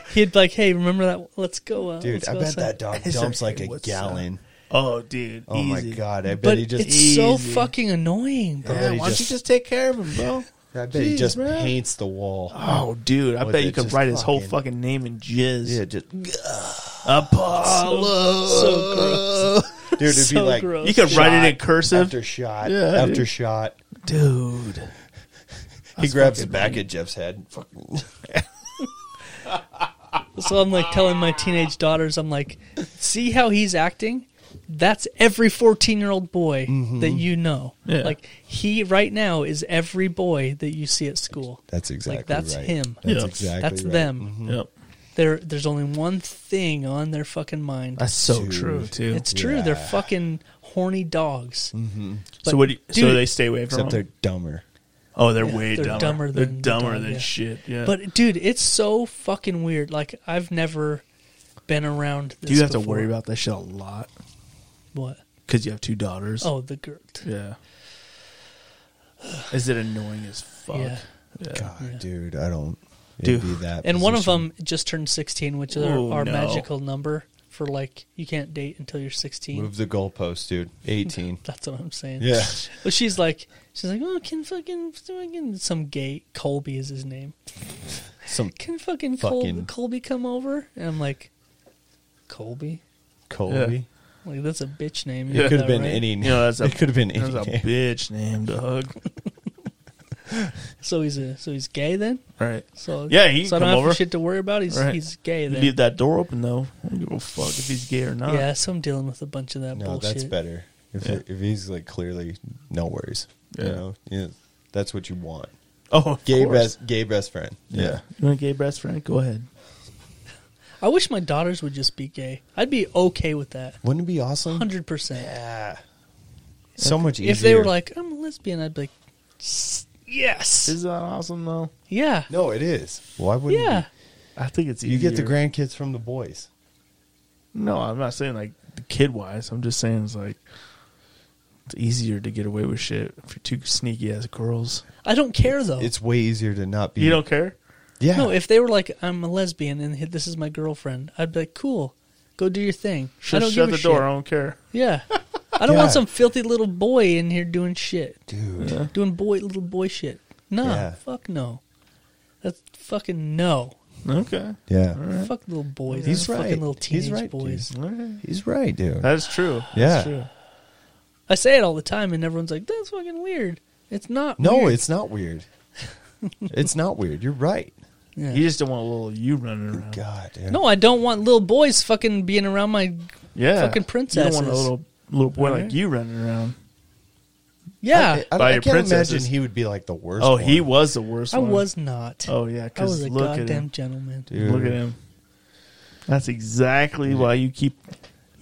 B: He'd like, hey, remember that? Let's go. Uh,
D: Dude,
B: let's
D: I
B: go
D: bet
B: outside." <laughs>
D: that dog
C: It's
D: dumps
C: okay,
D: like a
C: what's
D: gallon.
C: Oh, dude.
D: Oh my
C: easy.
D: god! I bet
B: But
D: he just.
B: it's so
C: easy.
B: fucking annoying, <laughs> bro.
C: Yeah, why
D: he
C: don't you
D: just-
C: just take care of him, bro?
D: I bet he
C: Jeez,
D: just
C: man.
D: paints the wall.
B: <laughs>
C: Oh, dude, I
D: With
C: bet
D: it
C: you could
D: just
C: write his whole
D: fucking-
C: fucking name in jizz.
D: Yeah, just
C: Apollo.
B: So gross.
D: dude, it'd be
B: So
D: like
B: gross.
C: you could write it in
D: shot
C: cursive,
D: after shot
C: Yeah,
D: after
C: dude.
D: shot.
C: dude.
D: He grabs the back of Jeff's head.
B: So I'm like telling my teenage daughters, I'm like, see how he's acting? That's every 14 year old boy
D: Mm-hmm.
B: that you know.
C: Yeah.
B: Like he right now is every boy that you see at school.
D: That's exactly
B: like that's
D: right.
B: him.
D: That's
C: Yeah.
D: exactly
B: that's
D: right. Mm-hmm.
B: them.
C: Yep,
B: There, there's only one thing on their fucking mind.
C: that's so
D: Dude.
C: true too.
B: it's true. They're fucking horny dogs.
C: so what? Do you, so
B: dude-
C: they stay away from
D: Except they're
C: him.
D: dumber.
C: Oh, they're way
B: they're
C: dumber.
B: dumber
C: they're
B: than the
C: dumber
B: dog,
C: than
B: yeah.
C: shit. Yeah,
B: But dude, it's so fucking weird. Like I've never been around. This
C: do you have to
B: before.
C: worry about that shit a lot
B: what?
C: because you have two daughters.
B: Oh, the girl.
C: yeah. Is it annoying as fuck?
B: Yeah.
D: God, dude, I don't.
C: Dude.
D: It'd be that.
B: And one of
D: position.
B: them just turned sixteen, which is
C: Oh,
B: our, our
C: no.
B: magical number for like you can't date until you're sixteen.
D: move the goalpost, dude.
B: <laughs>
D: Eighteen.
B: That's what I'm saying.
D: Yeah.
B: <laughs> But she's like, she's like, oh, can fucking, fucking some gay Colby is his name.
D: Some
B: <laughs> Can fucking,
D: Fucking-
B: Col- Colby come over? And I'm like, Colby.
D: Colby.
B: Like that's a bitch name.
D: It
B: isn't
D: could
B: that
D: have been
B: right?
D: any.
C: You know, that's a-
D: <laughs> it could have been any.
C: There's a
D: name.
C: bitch named Doug.
B: So he's a, so he's gay then.
C: right.
B: So
C: Yeah, he can
B: so I don't
C: come
B: have
C: over.
B: shit to worry about. He's
C: Right.
B: he's gay then.
C: Leave that door open though. I don't give a fuck if he's gay or not.
B: Yeah, so I'm dealing with a bunch of that
D: No,
B: bullshit.
D: that's better. If
C: Yeah.
D: it- if he's like clearly no worries,
C: Yeah.
D: you know, yeah, that's what you want.
C: Oh, of
D: Gay
C: course.
D: best, gay best friend.
C: Yeah. You want a gay best friend? Go ahead.
B: I wish my daughters would just be gay. I'd be okay with that.
D: wouldn't it be awesome?
B: Hundred percent.
D: Yeah, so much easier.
B: If they were like, I'm a lesbian, I'd be like, "S- yes,
C: Is that awesome though?
B: yeah,
D: no, it is. Why wouldn't? it
B: yeah.
D: be?
C: I think it's
D: You
C: easier.
D: get the grandkids from the boys.
C: No, I'm not saying like kid wise. I'm just saying it's like it's easier to get away with shit if you're two sneaky ass girls.
B: I don't care though.
D: It's way easier to not be.
C: You don't care?
D: Yeah.
B: Oh. No, if they were like, I'm a lesbian and hit- this is my girlfriend, I'd be like, cool, go do your thing. I don't
C: Just shut
B: give
C: the
B: a
C: door. I
B: Shit.
C: don't care.
B: Yeah. I don't want
D: Yeah.
B: some filthy little boy in here doing shit,
D: dude.
B: doing boy little boy shit. No,
D: Yeah.
B: fuck no. That's fucking no.
C: Okay.
D: Yeah.
B: Fuck little boys.
D: He's
B: Those Fucking
D: right.
B: little teenage
D: He's right,
B: boys.
D: dude.
C: Okay.
D: He's right, dude.
C: That's true.
D: Yeah.
C: That's true.
B: I say it all the time, and everyone's like, "That's fucking weird." It's not.
D: no,
B: weird.
D: it's
B: <laughs>
D: not weird. it's not weird. You're right.
B: Yeah.
C: You just don't want a little you running around.
D: God, dude.
B: no. I don't want little boys fucking being around my.
C: Yeah. You
B: Fucking
C: don't want a
B: princesses.
C: little little boy like you running around.
B: Yeah,
D: I, I-
C: By
D: I
C: your
D: can't
C: princesses.
D: imagine he would be like the worst.
C: Oh, he
D: one.
C: was the worst
B: I
C: one.
B: was not.
C: Oh yeah,
B: I was
C: because
B: a
C: look at
B: goddamn
C: him.
B: gentleman.
D: Dude.
C: Look at him. That's exactly why you keep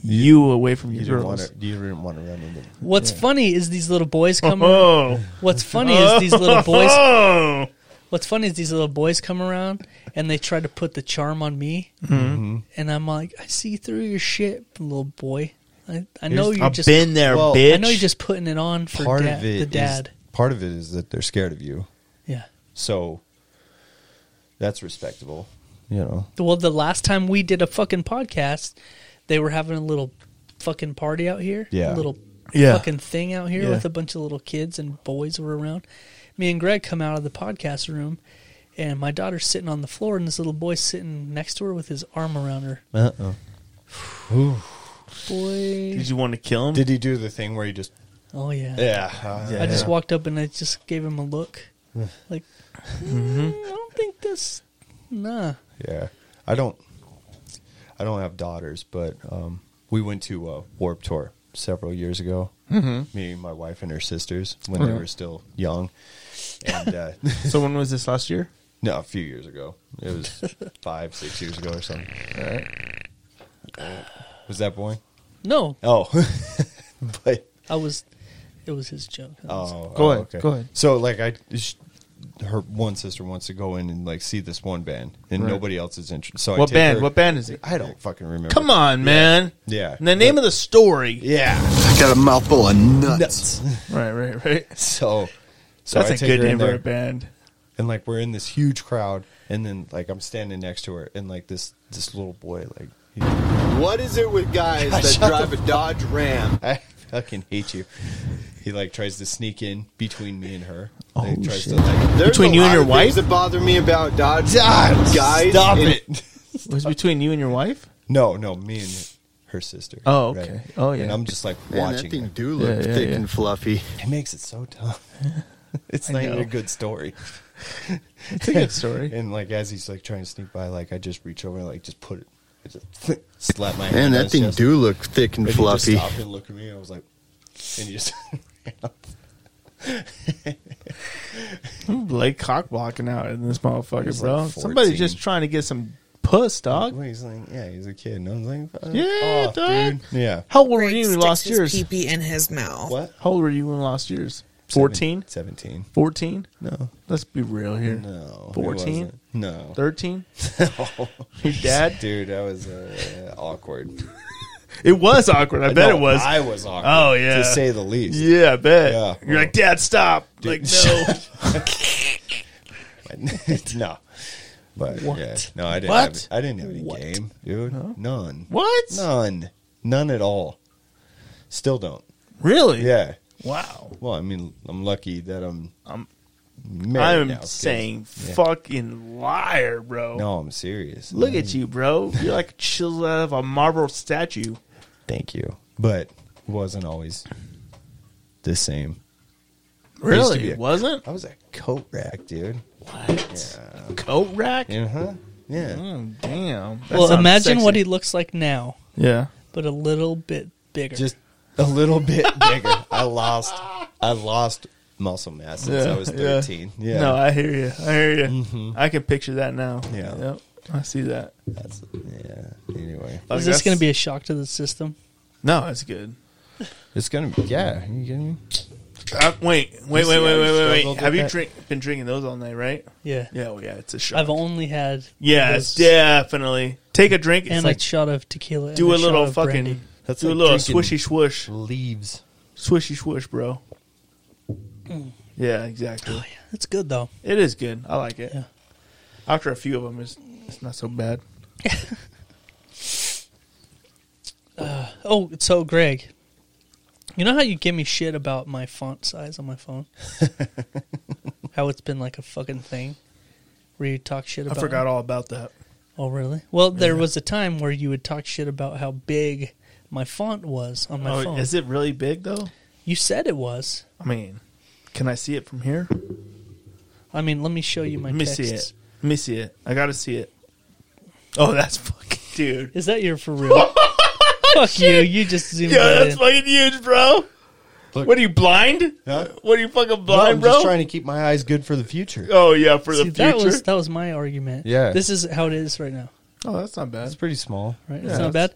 C: you away from
D: You
C: your
D: didn't want
C: girls.
D: to. You didn't want to run into. him.
B: What's funny is these little boys
D: <laughs>
B: come.
C: Oh,
B: What's funny is these little boys.
C: oh,
B: What's funny is these little boys come around and they try to put the charm on me, and I'm like, I see through your shit, little boy. I, I know you're
C: I've
B: just.
C: been there,
D: Well,
C: bitch.
B: I know you're just putting it on for
D: Part
B: dad,
D: of it
B: the
D: is-
B: dad.
D: part of it is that they're scared of you.
B: yeah.
D: So that's respectable. You know.
B: Well, the last time we did a fucking podcast, they were having a little fucking party out here.
D: Yeah.
B: A little
C: Yeah.
B: fucking thing out here
C: Yeah.
B: with a bunch of little kids and boys were around. Me and Greg come out of the podcast room, and my daughter's sitting on the floor, and this little boy's sitting next to her with his arm around her.
D: Uh oh.
B: Boy.
C: Did you want to kill him?
D: Did he do the thing where he just?
B: Oh, yeah.
D: Yeah.
B: I just walked up and I just gave him a look. like,
C: Mm-hmm.
B: "Mm, I don't think this. Nah.
D: Yeah, I don't. I don't have daughters, but um, we went to a Warp Tour several years ago. Mm-hmm. Me, my wife, and her sisters when they were still young, and uh, <laughs>
C: so when was this last year?
D: no, a few years ago. It
C: <laughs>
D: was five, six years ago or something. <sighs> Was that boring?
B: No.
D: Oh, <laughs> but
B: I was. It was his joke.
D: Oh,
C: Go
D: oh,
C: ahead,
D: okay.
C: go ahead.
D: So like I, sh- her one sister wants to go in and like see this one band, and
C: Right.
D: nobody else is interested. So I
C: What
D: take
C: band?
D: her-
C: What band is it?
D: I don't fucking remember.
C: Come on, man.
D: Yeah.
C: And the name of the story.
D: Yeah.
E: I got a mouthful of nuts.
C: Right, right, right.
D: So, so I
C: That's a
D: take
C: good
D: her in
C: name for
D: there,
C: a band.
D: and like we're in this huge crowd, and then like I'm standing next to her, and like this this little boy, like he,
E: What is it
D: <laughs>
E: with guys that drive a Dodge Ram?
D: I fucking hate you. He like tries to sneak in between me and her. Like,
C: Oh,
D: tries
C: shit.
D: To, like,
E: There's
C: Between
E: a
C: you and
E: lot
C: your
E: of
C: wife?
E: things that bother me about Dodge
D: God,
E: guys.
D: stop
E: and-
D: it.
C: It was between you and your wife?
D: No, no, me and her sister.
C: Oh, okay. Oh, yeah.
D: And I'm just like
E: Man,
D: watching.
E: that thing
D: it.
E: do look
C: Yeah, yeah,
E: thick
C: yeah.
E: and fluffy.
D: It makes it so tough. <laughs> it's
C: I
D: not even
C: know.
D: a good story.
C: It's a good story.
D: <laughs> And like as he's like trying to sneak by, like I just reach over and like just put it, I just <laughs> slap my.
E: Man,
D: hand on
E: that
D: his
E: thing
D: chest.
E: do look thick and
D: And He
E: fluffy.
D: just stopped and looked at me. And I was like, and he just <laughs> ran up.
C: Blake cock blocking out in this motherfucker,
D: He's
C: bro.
D: like 14.
C: Somebody's just trying to get some puss, dog.
D: Well, he's like, yeah, he's a kid. And I was like, fuck
C: Yeah,
D: off,
C: dog.
D: dude. Yeah.
C: How old were
G: Greg
C: you when you
G: sticks
C: lost
G: his
C: yours?
G: pee-pee in his mouth.
D: What?
C: How old were you when you lost yours? 14?
D: Seventeen.
C: 14?
D: No.
C: Let's be real here.
D: No. it
C: 14?
D: wasn't. No. <laughs>
C: 13? Your dad?
D: Dude, that was uh, awkward.
C: It was awkward. I bet
D: No,
C: it was.
D: I was awkward.
C: Oh, yeah.
D: To say the least.
C: yeah, I bet.
D: Yeah.
C: You're like, Dad, stop. Like, no.
D: <laughs> no. But yeah, no, I didn't.
C: What?
D: Have, I didn't have any game, dude. None.
C: what?
D: None. None at all. Still don't.
C: Really?
D: Yeah.
C: Wow.
D: Well, I mean, I'm lucky that I'm.
C: I'm-
D: married
C: I'm
D: now, 'cause-
C: saying fucking liar, bro.
D: No, I'm serious.
C: Look at you, bro. You're like chiseled out of a marble statue.
D: Thank you, but it wasn't always the same. Used to be
C: Really?
D: a-
C: wasn't?
D: I was a coat rack, dude.
C: What? Coat rack?
D: Uh huh. Yeah.
C: Mm, damn. That
B: well,
C: sounds
B: imagine
C: sexy.
B: what he looks like now,
C: Yeah.
B: but a little bit bigger.
D: just a little bit bigger. I lost I lost muscle mass since I was 13. Yeah. Mm-hmm.
C: No, I hear you. I hear you. I can picture that now.
D: Yeah.
C: Yep. I see that.
D: That's, yeah. Anyway,
B: Is this going to be a shock to the system?
C: No, it's good.
D: it's gonna be. Yeah. Are you kidding me?
C: Uh, wait, wait, wait,
D: see
C: wait, wait,
D: how you
C: wait,
D: struggled
C: wait. Have
D: with
C: you
D: that?
C: drink, been drinking those all night, right?
B: Yeah.
C: Yeah, well, yeah, it's a shot.
B: I've only had
C: yeah,
B: those
C: definitely. Take a drink. It's
B: and
C: like
B: a shot of tequila.
C: do
B: and
C: a little
B: shot of
C: fucking
B: brandy.
D: That's
C: Do a
D: like
C: little
D: drinking
C: swishy swoosh.
D: leaves.
C: Swishy swoosh, bro. Yeah, exactly.
B: Oh, yeah, that's good though.
C: It is good. I like it.
B: Yeah.
C: After a few of them, it's, it's not so bad.
B: Oh, so Greg, you know how you give me shit about my font size on my phone? how it's been like a fucking thing where you talk shit
C: I
B: about.
C: forgot all about that.
B: Oh, really? Well, there was a time where you would talk shit about how big my font was on my
C: Oh,
B: phone.
C: is it really big though?
B: You said it was.
C: I mean, can I see it from here?
B: I mean, let me show you my
C: Let me
B: texts.
C: see it. Let me see it. I gotta see it. Oh, that's <laughs> fucking dude.
B: Is that your
C: <laughs>
B: for real? Fuck you! You just zoomed
C: Yeah,
B: that
C: that's
B: in.
C: fucking huge, bro.
D: Look.
C: What are you blind?
D: Huh?
C: What are you fucking
D: No, I'm
C: blind,
D: just
C: bro?
D: trying to keep my eyes good for the future.
C: oh yeah, for
B: See,
C: the
B: that
C: future.
B: was that was my argument.
D: Yeah.
B: this is how it is right now.
C: oh, that's not bad.
D: It's pretty small.
B: Right?
C: Yeah.
B: it's not bad,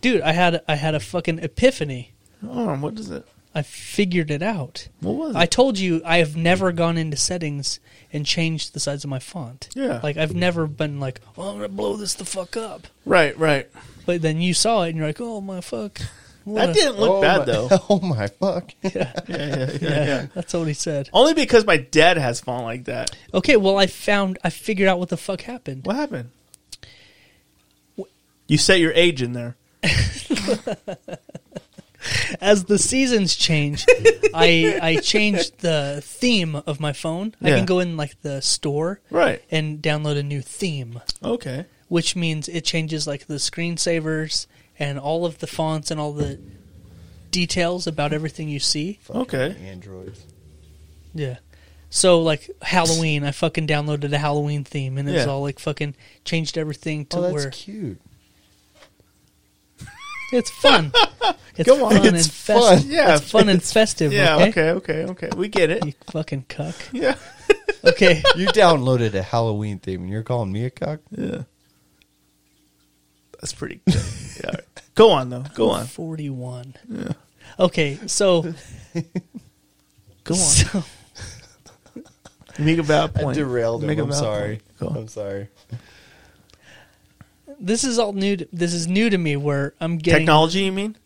B: dude. I had I had a fucking epiphany.
C: Hold on, what is it?
B: I figured it out.
C: What was it?
B: I told you I have never gone into settings and changed the size of my font.
C: Yeah.
B: Like I've never been like, well, I'm gonna blow this the fuck up.
C: right, right.
B: But then you saw it and you're like, oh my fuck. What
C: That
B: a-"
C: didn't look
D: oh
C: bad
D: my, <laughs>
C: though.
D: Oh my fuck!
B: Yeah, That's what he said.
C: Only because my dad has fallen like that.
B: Okay, well I found I figured out what the fuck happened.
C: What happened? You set your age in there.
B: As the seasons change,
C: <laughs>
B: I I changed the theme of my phone. I
C: Yeah.
B: can go in like the store
C: Right.
B: and download a new theme.
C: Okay.
B: which means it changes like the screensavers and all of the fonts and all the details about everything you see.
C: Okay.
D: Androids.
B: Yeah. So like Halloween, I fucking downloaded a Halloween theme and it was
C: Yeah.
B: all like fucking changed everything to
D: Oh, that's
B: where
D: cute.
C: <laughs>
B: it's fun. It's
C: Go on.
B: fun
C: It's
B: and festive.
D: fun.
C: Yeah, <laughs>
B: it's fun and festive.
C: Yeah.
B: okay?
C: Okay. Okay. Okay. We get it.
D: <laughs>
B: You fucking cuck.
C: Yeah. <laughs>
B: Okay.
D: You downloaded a Halloween theme, and you're calling me a cock?
C: Yeah. That's pretty good. Yeah. <laughs> Go on though. Go on.
B: Forty-one. Okay,
C: <laughs>
B: so
C: Go on.
B: so
C: Make a valid <laughs> point.
D: Derailed him.
C: Make a
D: I'm
C: valid
D: sorry.
C: point. Go on.
D: I'm sorry.
B: this is all new. To, this is new to me. Where I'm getting <laughs>
C: Technology, you mean?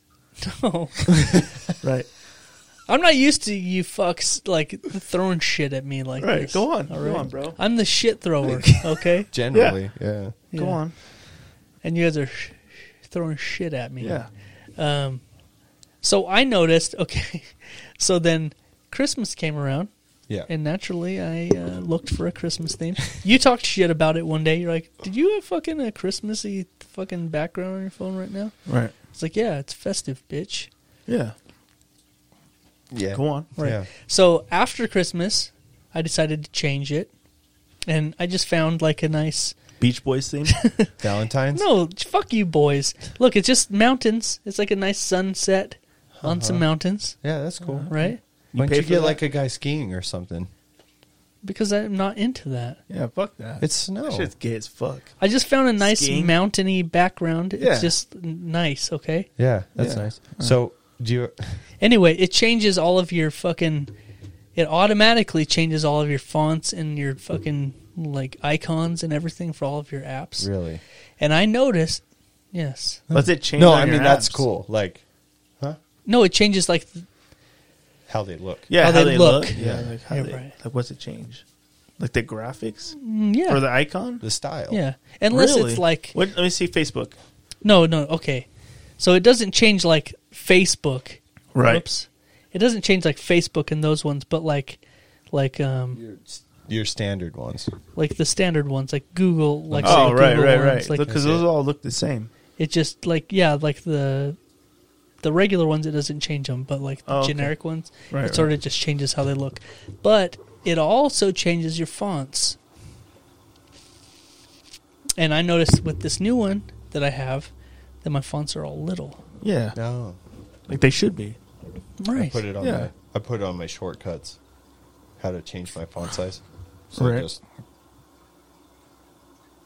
B: No.
C: Right.
B: I'm not used to you fucks like throwing shit at me like
C: Right.
B: this.
C: Go on.
B: All
C: Go
B: right?
C: on, bro.
B: I'm the
C: <laughs>
B: shit thrower. Okay.
D: Generally, yeah.
B: Yeah.
C: Go on.
B: And you guys are sh- sh- throwing shit at me.
C: Yeah.
B: Um. So I noticed. Okay. <laughs> So then Christmas came around,
D: yeah,
B: and naturally I uh, looked for a Christmas theme. You talked shit about it one day. You're like, "Did you have fucking a Christmassy fucking background on your phone right now?"
C: Right.
B: It's like, "Yeah, it's festive, bitch."
C: Yeah.
D: yeah.
C: Go on.
B: Right.
D: Yeah.
B: So after Christmas, I decided to change it, and I just found like a nice.
C: Beach Boys theme.
D: Valentine's.
B: No, fuck you, boys. Look, it's just mountains. It's like a nice sunset on
C: Uh-huh.
B: some mountains,
D: Yeah, that's cool.
B: Uh, right?
D: Why
C: pay
D: don't you
C: for
D: get
C: that?
D: like a guy skiing or something?
B: Because I'm not into that.
C: <laughs> yeah. Fuck that.
D: It's snow.
C: That shit's gay as fuck.
B: I just found a nice
C: Skiing?
B: mountainy background.
C: Yeah.
B: It's just n- nice, okay?
D: Yeah, that's
C: Yeah.
D: nice. So, do you? <laughs>
B: Anyway, it changes all of your fucking. It automatically changes all of your fonts and your fucking like icons and everything for all of your apps.
D: Really?
B: And I noticed, yes,
C: Let's it change.
D: No,
C: on
D: I
C: your
D: mean that's
C: apps.
D: cool. Like
B: No, it changes like th-
D: how they look.
C: Yeah,
B: How
C: how,
B: they
C: they,
B: look.
C: look. Yeah,
D: Yeah.
C: like how
B: Yeah,
C: they,
B: right.
C: like what's it change? Like the graphics
B: mm, yeah,
C: or the icon?
D: The style.
B: yeah. Unless
C: Really?
B: it's like
C: What, let me see Facebook.
B: no, no, okay. So it doesn't change like Facebook.
C: Right.
B: Whoops. It doesn't change like Facebook and those ones, but like like um
D: Your, your standard ones.
B: like the standard ones, like Google, like say
C: Oh, right,
B: Google
C: right,
B: ones,
C: right.
B: Like
C: Because
D: Okay.
C: those all look the same.
B: it just like yeah, like the the regular ones it doesn't change them, but like the
C: Oh, okay.
B: generic ones,
C: Right,
B: it
C: right.
B: sort of just changes how they look. But it also changes your fonts. And I noticed with this new one that I have that my fonts are all little.
C: Yeah,
D: No,
C: like they should be.
D: I
B: Right.
D: put it on.
C: Yeah.
D: My, I put it on my shortcuts. How to change my font size. So
C: Right.
D: just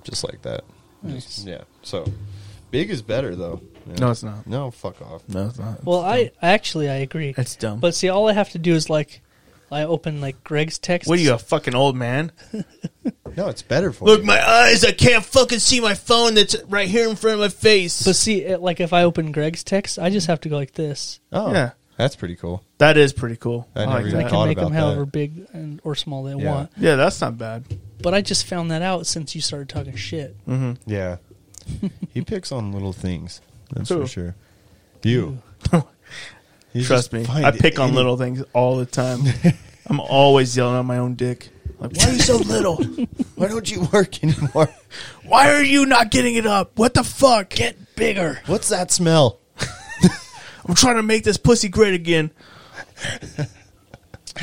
D: just like that.
B: Nice.
D: Yeah. So big is better though. Yeah.
C: No, it's not.
D: No, fuck off.
C: No, it's not.
B: Well, I actually I agree.
C: That's dumb.
B: But see, all I have to do is like I open like Greg's text.
C: what are you, a fucking old man?
D: No, it's better for
G: Look,
D: you.
G: my eyes, I can't fucking see my phone that's right here in front of my face.
B: But see, it, like if I open Greg's text, I just have to go like this.
D: oh,
C: Yeah.
D: that's pretty cool.
C: That is pretty cool.
D: I
C: I,
D: never
C: like
D: even
B: I
C: that.
B: can
D: thought
B: make them
D: about that.
B: however big and or small they
D: Yeah.
B: want.
C: Yeah, that's not bad.
B: But I just found that out since you started talking shit.
D: Yeah, <laughs> he picks on little things. That's
C: Who?
D: for sure.
C: <laughs>
D: You. You
C: Trust
D: just
C: me.
D: find
C: I pick on
D: any-
C: little things all
G: <laughs>
C: the time. I'm always yelling at my own dick. Like, why are
G: <laughs>
C: you so little?
D: Why don't you work <laughs> anymore?
C: Why are you not getting it up? What the fuck? Get bigger.
D: What's that smell?
C: I'm trying to make this pussy great again. it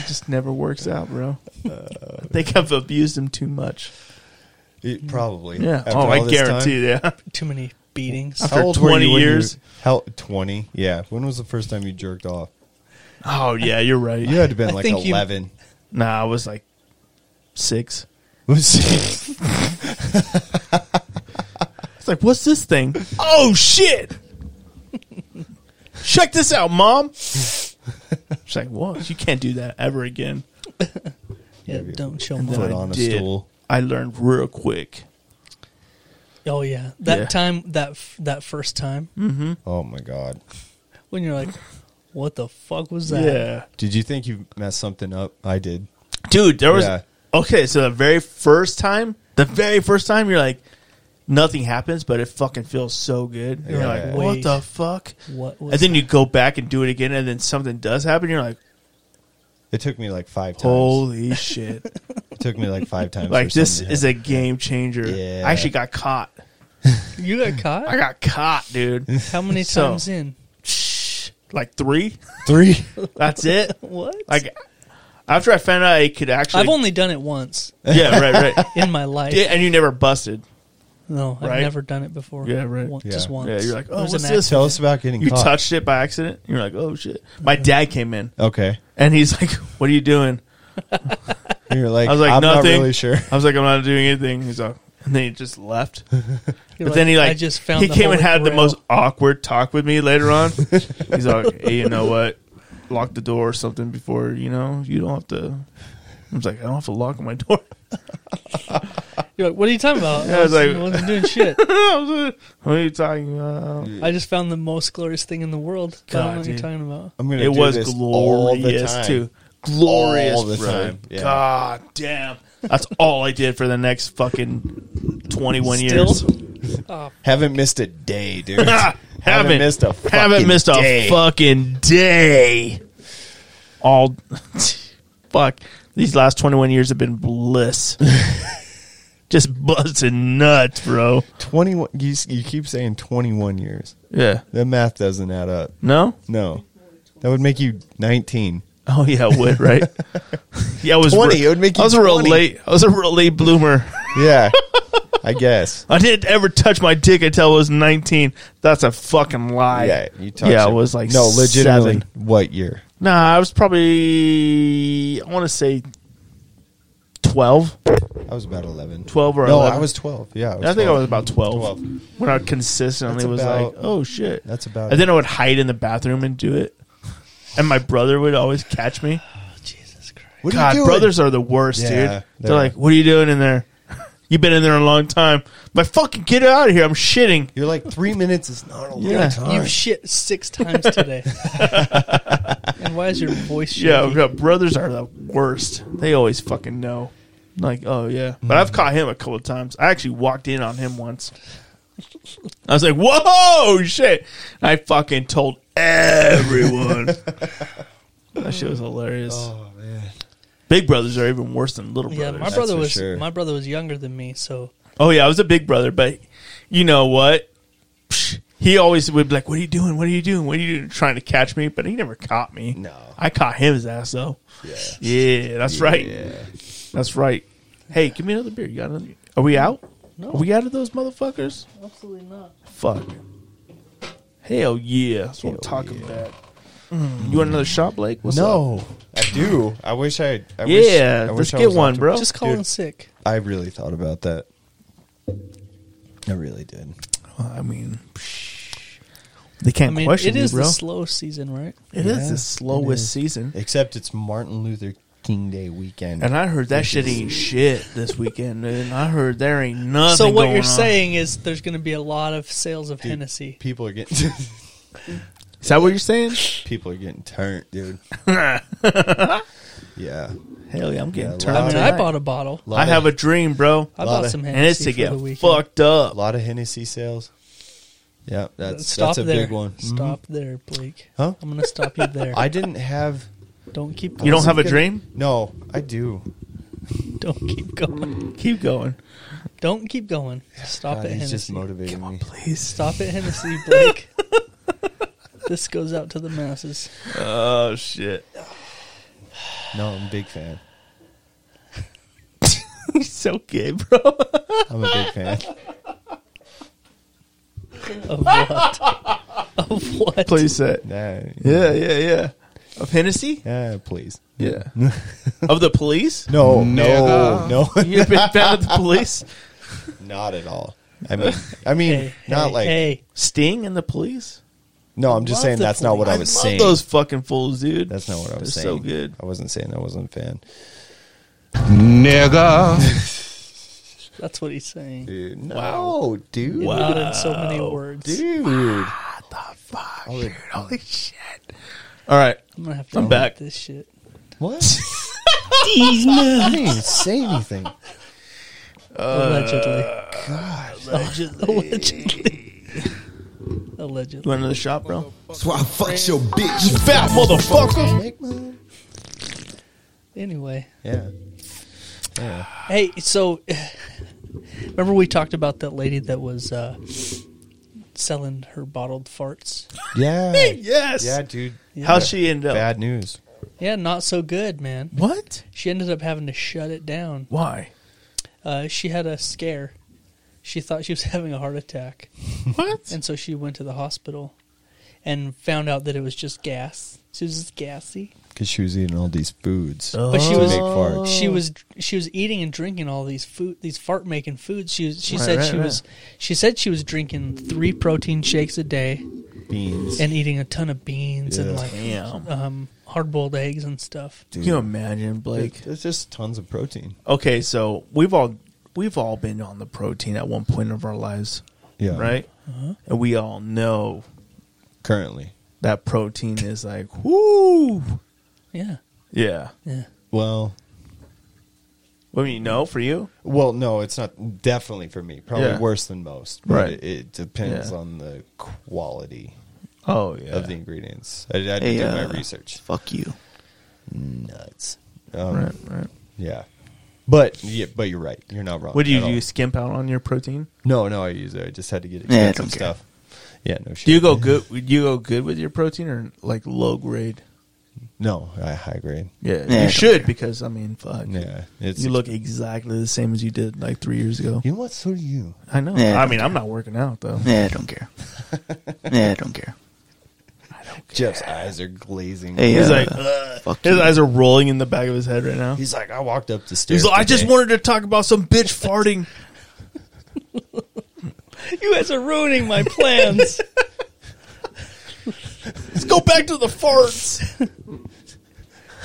C: just never works out, bro. I think I've abused him too much.
D: It, probably.
C: Yeah.
D: After
C: oh, I
D: all this time?
C: guarantee that.
B: Too many beatings.
D: How old were
C: 20
D: you when you-
C: years.
D: How twenty? Yeah. When was the first time you jerked off?
C: Oh yeah, you're right.
D: You had to have been
B: I
D: like
B: think you-
D: eleven. <laughs>
C: Nah, I was like six.
D: Was-
C: It's like, what's this thing? oh shit! Check this out, mom. She's like, what? You can't do that ever again.
B: Yeah, don't show
C: then
B: more.
D: Foot
C: I
D: on a
C: did.
D: stool.
C: I learned real quick.
B: Oh yeah, that
C: Yeah.
B: time that f- that first time
D: Oh my god.
B: when you're like, what the fuck was that?
C: Yeah,
D: Did you think you messed something up? I did.
C: dude, there was
D: Yeah.
C: okay. So the very first time, the very first time, you're like, nothing happens, but it fucking feels so good. And You're
D: Yeah.
C: like,
B: Wait.
C: what the fuck?
B: What was
C: And then you go back and do it again, and then something does happen. You're like,
D: It took me like five times.
C: holy
D: <laughs>
C: shit!
D: It took me like five times.
C: like
D: for
C: this
D: something to
C: is a game changer.
D: Yeah.
C: I actually got caught.
B: you got caught?
C: I got caught, dude.
D: <laughs>
B: How many
C: So-
B: times in?
C: like three.
D: happen. three.
C: <laughs> That's it.
B: What?
C: Like after I found out I could actually.
B: I've only done it once
C: yeah, right,
B: <laughs>
C: right.
B: in my life.
C: Yeah, and you never busted.
B: No, I've
C: Right?
B: never done it before.
C: Yeah, right.
B: One- Just
D: Yeah.
B: once.
C: Yeah, you're like,
B: It
C: oh,
B: was
C: what's
B: an
C: this?
D: Tell us about getting
C: You
D: caught.
C: touched it by accident. You're like, oh shit. My dad came in
D: Okay.
C: and he's like, <laughs> what are you doing?
D: You're like,
C: I was like,
D: I'm
C: nothing.
D: not really sure.
C: I was like, I'm not doing anything. He's like, and then he just
B: <laughs>
C: left.
B: You're
C: But then he like,
B: I just found
C: he
B: the
C: came and
B: Holy
C: had the
B: Grail.
C: most awkward talk with me later on.
B: <laughs>
C: He's like, hey, you know what? Lock the door or something before you know. You don't have to. I was like, I don't have to lock my door. <laughs>
B: You're like, what are you talking about?
C: Yeah, I was like-
B: I wasn't
C: <laughs>
B: doing shit.
C: I was like, what are you talking about?
B: I just found the most glorious thing in the world. I don't
C: God,
B: know what you're
C: dude.
B: talking about.
D: I'm gonna.
C: It
D: do
C: was
D: this
C: glorious
D: all the time.
C: too. Glorious,
D: All the
C: bro.
D: time, yeah.
C: God damn. That's all I did for the next fucking twenty-one years.
D: Haven't missed a day, dude.
C: Ah, <laughs>
D: Haven't
C: haven't
D: missed a fucking
C: haven't missed a
D: day.
C: fucking day. All <laughs> fuck. These last twenty-one years have been
D: <laughs>
C: bliss. Just busting nuts, bro.
D: Twenty-one. You, s- you keep saying twenty-one years.
C: Yeah.
D: The math doesn't add up.
C: No.
D: No, that would make you nineteen.
C: Oh yeah, it would
D: <laughs>
C: right? yeah, I was
D: 20, it would make you
C: I was a real
D: 20.
C: late. I was a real late bloomer.
D: Yeah, I guess.
C: I didn't ever touch my dick until I was 19. That's a fucking lie.
D: yeah, you touched
C: Yeah,
D: it.
C: I was like
D: no, legitimately.
C: seven.
D: What year?
C: Nah, I was probably I want to say 12.
D: I was about eleven.
C: 12 or
D: no,
C: 11.
D: I was twelve.
C: I
D: Yeah,
C: think I
D: 12.
C: was about 12,
D: 12.
C: when I consistently
D: That's
C: was
D: about-
C: like, "Oh shit."
D: that's about
C: And then I would hide in the bathroom and do it. And my brother would always catch me.
B: Jesus Christ.
D: What are you
C: God,
D: doing?
C: brothers are the worst,
D: Yeah,
C: dude.
D: they
C: They're,
D: are.
C: like, "What are you doing in there? <laughs> You've been in there a long time." But fucking get out of here! I'm shitting.
D: You're like three minutes is not a long
C: Yeah.
D: time.
B: You've shit six times
D: <laughs>
B: today. and why is your voice shaky?
C: Yeah, but brothers are the worst. They always fucking know. Like, oh yeah. But I've caught him a couple of times. I actually walked in on him once. I was like, whoa, shit. I fucking told everyone. that shit was hilarious.
D: Oh man.
C: Big brothers are even worse than little
B: Yeah,
C: brothers.
B: my brother
D: for
B: was
D: sure.
B: my brother was younger than me, so
C: oh yeah, I was a big brother, but you know what? Psh, He always would be like, "What are you doing? What are you doing? What are you doing?" Trying to catch me, but he never caught me.
D: No.
C: I caught him his ass though. Yeah, yeah, that's right.
D: Yeah.
C: That's right. Hey, give me another beer. You got another? Are we out? No. Are we out of those motherfuckers?
B: absolutely not.
C: Fuck. Hell yeah. That's what I'm talking about. Mm, You want another shot, Blake? What's up?
D: no, I do. I wish I. had- I wish,
C: Yeah,
D: I
C: let's
D: wish I
C: get
D: was
C: one,
D: optim-
C: bro.
B: Just call
D: dude.
B: him sick.
D: I really thought about that. I really did.
C: I mean, psh, they can't
B: I mean,
C: question
B: it is
C: you, bro.
B: the slow season, right?
C: it is
D: Yeah,
C: the
D: it
C: slowest
D: is.
C: season.
D: Except it's Martin Luther fucking day weekend.
C: And I heard that shit ain't shit this weekend, and I heard there ain't nothing.
B: So what
C: going
B: you're
C: on.
B: saying is there's going to be a lot of sales of Hennessy.
D: people are getting <laughs>
C: is that what you're saying?
D: people are getting turned,
C: <laughs>
D: dude. yeah,
C: Hell yeah, I'm getting
D: Yeah,
C: turned.
B: I mean, I
C: tonight.
B: bought a bottle.
D: Lot
C: I
D: of-
C: have a dream, bro,
B: I
D: Lot
B: bought
D: of-
B: some
C: and it's
B: Hennessy
C: to
B: for the
C: get
B: weekend.
C: fucked
D: a
C: up.
D: lot of Hennessy sales. Yeah, that's
B: Stop
D: that's a
B: there.
D: big one. Mhm.
B: Stop there, Blake.
D: Huh?
B: I'm going to stop you there.
D: I didn't have.
B: don't keep. Going.
C: You don't have a
D: Gonna-
C: dream?
D: No, I do.
B: Don't keep going.
C: Keep going,
B: Don't keep going. Stop
D: God,
B: at
D: he's
B: Hennessy.
D: just motivating me.
C: please.
B: Stop at Hennessy, Blake. this goes out to the masses.
C: Oh shit! <laughs>
D: No, I'm a big fan.
C: He's so gay, bro.
D: I'm a big fan.
C: <laughs>
B: Of what? <laughs> of what?
C: Please say it.
D: Nah,
C: Yeah, yeah, yeah. Of Hennessy?
D: yeah, please.
C: Yeah. <laughs> of the police?
D: No, no, no,
C: <laughs>
D: <laughs>
C: You've been bad with the police?
D: not at all. I mean, I mean,
B: Hey,
D: not
B: hey,
D: like.
B: hey.
C: <laughs> Sting and the police?
D: No, I'm just
B: Love
D: saying
B: the
D: that's not what I
C: I
D: was
C: love
D: saying.
C: those fucking fools, dude.
D: That's not what I was
C: They're
D: saying.
C: so good.
D: I wasn't saying I wasn't a fan.
B: That's what he's saying.
D: Dude, no, wow. dude.
B: Wow. Not in so many words.
D: Dude.
C: Holy shit. All right.
B: I'm gonna have to
C: I'm
B: edit
C: back.
B: this shit.
C: <laughs>
D: What? I didn't even say anything.
B: Allegedly. Allegedly. <laughs> Allegedly. <laughs>
C: You
B: Allegedly.
C: went to the shop, bro?
E: That's why I fucked your bitch.
C: Fat motherfucker.
D: Make my-
B: Anyway.
D: Yeah. Yeah.
B: Hey, so <sighs> remember we talked about that lady that was uh, selling her bottled farts?
D: Yeah.
C: Yes.
D: Yeah, dude.
C: How'd she end up?
D: Bad news.
B: Yeah, not so good, man.
C: What?
B: She ended up having to shut it down.
C: Why?
B: Uh, she had a scare. She thought she was <laughs> having a heart attack.
C: What?
B: And so she went to the hospital and found out that it was just gas. She was just gassy.
D: Because she was eating all these foods.
C: Oh.
B: But she
D: To
B: was
D: make farts.
B: she was she was eating and drinking all these food these fart making foods. She was, she said
C: right,
B: she
C: right.
B: was she said she was drinking three protein shakes a day
D: Beans.
B: and eating a ton of beans and
D: Yeah.
B: like
C: Damn.
B: um, hard boiled eggs and stuff.
C: Can you imagine, Blake?
D: There's just tons of protein.
C: Okay, so we've all we've all been on the protein at one point of our lives,
D: Yeah.
C: right? And we all know
D: Currently.
C: that protein is like, whoo,
B: Yeah,
C: yeah.
B: yeah.
D: Well,
C: What do you know for you?
D: Well, no, it's not definitely for me. Probably
C: Yeah.
D: worse than most.
C: Right.
D: But it, it depends
C: Yeah.
D: on the quality
C: Oh yeah,
D: of the ingredients. I, I didn't
C: Hey,
D: do
C: uh,
D: my research.
C: fuck you.
D: Nuts. Um,
C: Right, right.
D: Yeah. But yeah, but you're right. You're not wrong.
C: What do you
D: at
C: do?
D: all.
C: You skimp out on your protein?
D: No, no, I use it. I just had to get,
C: Yeah, I
D: get some
C: don't care.
D: stuff. Yeah, no shit.
C: Do you go good? do You go good with your protein or like low grade?
D: No, I high grade.
C: Yeah, you should because I mean, fuck.
D: Yeah, it's
C: You look exactly the same as you did like three years ago.
D: You know what? So do you.
C: I know. I mean, I'm not working out though.
H: Yeah, I don't care. yeah, I don't care.
D: Jeff's eyes are glazing.
H: Hey,
C: He's
H: uh,
C: like, "Ugh." his eyes are rolling in the back of his head right now.
D: He's like, I walked up the stairs.
C: He's like, I just
D: today."
C: wanted to talk about some bitch farting.
B: You guys are ruining my plans.
C: Let's go back to the
D: <laughs>
C: farts.
B: <laughs>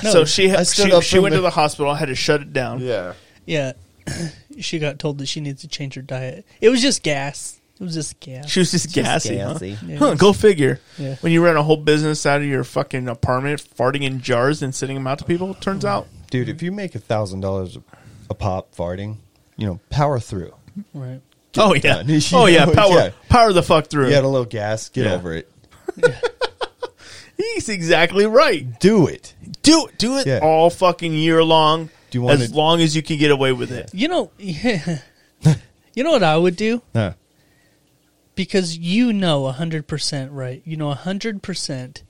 B: No,
C: so she
D: I stood
C: she,
D: up
C: she
D: from
C: went
D: the-
C: to the hospital, had to shut it down.
D: Yeah.
B: yeah, <clears throat> she got told that she needs to change her diet. It was just gas. It was just gas.
C: She was just gassy.
D: gassy.
C: Huh?
B: Yeah.
C: Huh, go figure.
B: Yeah.
C: When you run a whole business out of your fucking apartment, farting in jars and sending them out to people, turns out
D: Dude, if you make a thousand dollars a pop farting, you know, power through.
B: Right.
C: Oh yeah.
D: done. <laughs> You
C: Oh yeah.
D: know,
C: Power
D: yeah.
C: power the fuck through.
D: You had a little gas. Get
C: Yeah.
D: over it.
C: He's exactly right.
D: Do it.
C: Do it do it
D: Yeah.
C: all fucking year long.
D: Do you wanna-
C: as long as you can get away with it.
B: You know, <laughs> yeah. you know what I would do
D: Huh.
B: because you know hundred percent right. You know hundred percent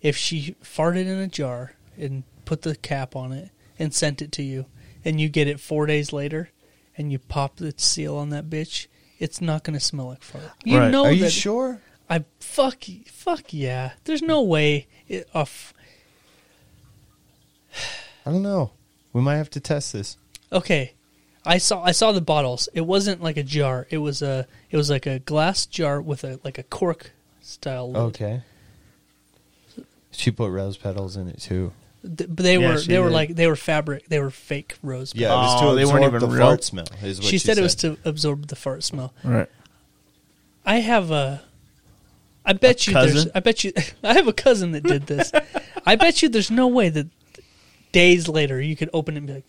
B: if she farted in a jar and put the cap on it and sent it to you, and you get it four days later, and you pop the seal on that bitch. It's not going to smell like fart. You
C: Right.
B: know
D: Are you
B: that
D: sure?
B: I fuck y- fuck yeah. There's no way it, a f-
D: I don't know. We might have to test this.
B: Okay. I saw I saw the bottles. It wasn't like a jar. It was a it was like a glass jar with a like a cork style lid.
D: Okay. She put rose petals in it too.
B: Th- But they
C: Yeah,
B: were
C: she
B: they were
C: did.
B: like they were fabric. They were fake rose.
D: Yeah, it was
C: Oh,
D: to
C: they
D: absorb
C: weren't even
D: the
C: real?
D: fart smell. Is what
B: she, said it was to absorb the fart smell.
C: Right.
B: I have a. I bet you. There's,
C: cousin?
B: I bet you. <laughs> I have a cousin that did this. I bet you. There's no way that days later you could open it and be like,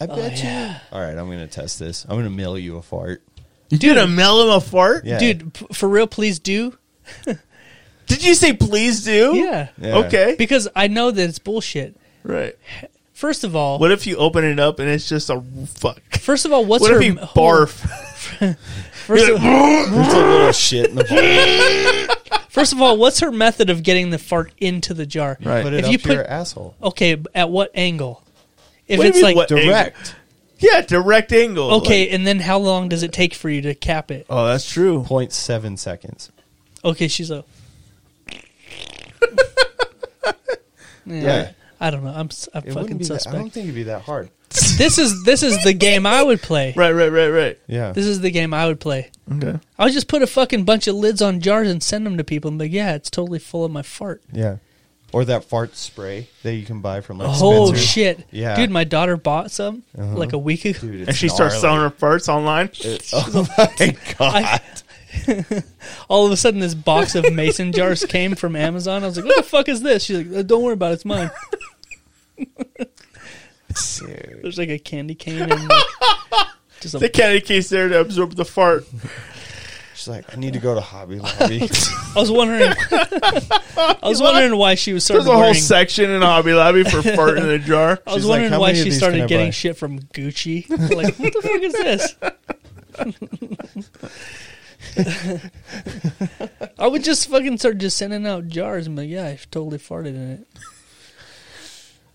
D: I bet
C: Oh,
B: yeah.
D: you. All right, I'm gonna test this. I'm gonna mail you a fart.
G: You did a mail him a fart?
D: Yeah.
B: "Dude, p- for real, please do."
C: Did you say please do?
B: Yeah.
D: Yeah.
C: Okay.
B: Because I know that it's bullshit.
C: right.
B: First of all,
C: What if you open it up and it's just a fuck?
B: first of all, what's
C: what
B: her
C: if you
B: m- whole-
C: barf? <laughs>
B: First of,
D: There's a little shit in the fart.
B: <laughs> first of all, what's her method of getting the fart into the jar?
C: Right.
D: Put it
B: If
D: up
B: you
D: to
B: put-
D: your asshole.
B: Okay, b- at what angle? If
C: What do
B: it's
C: you
B: like
C: mean, what-
D: Direct.
C: Yeah, direct angle.
B: okay,
C: Like-
B: and then how long does it take for you to cap it?
C: oh, that's true.
D: 0.7 seconds.
B: Okay, she's a. yeah,
D: Yeah.
B: I don't know. I'm s- I'm
D: It
B: fucking
D: wouldn't be that, I don't
B: suspect.
D: think it'd be that hard.
B: <laughs> this is this is the game I would play.
C: Right, right, right, right.
D: Yeah.
B: This is the game I would play.
C: Okay.
B: I would just put a fucking bunch of lids on jars and send them to people and be like, yeah, it's totally full of my fart.
D: yeah. Or that fart spray that you can buy from like
B: Oh
D: Spencer's.
B: shit,
D: Yeah. Uh-huh.
B: dude, my daughter bought some like a week ago.
D: Dude, it's
C: And she starts selling
D: gnarly.
C: her farts online.
B: I- <laughs> all of a sudden, this box of mason jars came from Amazon. I was like, "What the fuck is this?" She's like, "Uh, "Don't worry about it. It's mine." There's like a candy cane and like, just
C: The
B: a,
C: candy case there to absorb the
B: <laughs>
C: fart.
D: She's like, I need to go to Hobby <laughs> Lobby.
B: I
C: <laughs>
B: was wondering. <laughs> I was wondering why she was
C: There's
B: started
C: a whole
B: wearing.
C: section in Hobby Lobby
B: <laughs>
C: for fart in a jar.
B: I was
D: She's like,
B: wondering
D: "How
B: why
D: many of
B: she
D: these can I
B: started getting
D: buy?"
B: shit from Gucci. <laughs> Like, what the fuck is this? <laughs> I would just fucking start just sending out jars and be like, yeah, I totally farted in it.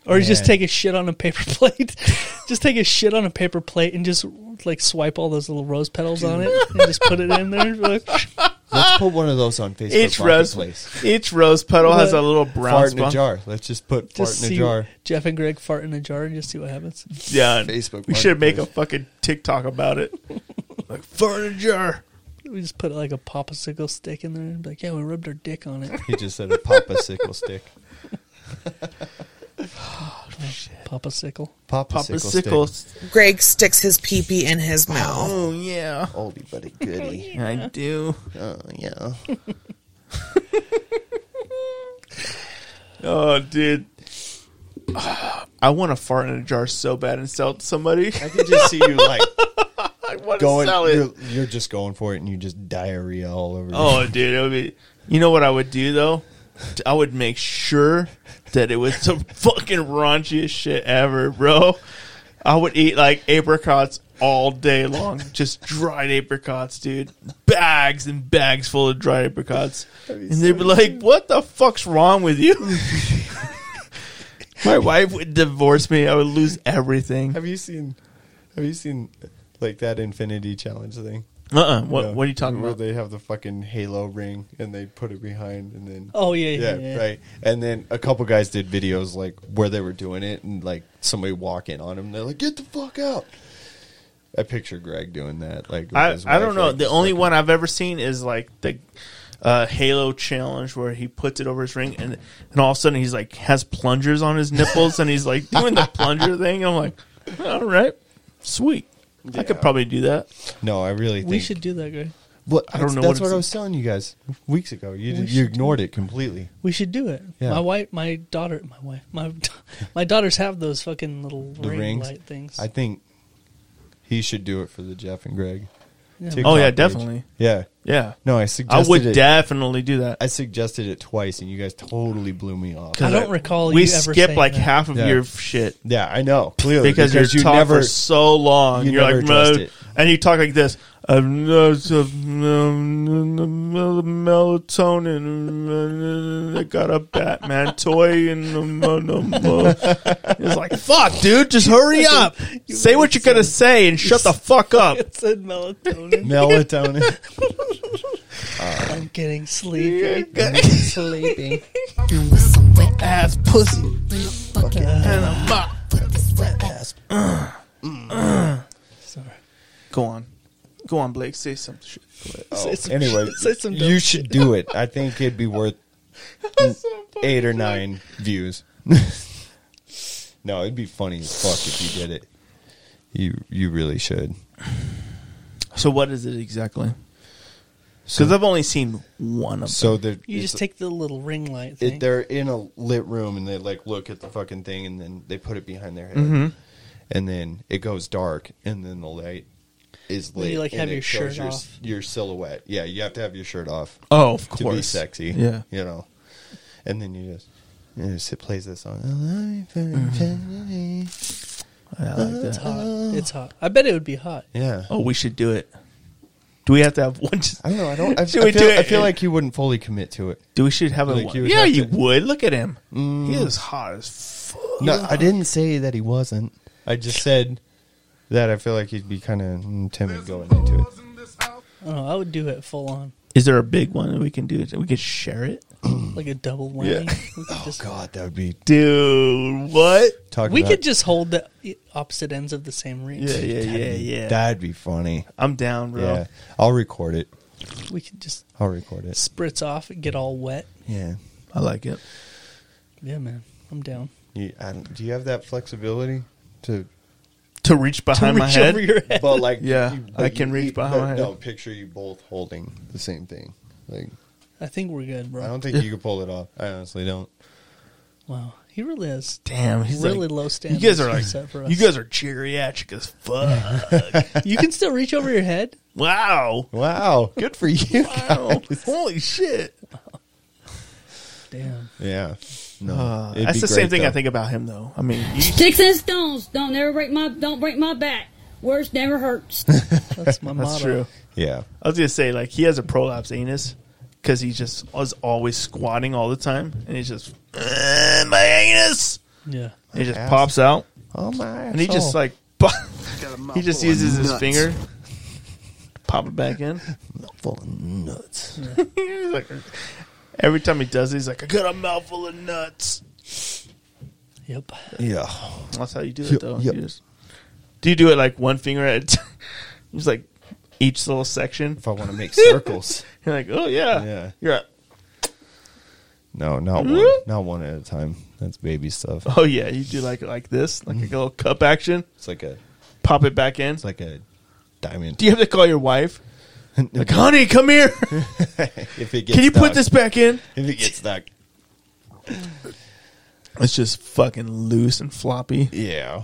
B: Or just
D: Man.
B: take a shit on a paper <laughs> plate. just take a shit on a paper plate and just like swipe all those little rose petals on it and just put it in there. <laughs> and be
C: <laughs>
B: like,
D: Let's put one of those on Facebook
C: Each rose,
D: Marketplace.
C: each rose petal has a
B: What?
C: little brown
D: Fart in a
C: spot.
D: jar. Let's just put
B: just
D: fart in
B: see
D: a jar.
B: Jeff and Greg fart in a jar and just see what happens.
C: Yeah,
D: Facebook
C: We should make a
D: Marketplace.
C: fucking TikTok about
D: <laughs>
C: it. like fart in a jar.
B: We just put like a popsicle stick in there and be like, yeah, we rubbed our dick on it.
D: He just said a papa sickle stick.
B: Popsicle.
D: Papa,
C: Papa
D: sickle,
C: sickle.
D: stick.
I: Greg sticks his pee pee in his mouth.
C: Oh yeah,
D: Oldie but a goodie.
C: I do.
D: Oh yeah.
C: <laughs> Oh dude. <sighs> I want to fart in a jar so bad and sell it to somebody.
D: I can just see you like
C: <laughs> I want to
D: going.
C: sell it.
D: You're, you're just going for it, and you just diarrhea all over.
C: Oh, dude, it would be. You know what I would do though? I would make sure that it was the <laughs> fucking raunchiest shit ever, bro. I would eat like apricots all day long, just dried apricots, dude. Bags and bags full of dried apricots, and they'd be like, "What the fuck's wrong with you?" <laughs> My wife would divorce me. I would lose everything. Uh
D: Have you seen? Have you seen like that Infinity Challenge thing?
C: uh What,
D: Yeah.
C: what are you talking
D: Where
C: about?
D: they have the fucking halo ring and they put it behind and then
B: Oh, yeah, yeah,
D: yeah,
B: yeah.
D: right. And then a couple guys did videos like where they were doing it and like somebody walk in on them. They're like, "Get the fuck out!" I picture Greg doing that. Like, with
C: I,
D: his
C: I don't
D: wife,
C: know.
D: like,
C: the
D: just
C: only
D: fucking-
C: one I've ever seen is like the uh, Halo challenge where he puts it over his ring and and all of a sudden he's like has plungers on his nipples and he's like doing the <laughs> plunger thing. I'm like, all right, sweet. I could probably do that.
D: No, I really think
B: We should do that, Greg.
D: Well,
C: I don't know what
D: That's what,
C: it's-
D: I was telling you guys weeks ago. You did, you ignored it completely.
B: We should do it.
D: Yeah.
B: My wife, my daughter, my wife, my <laughs> da- my daughters have those fucking little
D: The
B: ring
D: rings.
B: light things. <laughs>
D: I think he should do it for the Jeff and Greg.
B: Yeah.
D: TikTok
C: Oh yeah,
D: page.
C: definitely.
D: Yeah.
C: Yeah,
D: No, I
C: I
D: suggested
C: would
D: it.
C: definitely do that.
D: I suggested it twice, and you guys totally blew me off.
B: I don't recall
C: We
B: you ever
C: skip
B: saying
C: like
B: that.
C: half of
D: Yeah.
C: your shit.
D: Yeah, I know clearly
C: Because, you're
D: you
C: talking
D: never.
C: for so long,
D: you
C: you are
D: never
C: like,
D: addressed
C: "Mel-"
D: it.
C: and you talk like this. "Um, no, it's a- um, um, um, um, melatonin. um, um, um, I got a Batman toy, and um, um, um, um." it's like, fuck, dude, just <laughs> hurry up. say what you're gonna say and shut the fuck <laughs> up.
B: It said
D: <laughs>
B: melatonin. <laughs>
D: <laughs> Melatonin.
B: I'm getting sleepy. I'm sleepy.
C: Ass pussy. And a mop.
B: Sorry.
C: Go on, go on, Blake. Say some shit.
B: Say some
D: Oh, anyway,
B: shit. say some dumb
D: you
B: shit.
D: should do it.
B: <laughs>
D: I think it'd be worth eight or nine views. <laughs> No, it'd be funny as fuck if you did it. You you really should.
C: So what is it exactly? Because
D: So,
C: I've only seen one of
D: so there,
B: You just
D: it's-
B: take the little ring light thing.
D: it, they're in a lit room and they like look at the fucking thing and then they put it behind their head and then it goes dark and then the light is
B: Then
D: lit.
B: you, like,
D: and
B: have
D: it
B: your
D: shows
B: shirt
D: your,
B: off.
D: your silhouette. Yeah, you have to have your shirt off
C: them. Oh, of
D: to be sexy.
C: Yeah.
D: you know, and then you just. you just- it plays this song.
C: I like that.
B: It's hot.
D: Uh.
B: It's hot. I bet it would be hot.
D: Yeah.
C: Oh, we should do it. Do we have to have one?
D: <laughs> I don't know. I don't. I, I,
C: Should we
D: feel,
C: do it?
D: I feel like you wouldn't fully commit to it.
C: Do we should have a
D: Like
C: one?
D: you would
C: yeah,
D: have
C: you
D: to- Mm.
C: would. Look at him. He is hot as fuck.
D: No, I didn't say that he wasn't. I just said that I feel like he'd be kind of timid going into it.
B: I don't know. I would do it full on,
C: Is there a big one that we can do? We could share it,
B: like a double whammy.
D: <laughs>
B: We could just,
D: Oh, God, that would be
C: dude. What?
D: talking.
B: we
D: about,
B: could just hold the opposite ends of the same ring.
C: Yeah, yeah, yeah, yeah.
D: That'd be funny.
C: I'm down, bro.
D: Yeah, I'll record it.
B: We could just
D: I'll record it.
B: spritz off and get all wet.
D: Yeah.
C: I like it.
B: Yeah, man. I'm down.
D: You, I don't, do you have that flexibility
C: <laughs>
D: to?
C: To reach behind my
B: Reach
C: head.
B: over your head.
D: But like,
C: Yeah,
D: but
C: I can reach behind
D: but
C: my head.
D: No, picture you both holding the same thing.
C: <laughs>
D: Like,
B: I think we're good, bro.
D: I don't think you could pull it off. I honestly don't.
B: Wow, he really is.
C: Damn, he's
B: really
C: like-
B: low
C: You
B: standards.
C: guys are like,
B: set for us.
C: you guys are geriatric as
D: <laughs>
C: fuck.
B: You can still reach over your head.
C: wow.
D: Wow, <laughs> good for you.
C: Wow. Holy shit.
B: Damn.
D: Yeah. No, it'd
C: Uh, That's the
D: be great,
C: same thing I
D: though.
C: think about him, though. I
D: <laughs>
C: mean, you,
F: Sticks and stones don't ever break my don't break my back. Words never hurts.
B: That's
C: <laughs>
B: my
C: that's
B: motto.
C: true.
D: Yeah.
C: I was gonna say like he has a prolapse anus because he just was always squatting all the time, and he's just "Uh, my anus.
B: Yeah.
C: And he just
D: Ass.
C: pops out,
D: Oh my.
C: and he just like <laughs> he just uses his finger, to pop it back in.
D: full of nuts.
C: He's like- every time he does, it, he's like, "I got a mouthful of nuts."
B: Yep. <laughs>
D: Yeah.
C: That's how you do
D: Yep,
C: it, though.
D: yep.
C: You just- do you do it like one finger at? a t- <laughs> Just like each little section.
D: If I want to make <laughs> circles.
C: You're like, oh yeah,
D: Yeah.
C: You're like,
D: no, not one. Not one at a time. That's baby stuff.
C: Hmm? oh yeah. You do like like this, like a little cup action.
D: It's like a.
C: pop it back in.
D: It's like a diamond.
C: do you have to call your wife?
D: <laughs>
C: Like, honey, come here. <laughs> Can
D: if it gets
C: you put
D: stuck-
C: this back in?
D: If it gets stuck.
C: It's just fucking loose and floppy.
D: Yeah.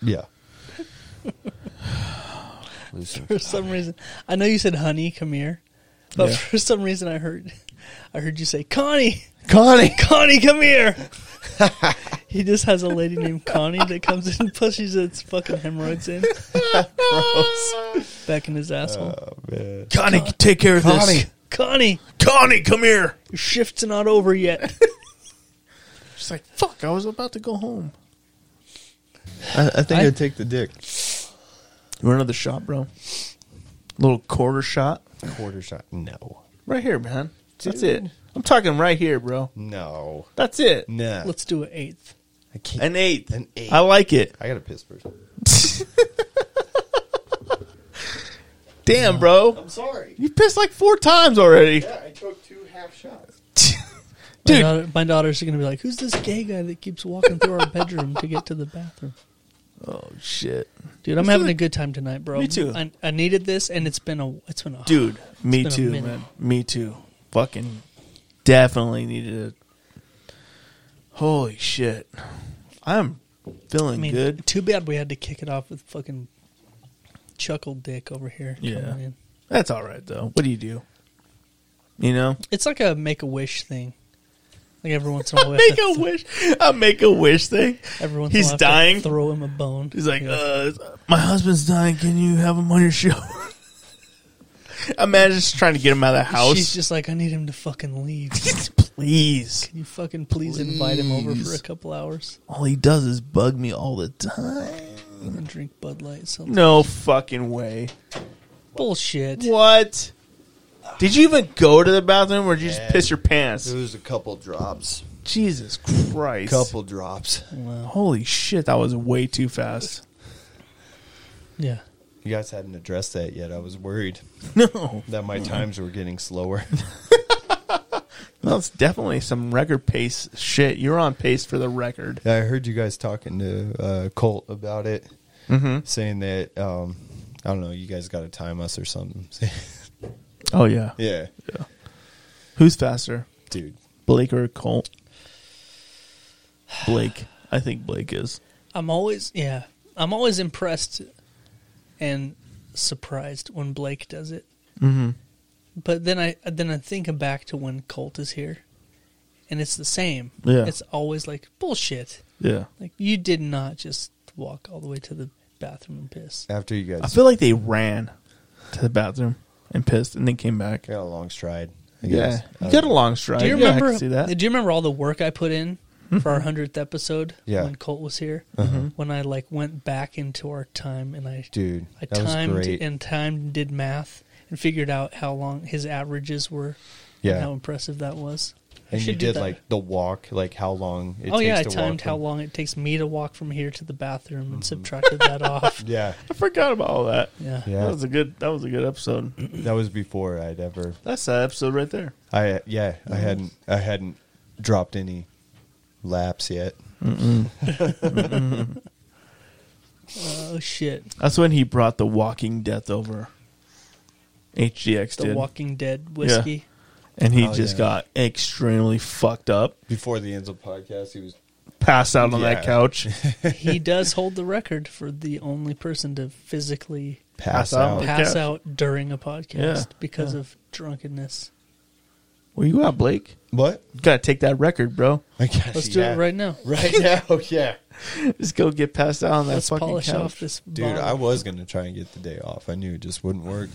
D: Yeah.
B: For some reason, I know you said, "Honey, come here," but
C: Yeah.
B: <laughs> for some reason, I heard, I heard you say, "Connie,
D: Connie.
B: Connie,
C: <laughs>
B: come here." he just has a lady named Connie that comes in and pushes its fucking
C: <laughs>
B: hemorrhoids in, back in his asshole.
C: Connie, take care of
D: Connie.
C: this.
B: Connie,
C: Connie, come here.
B: your shift's not over yet.
C: She's like, fuck, I was about to go home.
D: I, I think I, would take the dick.
C: You want another shot, bro? Little quarter shot.
D: Quarter shot. No.
C: Right here, man. That's
D: Dude.
C: it. I'm talking right here, bro.
D: No.
C: That's it.
D: Nah.
B: Let's do an eighth.
D: I can't.
C: An eighth.
D: An eight.
C: I like it.
D: I got to piss first.
C: Damn, bro.
D: Sorry.
C: You pissed like four times already.
D: I took two half shots.
B: My,
C: <laughs> Dude.
B: daughter, my daughters are gonna be like, "Who's this gay guy that keeps walking through our bedroom to get to the bathroom?"
C: Oh, shit.
B: Dude, I'm having a good time tonight, bro.
C: Me too.
B: I, I needed this, and it's been a it's been a
C: Dude, me
B: been a
C: too,
B: minute.
C: man. Me too. Fucking definitely needed a Holy shit. I'm feeling
B: I mean,
C: good.
B: Too bad we had to kick it off with fucking chuckle dick over here.
C: Yeah.
B: coming in.
C: That's all right though. What do you do? You know?
B: it's like a make a wish thing. Like every once
C: <laughs>
B: in a while, we have
C: Make
B: to
C: a
B: th-
C: wish. I make a wish thing.
B: Every once
C: He's
B: in a while, I have to
C: dying.
B: Throw him a bone.
C: He's like,
B: Yeah.
C: uh, my husband's dying. Can you have him on your show? <laughs> Imagine just trying to get him out of the house.
B: She's just like, I need him to fucking leave.
C: <laughs> Please.
B: Can you fucking please, invite him over for a couple hours
C: All he does is bug me all the time.
B: and drink Bud Light? Something
C: No fucking way.
B: bullshit.
C: What? Did you even go to the bathroom or did you just piss your pants?
D: It was a couple drops.
C: Jesus Christ.
D: Couple drops.
C: Holy shit, that was way too fast.
B: Yeah,
D: You guys hadn't addressed that yet. I was worried
C: <laughs> No.
D: that my times were getting slower.
C: Well, it's definitely some record pace shit. You're on pace for the record.
D: Yeah, <laughs> I heard you guys talking to uh, Colt about it,
C: Mm-hmm.
D: saying that um, I don't know. You guys got to time us or something. <laughs>
C: Oh yeah.
D: yeah,
C: Who's faster,
D: dude.
C: Blake or Colt? Blake. I think Blake is.
B: I'm always yeah. I'm always impressed and surprised when Blake does it. Mm-hmm. But then I then I think back to when Colt is here, and it's the same.
C: Yeah.
B: It's always like bullshit.
C: Yeah.
B: Like you did not just walk all the way to the bathroom and piss.
D: After you
C: I
D: guys
C: feel like they ran to the bathroom and pissed, and then came back.
D: got a long stride. I
C: Yeah,
D: guess. Uh,
C: you got a long stride.
B: Do you
C: Uh, Yeah, I
B: remember?
C: can see that? Mm-hmm.
B: Do you remember all the work I put in for our hundredth episode?
D: Yeah.
B: When Colt was here,
C: Uh-huh.
B: when I like went back into our time and I
D: Dude,
B: I
D: that was
B: timed
D: great.
B: and timed and did math and figured out how long his averages were.
D: Yeah.
B: And how impressive that was. I
D: and you
B: should do
D: did
B: that.
D: like the walk, like how long it
B: oh
D: takes
B: yeah, I
D: to walk.
B: timed how
D: from- Mm-hmm.
B: long it takes me to walk from here to the bathroom and subtracted that
D: <laughs>
B: off.
D: Yeah,
C: I forgot about all that.
B: Yeah.
D: Yeah.
C: that was a good. That was a good episode.
D: that was before I'd ever.
C: That's that episode right there.
D: I yeah, I hadn't I hadn't dropped any laps yet.
B: Oh shit!
C: That's when he brought the Walking Death over. HGX
B: The
C: did,
B: Walking
C: <laughs>
B: Dead whiskey.
C: and he
D: Oh,
C: just
D: yeah.
C: got extremely fucked up,
D: Before the Enzo podcast, he was
C: passed out on that
D: Yeah. <laughs>
C: couch.
B: He does hold the record for the only person to physically
D: pass
C: Pass out.
D: out.
C: Yeah.
B: pass
C: couch.
B: out during a podcast
C: Yeah,
B: because of drunkenness.
C: Where you at, Blake?
D: What?
C: You gotta take that record, bro.
D: I guess,
B: Let's do
D: yeah.
B: it right now.
D: <laughs> right now.
B: <laughs>
D: Yeah,
C: Just go get passed out on that
B: Let's
C: fucking
B: polish
C: couch.
B: off this
D: dude,
B: bottle.
D: I was gonna try and get the day off. I knew it just wouldn't work.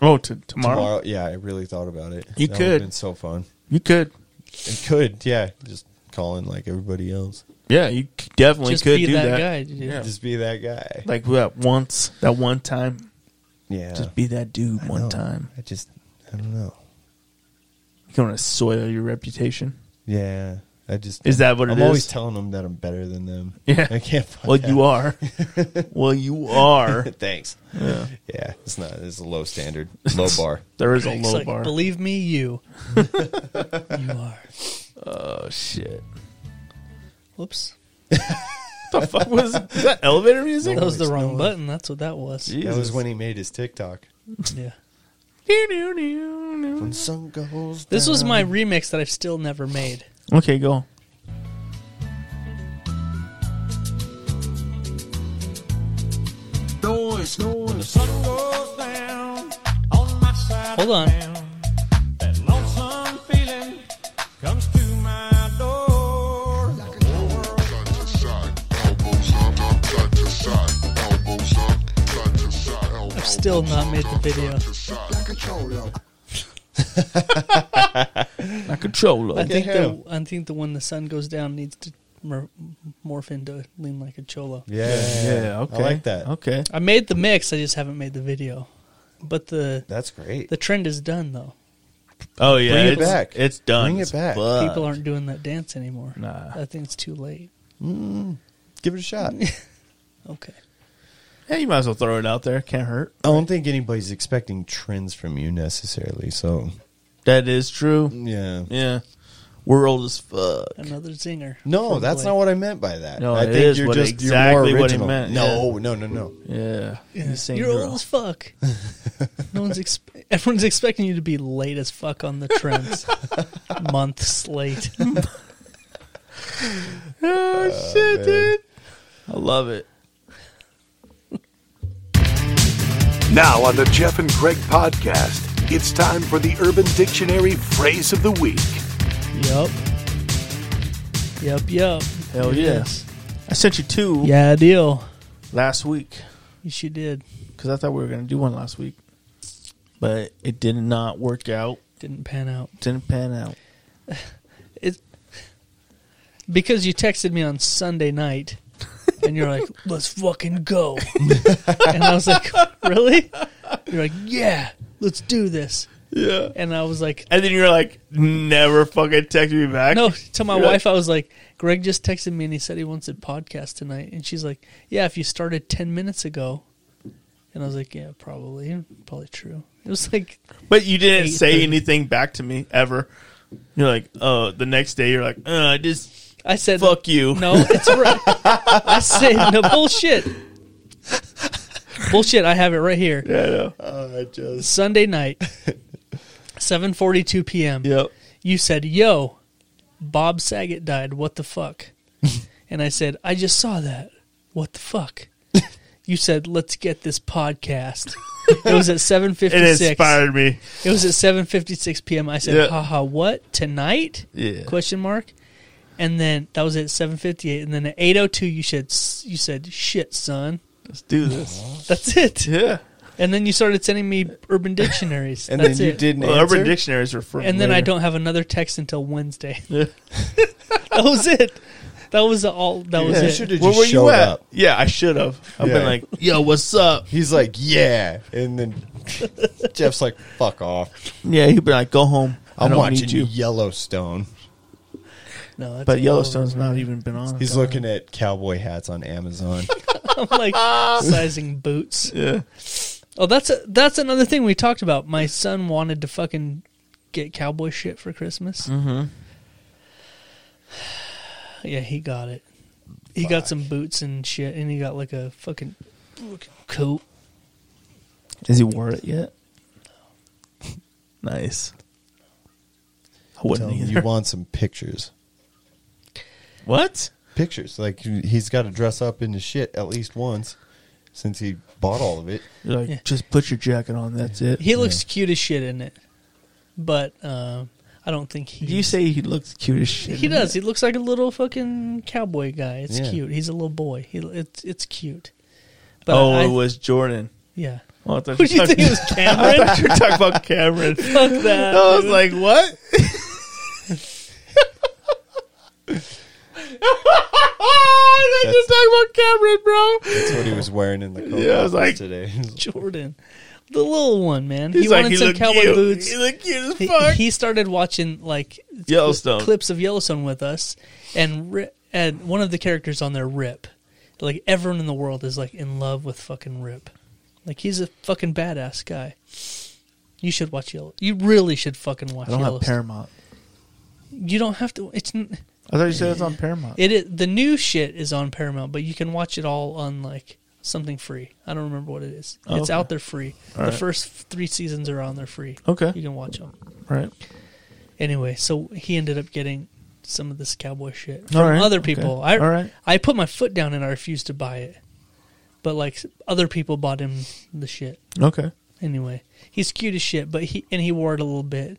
C: Oh, to tomorrow?
D: Tomorrow, yeah, I really thought about it.
C: You
D: That would've
C: could.
D: been so fun.
C: You could.
D: It could, yeah. Just calling like everybody else.
C: Yeah, you c- definitely
B: just
C: could
B: be
C: do
B: that,
C: that.
B: guy. Dude. Yeah.
D: Just be that guy.
C: Like that once, that one time.
D: yeah.
C: Just be that dude
D: I
C: one
D: know.
C: time.
D: I just, I don't know.
C: You're gonna soil your reputation.
D: Yeah. I just
C: Is that what it
D: I'm
C: is?
D: always telling them that I'm better than them.
C: Yeah.
D: I can't.
C: <laughs>
D: Find
C: Well, you are. well, you are.
D: <laughs> Thanks.
C: Yeah.
D: Yeah, it's not. It's a low standard,
C: <laughs>
D: low bar.
C: There is a
B: It's
C: low
B: like,
C: bar.
B: believe me, you. you are.
C: Oh shit!
B: Whoops.
C: The fuck was is that elevator music?
B: That was the
D: it's
B: wrong button. That's what that was.
C: Jesus.
D: That was when he made his TikTok.
B: Yeah.
D: When sun goes
B: This was my remix that I've still never made.
C: Okay, go.
B: Hold on. I've still not made the video.
C: Not controller.
B: I think the
D: him.
B: I think the when the sun goes down needs to mer- morph into lean like a cholo.
D: Yeah,
C: yeah, okay.
D: I like that.
C: Okay.
B: I made the mix. I just haven't made the video. But the
D: That's great.
B: the trend is done though.
C: Oh yeah,
D: Bring it
C: it's,
D: back.
C: It's done.
D: Bring it
C: as
D: back.
C: fuck.
B: People aren't doing that dance anymore.
C: Nah.
B: I think it's too late.
D: Give it
C: <laughs>
D: a shot.
B: Okay.
C: Hey, you might as well throw it out there. Can't hurt.
D: I don't think anybody's expecting trends from you necessarily. So
C: That is true.
D: yeah,
C: Yeah. We're old as fuck.
B: Another zinger.
D: no,
B: from
D: that's
B: Blake.
D: not what I meant by that.
C: No,
D: I
C: it is what- exactly what he meant,
D: No, no, no, no.
C: Yeah.
B: Yeah.
C: You sing
B: You're
C: girl.
B: old as fuck. no one's expe- everyone's expecting you to be late as fuck on the trends. Months late.
C: Oh shit,
D: man.
C: dude. I love it.
J: Now, on the Jeff and Craig podcast, it's time for the Urban Dictionary phrase of the week.
B: Yup. Yup, yup.
C: Hell yes. I sent you two
B: Yeah, I deal.
C: last week
B: Yes, you did.
C: because I thought we were gonna do one last week, but it did not work out.
B: Didn't pan out.
C: Didn't pan out.
B: It, because you texted me on Sunday night and you're like, let's fucking go. <laughs> and I was like, really? You're like, yeah, let's do this.
C: Yeah.
B: And I was like,
C: And then you're like, never fucking text me back.
B: no, to my
C: You're
B: wife,
C: like-
B: I was like, Greg just texted me and he said he wants a podcast tonight. And she's like, yeah, if you started 10 minutes ago, And I was like, yeah, probably, probably true. It was like,
C: But you didn't
B: Eight
C: say
B: thirty.
C: anything back to me ever. You're like, oh, the next day you're like, uh, I just
B: I said,
C: fuck you.
B: No, it's right. I said, no bullshit. bullshit. I have it right here.
C: Yeah, I know.
B: Sunday night, 7:42 p.m.
C: Yep.
B: You said, "Yo, Bob Saget died. What
C: <laughs>
B: the fuck?" and I said, "I just saw that. What
C: <laughs>
B: the fuck?" you said, "Let's get this podcast." It was at
C: It
B: 7:56.
C: inspired me.
B: It was at 7:56 p.m. I said,
C: Yeah.
B: "Haha, what? Tonight?"
C: Yeah.
B: Question mark. And then that was at 7:58 and then at 8:02 you said you said, "Shit, son."
C: Let's do this.
B: That's it.
C: Yeah.
B: And then you started sending me urban dictionaries.
D: <laughs> And
B: That's
D: then you
B: it.
D: didn't
C: Well,
D: answer.
C: urban dictionaries are from.
B: And then I
C: later.
B: don't have another text until
D: <laughs>
B: Wednesday. <laughs> that was it. That was all. That was
D: Yeah,
B: it.
D: should have
C: Where
D: just
C: were you
D: showed
C: at?
D: up.
C: Yeah, I should have. I've
D: Yeah.
C: been like, yo, what's up?
D: He's like, yeah,
C: <laughs>
D: and then Jeff's like, fuck off.
C: Yeah, he'd be like, go home. I
D: I'm
C: don't
D: watching
C: need you.
D: Yellowstone.
B: No, that's
C: But
B: all
C: Yellowstone's not even been on.
D: He's looking at cowboy hats on Amazon.
B: over. <laughs> I'm like sizing boots. Yeah. Oh, that's a, that's another thing we talked about. My son wanted to fucking get cowboy shit for Christmas. Mm-hmm. <sighs> Yeah, he got it. He got some boots and shit, and he got like a fucking coat.
C: Has he wore it yet? Nice. I <laughs>
D: Tell
C: wouldn't
D: him
C: either.
D: you want some pictures.
C: what?
D: Pictures. Like he's got to dress up in his shit at least once since he bought all of it.
C: You're like,
B: Yeah.
C: just put your jacket on. That's it.
B: He looks cute as shit in it, but um, I don't think he.
C: Did you say he looks cute as shit?
B: He does. He looks like a little fucking cowboy guy. It's
D: Yeah.
B: cute. He's a little boy. He it's it's cute. But
C: Oh,
B: I,
C: it was Jordan.
B: yeah.
C: Oh, I thought
B: What do you
C: were
B: think it was
C: talking- I
B: Cameron?
C: thought you were talking about Cameron.
B: <laughs> Fuck that.
C: I was like, what?
B: <laughs>
C: <laughs> I thought you were talking about Cameron,
D: That's what he was wearing in the
C: <laughs>
D: coat
C: Yeah, I was like- <laughs>
D: today.
B: Jordan, the little one, man.
C: bro. He's
B: he
C: like,
B: wanted
C: he
B: some
C: looked
B: cowboy
C: cute.
B: boots.
C: He looked cute as
B: He,
C: fuck.
B: he started watching like
C: Yellowstone.
B: clips of Yellowstone with us, and Ri- and one of the characters on there, Rip, like everyone in the world is like in love with fucking Rip, like he's a fucking badass guy. You should watch Yellow. You really should fucking watch.
C: I don't have
B: Yellowstone.
C: Paramount.
B: You don't have to. It's n-
C: I thought you said it's on Paramount.
B: it is, the new shit is on Paramount, but you can watch it all on like something free. I don't remember what it is. it's
C: Oh, okay.
B: out there free. the first three seasons are on there free.
C: Okay.
B: you can watch them.
C: right.
B: Anyway, so he ended up getting some of this cowboy shit from
C: All right,
B: other
C: okay.
B: people. I
C: All right.
B: I put my foot down and I refused to buy it, but like other people bought him the shit.
C: Okay.
B: Anyway, he's cute as shit, but he and he wore it a little bit,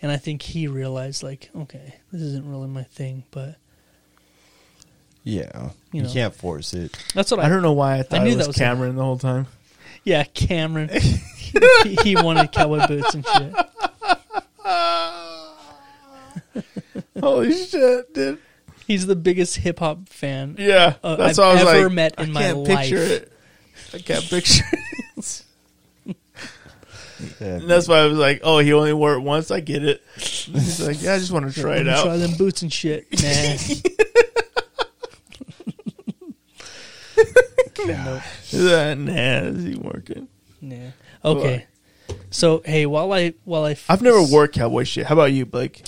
B: and I think he realized like, okay, this isn't really my thing. But
D: Yeah.
B: You
D: <laughs> You,
B: know.
D: can't force it.
B: that's what I,
C: I don't know why I thought
B: knew
C: it was,
B: that was
C: Cameron the whole
B: <laughs>
C: time. <laughs>
B: Yeah, Cameron. he, he wanted cowboy boots and shit.
C: Holy shit, dude.
B: He's the biggest hip hop fan
C: Yeah.
B: uh,
C: that's
B: I've
C: what I was
B: ever
C: like.
B: met
C: I
B: in my
C: can't
B: life.
C: picture it. I can't picture it.
D: Yeah.
C: And that's why I was like, oh, he only wore it once. I get
B: <laughs>
C: it. He's like, yeah, I just want to try
B: Let
C: it
B: me
C: out.
B: Try them boots and shit.
C: <laughs>
B: Nah.
C: He's like, nah, this ain't working.
B: nah. Okay. So hey, while I while I
C: I've never wore cowboy shit. How about you, Blake?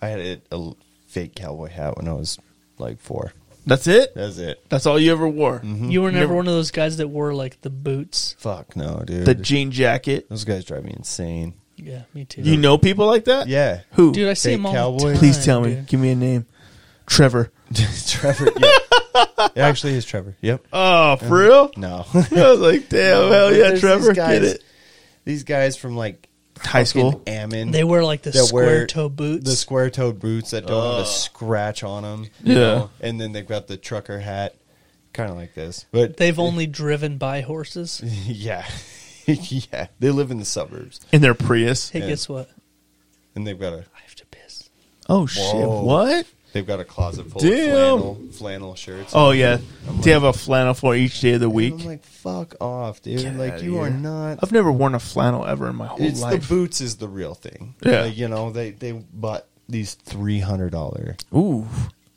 D: I had a, a l- fake cowboy hat when I was like four.
C: That's it?
D: That's it.
C: That's all you ever wore?
D: Mm-hmm.
B: you were never,
C: Mm-hmm. never-
B: one of those guys that wore like the boots.
D: Fuck no, dude.
C: The jean jacket.
D: Those guys drive me insane.
B: Yeah, me too.
C: You know people like that?
D: Yeah.
C: Uh, Who?
B: dude, I see
D: Fake
B: him all the
D: cowboy?
B: time.
C: Please tell me.
B: dude.
C: Give me a name. Trevor.
D: <laughs> Trevor. Yeah.
C: <laughs>
D: it actually is Trevor. Yep.
C: Oh, for real? <laughs>
D: No.
C: I was like, damn, hell yeah,
D: There's
C: Trevor.
D: These guys,
C: Get it.
D: These guys from like
C: High school.
D: fucking Ammon.
B: They wear like the
D: that wear
B: square toe boots.
D: The square toed boots that don't have a scratch on them.
C: Yeah.
D: And then they've got the trucker hat, kind of like this. But
B: They've only driven by horses.
D: <laughs> yeah, <laughs> yeah. They live in the suburbs,
C: In their Prius.
B: Hey, guess what?
D: and they've got a
B: I have to piss.
C: Oh, shit.
D: Whoa.
C: What?
D: they've got a closet full
C: Damn.
D: of flannel flannel shirts.
C: Oh, yeah. Do you have a flannel for each day of the
D: And
C: week?
D: I'm like, fuck off, dude.
C: Get
D: like
C: outta
D: you are
C: here.
D: not.
C: I've never worn a flannel ever in my whole
D: It's
C: life.
D: the boots is the real thing.
C: Yeah.
D: Like, you know they they bought these three hundred dollar
C: Ooh.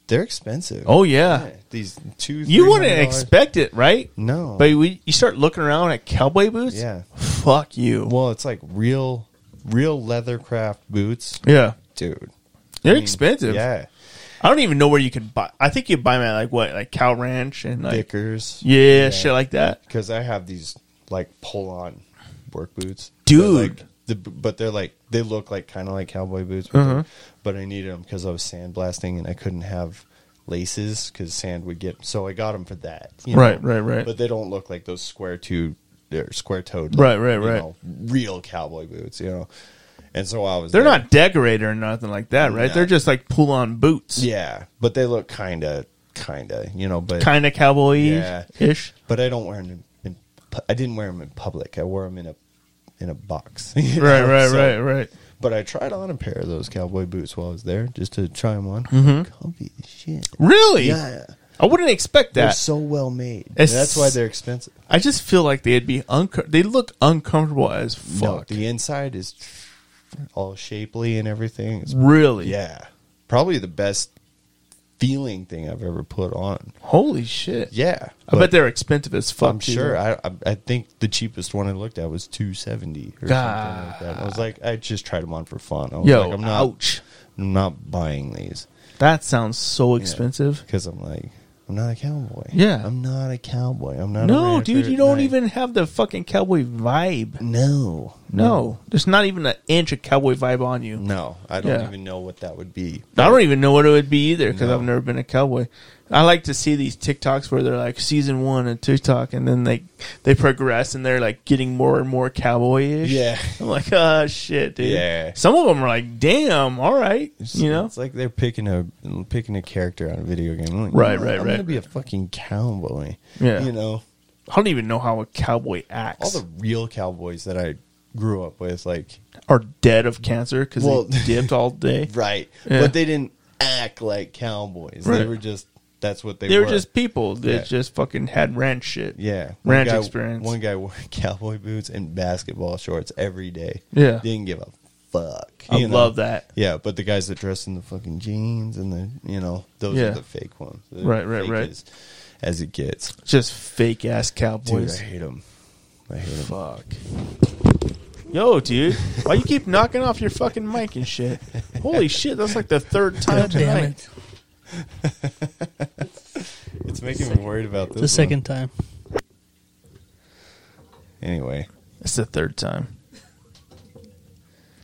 D: They're expensive.
C: Oh yeah.
D: These two.
C: You wouldn't
D: $300.
C: expect it, right?
D: No.
C: But we, you start looking around at cowboy boots.
D: Oh. Yeah.
C: Fuck you.
D: Well, it's like real, real leather craft boots,
C: yeah.
D: dude.
C: They're expensive.
D: Yeah,
C: I don't even know where you can buy. I think you buy them at like what, like Cow Ranch and like
D: Vickers.
C: yeah, shit like that.
D: because I have these like pull on work boots,
C: Dude.
D: They're like, the, but they're like they look like kind of like cowboy boots, but,
C: Uh-huh.
D: they're- but I needed them because I was sandblasting and I couldn't have laces because sand would get. So I got them for that. you know.
C: Right, right, right.
D: But they don't look like those square two or square toed,
C: Right, right, right.
D: real cowboy boots, you know. And so I was.
C: They're
D: there.
C: not decorated or nothing like that, right?
D: No.
C: They're just like pull on boots.
D: Yeah, but they look kind of, kind of, you know, but
C: Kind of cowboy
D: Yeah.
C: ish.
D: but I don't wear them. In, pu- I didn't wear them in public. I wore them in a in a box. <laughs> you
C: Right,
D: know,
C: right,
D: so-
C: right, right.
D: But I tried on a pair of those cowboy boots while I was there just to try them on. Comfy as shit.
C: Mm-hmm. Really?
D: Yeah,
C: I wouldn't expect
D: they're
C: that.
D: so well made. And
C: It's-
D: that's why they're expensive.
C: I just feel like they'd be uncom- they look uncomfortable as
D: No,
C: fuck.
D: the inside is all shapely and everything. It's,
C: really?
D: yeah, probably the best feeling thing I've ever put on.
C: Holy shit.
D: Yeah,
C: I bet
D: but-
C: they're expensive as fuck.
D: I'm
C: too.
D: sure. I, I I think the cheapest one I looked at was two seventy or something like that. I was like, I just tried them on for fun. I was
C: Yo,
D: like, I'm not,
C: ouch.
D: I'm not buying these
C: That sounds so expensive.
D: because I'm like, I'm not a cowboy.
C: Yeah.
D: I'm not a cowboy. I'm not. a
C: No,
D: Rancher
C: dude, you don't
D: Knight.
C: even have the fucking cowboy vibe.
D: No,
C: No, there's not even an inch of cowboy vibe on you.
D: no. I don't
C: Yeah.
D: even know what that would be.
C: I don't even know what it would be either because
D: No.
C: I've never been a cowboy. I like to see these TikToks where they're like season one and TikTok, and then they they progress and they're like getting more and more cowboyish.
D: Yeah.
C: I'm like, oh shit, dude.
D: Yeah.
C: Some of them are like, damn, all right, you know.
D: it's like they're picking a picking a character out of a video game. I'm like,
C: Right,
D: no,
C: right,
D: I'm
C: right,
D: gonna be a fucking cowboy.
C: Yeah.
D: you know.
C: I don't even know how a cowboy
D: all
C: acts.
D: the real cowboys that I grew up with, like
C: are dead of cancer because
D: Well-
C: they dipped
D: <laughs>
C: all day.
D: right,
C: Yeah.
D: but they didn't act like cowboys. They
C: Right.
D: were just that's what they,
C: They
D: were.
C: were just people that
D: Yeah.
C: just fucking had ranch shit.
D: yeah, One
C: ranch
D: guy-
C: experience.
D: One guy wore <laughs> cowboy boots and basketball shorts every day.
C: Yeah.
D: didn't give a fuck.
C: I
D: you know?
C: love that.
D: Yeah, but the guys that dress in the fucking jeans and the you know those
C: Yeah.
D: are the fake ones. They're
C: Right, right,
D: fake
C: right.
D: As, as it gets,
C: Just fake ass
D: dude,
C: cowboys.
D: I hate them. I hate them.
C: Fuck. Yo, dude, why you keep knocking off your fucking mic and shit?
D: <laughs>
C: Holy shit, <laughs> that's like the third time
B: God damn
C: tonight.
B: it.
D: It's making me worried about this.
B: The
D: one.
B: second time.
D: anyway.
C: It's the third time.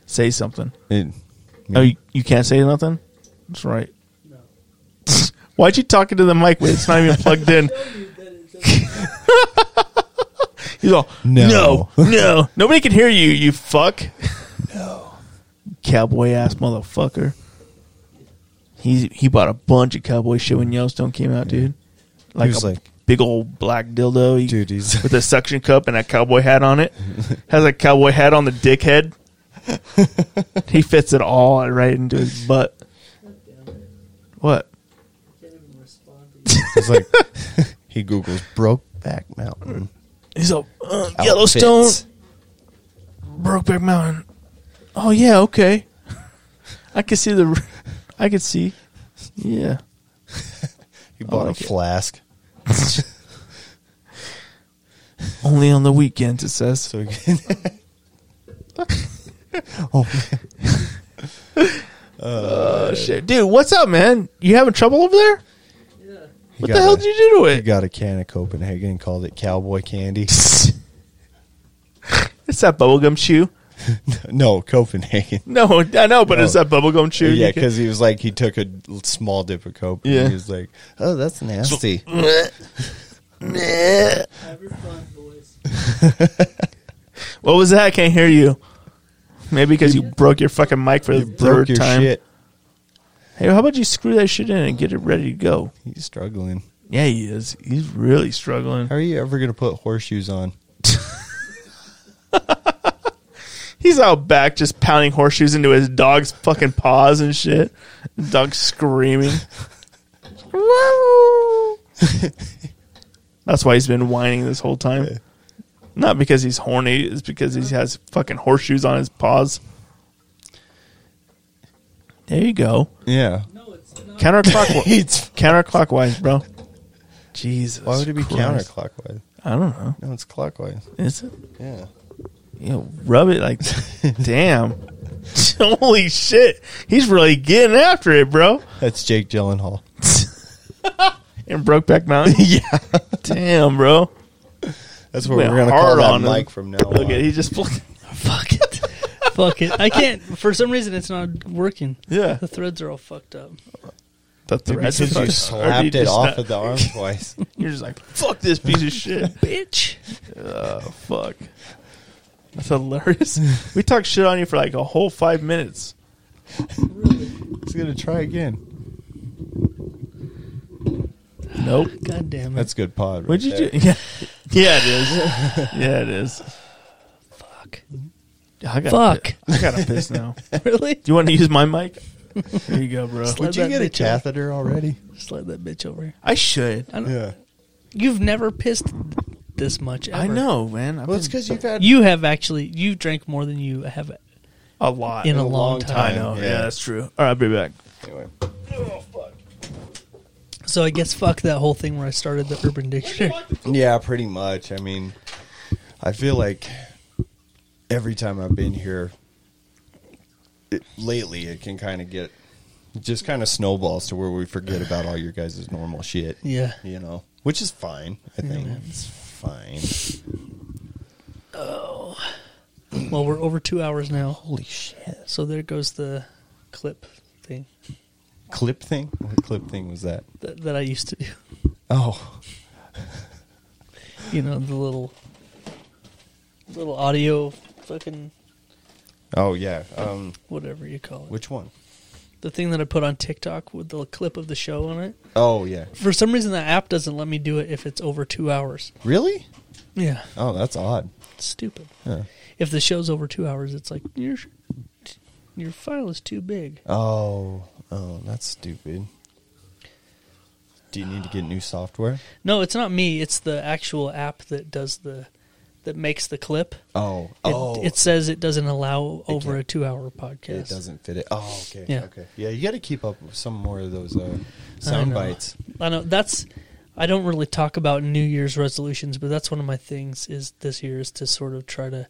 C: Say something.
D: It,
C: Oh, you, you can't say nothing. That's right. <laughs> Why'd you talking to the mic? when It's not even plugged in. <laughs> He's all no,
D: No.
C: no, Nobody can hear you. You fuck. No, cowboy ass motherfucker. He he bought a bunch of cowboy shit when Yellowstone came out, dude. Like
D: was
C: a <laughs>
D: like-
C: big old black dildo, he-
D: Dude,
C: <laughs>
D: he's-
C: with a suction cup and a cowboy hat on
D: <laughs>
C: it. Has a cowboy hat on the dickhead. He fits it all right into his butt. What?
D: It's like <laughs> he googles Brokeback Mountain.
C: He's a uh, Yellowstone,
D: Outfits.
C: Brokeback Mountain. Oh yeah, okay. I can see the, I can see. Yeah,
D: He bought
C: like
D: a
C: it. <laughs>
D: flask.
C: only on the weekends it says.
D: So he can <laughs>
C: Oh <laughs> shit, dude, what's up, man? You having trouble over there?
D: he
C: What
D: got
C: the hell
D: a,
C: did you do to
D: He
C: it?
D: got a can of Copenhagen and called it Cowboy
C: <laughs>
D: Candy.
C: It's that bubblegum chew.
D: no, Copenhagen.
C: No, I know, but
D: No.
C: it's that bubblegum chew.
D: yeah,
C: You can-
D: <laughs> because he was like he took a l- small dip of Coke. Yeah,
C: Yeah. mm,
D: and he was like, "Oh, that's nasty."
C: what was that? I can't hear you. Maybe because you broke your fucking mic for the
D: you broke
C: third
D: your
C: time.
D: shit.
C: Hey, how about you screw that shit in and get it ready to go?
D: He's struggling.
C: Yeah, he is. He's really struggling.
D: How are you ever gonna put horseshoes on?
C: He's out back just pounding horseshoes into his dog's fucking paws and shit. Dog
D: <laughs>
C: screaming. That's why he's been whining this whole time. Not because he's horny, it's because he has fucking horseshoes on his paws. There you go.
D: Yeah,
B: No, it's not.
D: <laughs>
C: Counterclockwise. counterclockwise, bro. Jesus.
D: Why would it be
C: Christ.
D: counterclockwise?
C: I don't know.
D: No, it's clockwise.
C: Is it?
D: Yeah.
C: You know, rub it like, damn. <laughs> Holy shit. He's really getting after it, bro.
D: That's Jake Gyllenhaal.
C: And Brokeback Mountain. <laughs>
D: <laughs>
C: yeah. Damn, bro.
D: That's what
C: Went
D: we're gonna
C: hard
D: call that
C: on him.
D: Mike from now on.
C: Look at he just fucking-
B: Fuck it. <laughs> Fuck it. I can't. For some reason, it's not working.
C: <laughs> Yeah.
B: The threads are all fucked up.
C: the
D: Maybe
C: threads
D: because
C: are fucking-
D: you
C: or
D: slapped
C: you
D: it
C: just
D: off
C: not-
D: of
C: <laughs>
D: the arm twice.
C: You're just like, fuck this piece of
D: <laughs>
C: shit.
B: Bitch.
C: Fuck. That's hilarious. we talked shit on you for like a whole five minutes.
D: He's gonna try again.
C: Nope.
B: God damn it.
D: That's good pod.
C: What'd you do? <laughs> Yeah. yeah, it is. Yeah, it is.
B: Fuck.
C: I gotta
B: Fuck.
C: pi- I gotta piss now. <laughs> Do
B: <laughs> Really?
C: you want to use my mic? There you go, bro.
B: Slide
D: Would you
B: that
D: get a
B: bitch over.
D: catheter already?
B: Slide that bitch over. here.
C: I should.
B: I don't,
D: Yeah.
B: You've never pissed this much. Ever.
C: I know, man. I've
D: Well, it's
C: been
D: because you've had
B: You have actually. You drank more than you have
C: a lot.
B: in a,
D: a
B: long,
D: long
B: time.
C: I know. Yeah.
D: Yeah.
C: that's true. All right, I'll be back.
D: Anyway.
B: So I guess fuck that whole thing where I started the Urban Dictionary.
D: Yeah, pretty much. I mean, I feel like every time I've been here it, lately, it can kind of get it just kind of snowballs to where we forget about all your guys' normal shit.
B: Yeah.
D: You know, which is fine. I think it's fine.
B: Well, we're over two hours now. Holy shit! So there goes the clip thing
D: Clip thing? What clip thing was that?
B: that, that I used to do. <laughs>
D: Oh,
B: You know, the little little audio fucking
D: oh yeah. Um,
B: whatever you call it.
D: which one?
B: the thing that I put on TikTok with the clip of the show on it.
D: Oh yeah.
B: For some reason, the app doesn't let me do it if it's over two hours.
D: Really?
B: Yeah,
D: Oh, that's odd.
B: it's stupid.
D: Yeah.
B: If the show's over two hours, it's like your your file is too big.
D: Oh, oh, that's stupid. Do you need to get new software?
B: No, it's not me. It's the actual app that does the that makes the clip.
D: Oh,
B: It,
D: oh,
B: it says it doesn't allow over
D: can't.
B: a two-hour
D: it
B: podcast.
D: doesn't fit it. Oh, okay,
B: Yeah.
D: okay, yeah. You got to keep up with some more of those uh, sound
B: know.
D: bites.
B: I know that's. I don't really talk about New Year's resolutions, but that's one of my things is this year is to sort of try to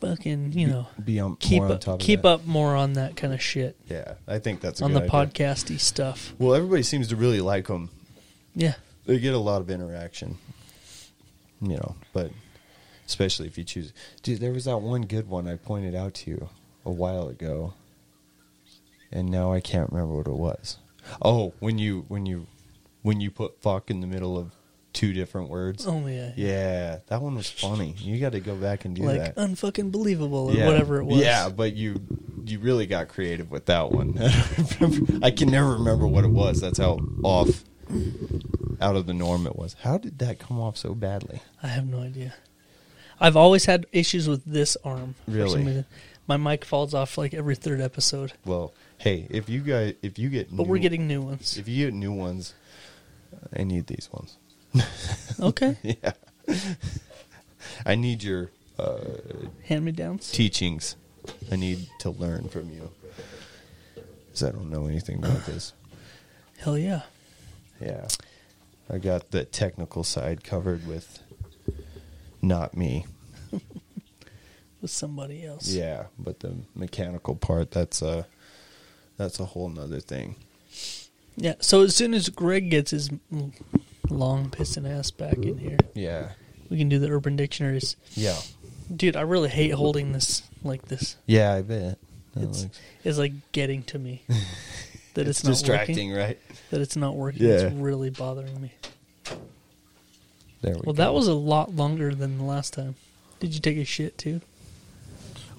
B: fucking you know
D: Be on
B: keep
D: more on
B: up,
D: top. Of
B: keep
D: that.
B: up more on that kind of shit
D: Yeah, I think that's a
B: on the
D: good idea.
B: podcasty stuff.
D: Well, everybody seems to really like them.
B: Yeah,
D: They get a lot of interaction. You know, but especially if you choose, dude. There was that one good one I pointed out to you a while ago, and now I can't remember what it was. Oh, when you when you when you put "fuck" in the middle of two different words.
B: oh yeah,
D: Yeah, that one was funny. You got to go back and do
B: like
D: that.
B: unfucking believable or
D: yeah.
B: whatever it was.
D: Yeah, but you you really got creative with that one. <laughs> I, remember- I can never remember what it was. That's how off out of the norm it was. How did that come off so badly?
B: I have no idea. I've always had issues with this arm. for some
D: Really?
B: reason. My mic falls off like every third episode,
D: Well, hey, if you guys if you get
B: but
D: new,
B: we're getting new ones.
D: if you get new ones, I need these ones. <laughs>
B: Okay,
D: Yeah. <laughs> I need your uh,
B: hand me downs.
D: teachings. I need to learn from you. Cuz I don't know anything about this.
B: Hell yeah.
D: Yeah. I got the technical side covered with not me.
B: with somebody else.
D: Yeah, but the mechanical part that's a that's a whole nother thing.
B: Yeah. So as soon as Greg gets his mm, long piston ass back in here,
D: Yeah.
B: we can do the Urban Dictionaries.
D: Yeah.
B: Dude, I really hate holding this like this.
D: Yeah, I bet. That
B: It's
D: looks-
B: it's like getting
C: <laughs>
B: to me. That it's, not
D: distracting,
B: Working,
D: right?
B: that it's not working.
D: Yeah.
B: It's really bothering me.
D: There we
B: Well,
D: go.
B: that was a lot longer than the last time. Did you take a shit too?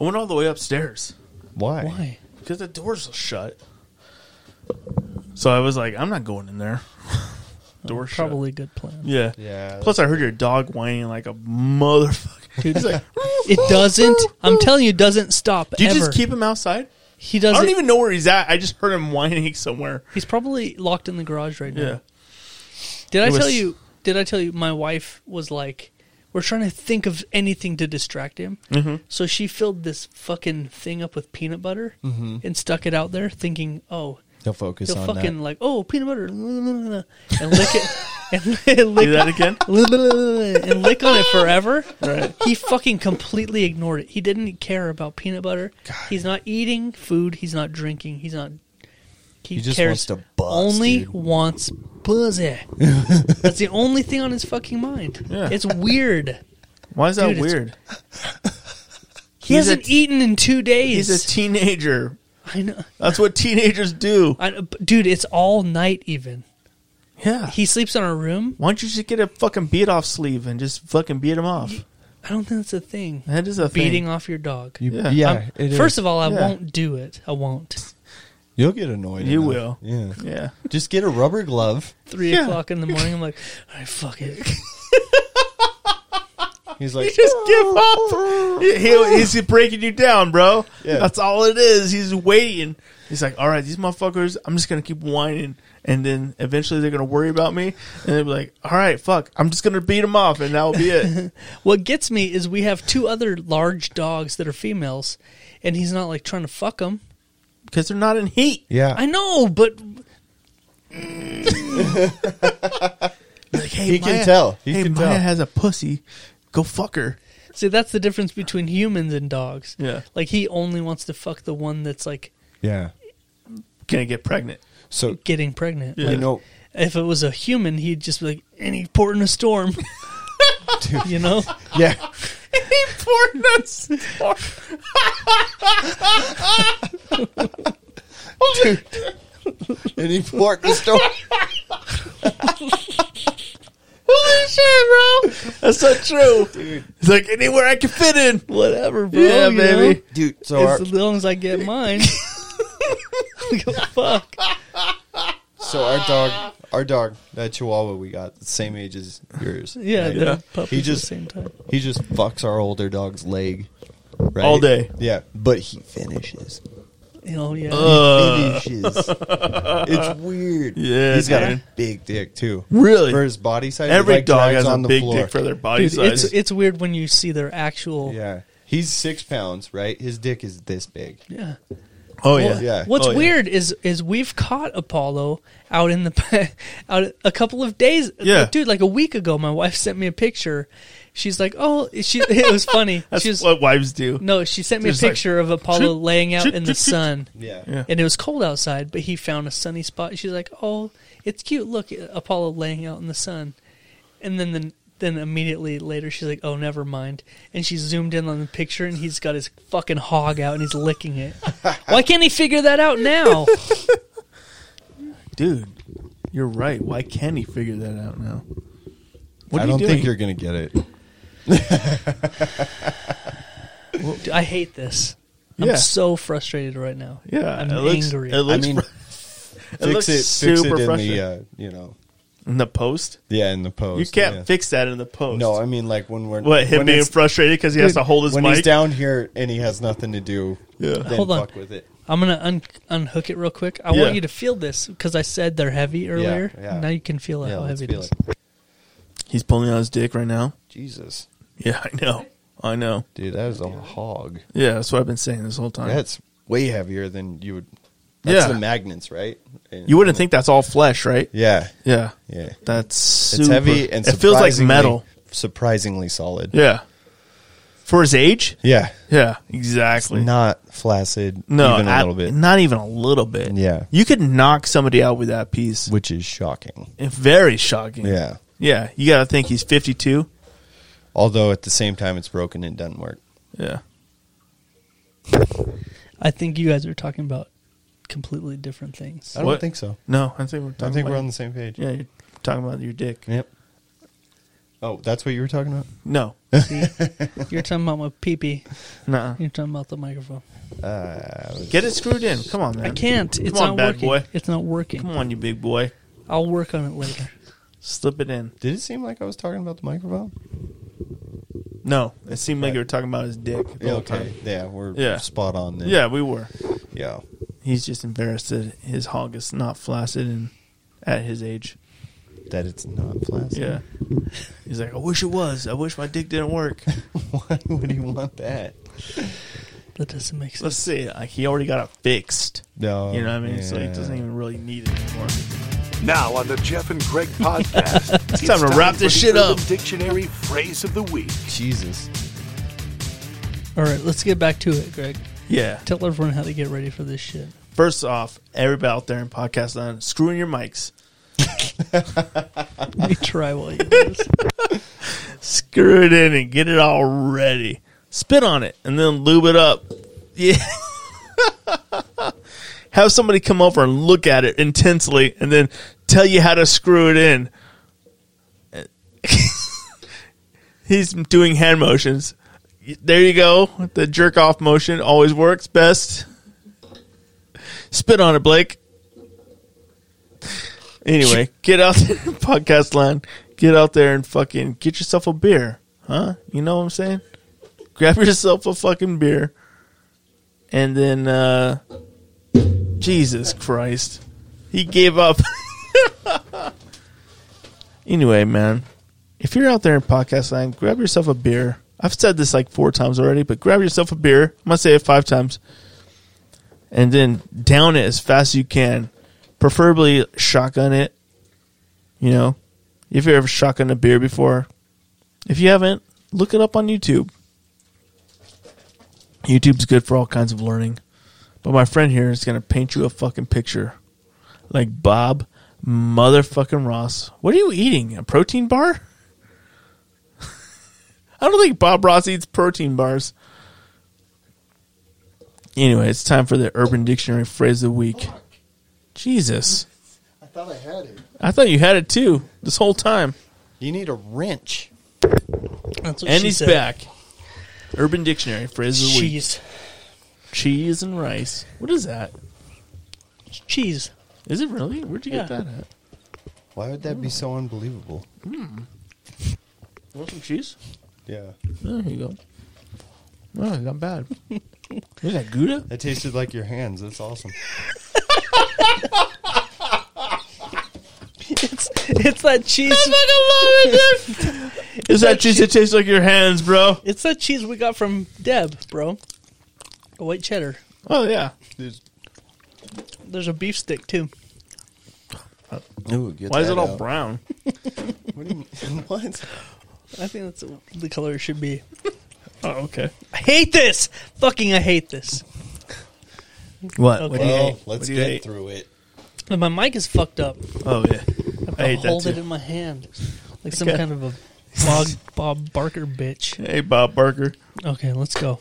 C: I went all the way upstairs
D: why?
B: Why?
C: because the doors are shut. So I was like, I'm not going in <laughs> there. Doors shut.
B: Oh, Probably a good plan.
C: Yeah.
D: Yeah.
C: Plus, I heard your dog whining like a motherfucker.
B: Dude, it doesn't. I'm telling you, it doesn't stop.
C: <laughs> Do you
B: ever.
C: just keep him outside?
B: He doesn't.
C: I don't even know where he's at. I just heard him whining somewhere.
B: He's probably locked in the garage right now.
C: Yeah.
B: Did I
C: It was-
B: tell you? Did I tell you? My wife was like, "We're trying to think of anything to distract him." Mm-hmm. So she filled this fucking thing up with peanut butter and stuck it out there, thinking, "Oh,
D: They'll focus
B: He'll
D: on
B: fucking
D: that.
B: like, oh, peanut butter, <laughs> and lick it, and, <laughs> and lick
C: Do that again.
B: and lick on it forever. He fucking completely ignored it. He didn't care about peanut butter. He's not eating food. He's not drinking. He's not. He,
D: He just
B: cares.
D: wants to buzz,
B: only
D: dude.
B: wants pussy. That's the only thing on his fucking mind.
C: Yeah.
B: It's weird.
C: <laughs> Why is that
B: Dude, it's-
C: weird?
B: He
C: He's a
B: hasn't
C: t-
B: eaten in two days.
C: He's a teenager.
B: I know,
C: That's what teenagers do.
B: I, dude. It's all night. Even
C: Yeah.
B: he sleeps in our room.
C: Why don't you just get a fucking beat off sleeve and just fucking beat him off?
B: I don't think that's a thing.
C: That is a
B: Beating
C: thing.
B: off your dog.
D: You-
C: Yeah.
D: yeah,
B: I'm-
D: it is.
B: first of all, I
C: Yeah.
B: won't do it. I won't.
D: you'll get annoyed.
C: You will.
D: enough. Yeah.
C: Yeah.
D: <laughs> Just get a rubber glove.
B: Three o'clock in the morning, I'm like, all right, fuck it. <laughs>
D: He's <laughs> like,
C: <laughs> Just give up. He, he- he's breaking you down, bro.
D: Yeah.
C: That's all it is. He's waiting. He's like, all right, these motherfuckers, I'm just going to keep whining. And then eventually they're going to worry about me. And they'll be like, all right, fuck, I'm just going to beat them off. And that will be <laughs> it.
B: What gets me is we have two other large dogs that are females, and he's not like trying to fuck them.
C: Because they're not in heat.
D: yeah.
B: I know, but
C: Like, hey,
D: He can tell. He
C: hey,
D: can
C: Maya
D: tell.
C: has a pussy. Go fuck her.
B: see, that's the difference between humans and dogs.
C: Yeah.
B: Like, he only wants to fuck the one that's like
D: yeah.
C: Can I get pregnant?
D: <laughs> So
B: getting pregnant.
C: Yeah.
D: you know,
B: If it was a human, he'd just be like, any port in a storm. <laughs> You know?
D: yeah. <laughs> Any fork in the store.
C: That's not true. It's like anywhere I can fit in.
B: Whatever, bro.
C: yeah,
B: you know?
C: baby.
D: <laughs> dude. <laughs> So our,
B: as long as I get mine. <laughs> Fuck.
D: so our dog, our dog, that Chihuahua we got, the same age as yours.
B: Yeah,
D: right?
B: the puppies
D: He
B: at the
D: just
B: same time.
D: he just fucks our older dog's leg. Right?
C: All day.
D: Yeah, but he finishes.
B: Oh yeah.
C: <laughs>
D: Finishes. it's weird.
C: Uh. Yeah,
D: he's got
C: dude.
D: a big dick too.
C: Really?
D: For his body size, he,
C: Every
D: like,
C: dog
D: drags
C: has a
D: on the
C: big
D: floor.
C: dick for their body
B: Dude,
C: size.
B: it's it's weird when you see their actual.
D: Yeah, he's six pounds, right? His dick is this big.
B: Yeah.
C: oh,
B: Well,
D: yeah.
B: What's
C: Oh, yeah.
B: weird is is we've caught Apollo out in the <laughs> out a couple of days. uh,
C: Yeah.
B: Dude, like a week ago, my wife sent me a picture. She's like, "Oh, she." <laughs> It was funny.
C: That's
B: she was,
C: what wives do.
B: no, she sent me a
C: Just like,
B: picture of Apollo
C: "Chit,
B: laying out
C: chit,
B: in the
C: chit, chit."
B: sun.
D: Yeah.
C: Yeah.
B: and it was cold outside, but he found a sunny spot. She's like, "Oh, it's cute. Look, Apollo laying out in the sun." And then then then immediately later, she's like, "Oh, never mind." And she zoomed in on the picture, and he's got his fucking hog out, and he's licking it. Why can't he figure that out now?
C: Dude, you're right. Why can't he figure that out now? What
D: I
C: are you
D: don't
C: doing?
D: think you're gonna get it.
B: Dude, I hate this.
C: Yeah.
B: I'm so frustrated right now.
C: yeah,
B: I'm
C: it looks,
B: angry.
C: It looks
D: I mean,
C: fr- it looks
D: fix it, fix
C: super
D: it in
C: frustrating.
D: the uh, you know,
C: in the post,
D: yeah, in the post.
C: you can't
D: yeah.
C: fix that in the post.
D: No, I mean like when we're
C: what him
D: when
C: being
D: it's-
C: frustrated because he has to hold his
D: when
C: mic.
D: he's down here and he has nothing to do.
C: Yeah.
D: then
B: Hold on.
D: fuck with it.
B: I'm gonna un- unhook it real quick. I
C: Yeah.
B: want you to feel this because I said they're heavy earlier.
D: yeah.
B: Now you can feel
D: yeah,
B: how
D: let's
B: heavy it
D: feel
B: is.
D: it.
C: He's pulling out his dick right now.
D: Jesus,
C: Yeah, I know. I know.
D: dude, that is a hog.
C: Yeah, that's what I've been saying this whole time.
D: That's way heavier than you would. That's
C: Yeah.
D: the magnets, right? And-
C: you wouldn't think that's all flesh, right?
D: Yeah,
C: Yeah,
D: yeah.
C: that's super.
D: It's heavy and
C: it feels like
D: surprisingly-
C: metal.
D: Surprisingly solid.
C: Yeah, for his age.
D: Yeah.
C: Yeah, exactly.
D: Not flaccid.
C: no,
D: even a
C: I-
D: little bit,
C: Not even a little bit.
D: Yeah.
C: you could knock somebody out with that piece.
D: which is shocking.
C: It's very shocking.
D: Yeah.
C: yeah. You got to think he's fifty-two.
D: Although at the same time, it's broken and doesn't work.
C: Yeah.
B: I think you guys are talking about completely different
C: <laughs>
B: things.
D: I don't
C: What?
D: think so.
C: No, I think we're.
D: I
C: Talking
D: think
C: about,
D: we're on the same page.
C: Yeah, you're talking about your dick.
D: Yep. Oh, that's what you were talking about. <laughs>
C: No,
B: You're talking about my pee pee.
C: no.
B: You're talking about the microphone.
C: Get it screwed in. Come on, man.
B: I can't. It's
C: on,
B: not
C: bad
B: working.
C: boy.
B: It's not working.
C: Come on, you big boy.
B: I'll work on it later.
C: Slip it in.
D: Did it seem like I was talking about the microphone?
C: No, it seemed like you were talking about his dick the whole time.
D: Yeah, we're
C: Yeah.
D: spot on then.
C: Yeah, we were.
D: Yeah.
C: He's just embarrassed that his hog is not flaccid and at his age.
D: That it's not flaccid. <laughs>
C: Yeah. He's like, I wish it was. I wish my dick didn't work.
D: Why would he want that?
B: That doesn't make sense.
C: Let's see. Like he already got it fixed.
D: No,
C: you know what I mean? So he
D: yeah.
C: doesn't even really need it anymore.
J: Now on the Jeff and
C: <laughs>
J: Greg podcast, it's,
C: time to wrap
J: for
C: this
J: the
C: shit up.
J: Urban Dictionary phrase of the week.
D: Jesus.
B: All right, let's get back to it, Greg.
C: Yeah.
B: Tell everyone how to get ready for this shit.
C: First off, everybody out there in podcast land, screwing your mics.
B: Let me try while you do this.
C: Screw it in and get it all ready. Spit on it and then lube it up. Yeah. <laughs> Have somebody come over and look at it intensely and then tell you how to screw it in. <laughs> He's doing hand motions. There you go. The jerk off motion always works best. Spit on it, Blake. Anyway, get out there, <laughs> podcast line. Get out there and fucking get yourself a beer, huh? You know what I'm saying? Grab <laughs> yourself a fucking beer, and then uh Jesus Christ, he gave up. <laughs> anyway, man, if you're out there in podcast line, grab yourself a beer. I've said this like four times already, but grab yourself a beer. I'm gonna say it five times, and then down it as fast as you can preferably shotgun it. You know, if you ever shotgunned a beer before, if you haven't, look it up on YouTube. YouTube's good for all kinds of learning, but my friend here is gonna paint you a fucking picture, like Bob motherfucking Ross. What are you eating? A protein bar? <laughs> I don't think Bob Ross eats protein bars. Anyway, it's time for the Urban Dictionary phrase of the week. Jesus.
E: I thought I had it.
C: I thought you had it too this whole time.
D: You need a wrench.
B: That's what
C: And
B: she
C: he's
B: said.
C: back. Urban Dictionary phrase of the week:
B: Cheese.
C: cheese and rice. What is that?
B: Cheese.
C: Is it really? Where'd you get
B: Yeah.
C: that at?
D: Why would that be so unbelievable?
C: Want some cheese?
D: Yeah.
C: There Oh, you go. No, not bad. <laughs> Is that Gouda?
D: That tasted like your hands. That's awesome.
B: It's, it's that cheese.
C: Is that cheese that tastes like your hands, bro?
B: It's that cheese we got from Deb, bro. A white cheddar.
C: Oh yeah.
B: There's a beef stick too.
D: Ooh, get
C: Why is
D: that
C: it all
D: out.
C: brown?
D: What? Do you mean? what?
B: I think that's the color it should be.
C: Oh okay.
B: I hate this. Fucking, I hate this.
C: What?
B: Okay.
D: Well,
B: hate?
D: <laughs> let's
C: do you
D: get
C: hate?
D: through it.
B: And my mic is fucked up.
C: Oh yeah. I hate that
B: Hold it
C: too.
B: in my hand, like some
C: Okay. <laughs>
B: kind of a Bob, Bob Barker bitch.
C: Hey Bob Barker.
B: Okay, let's go.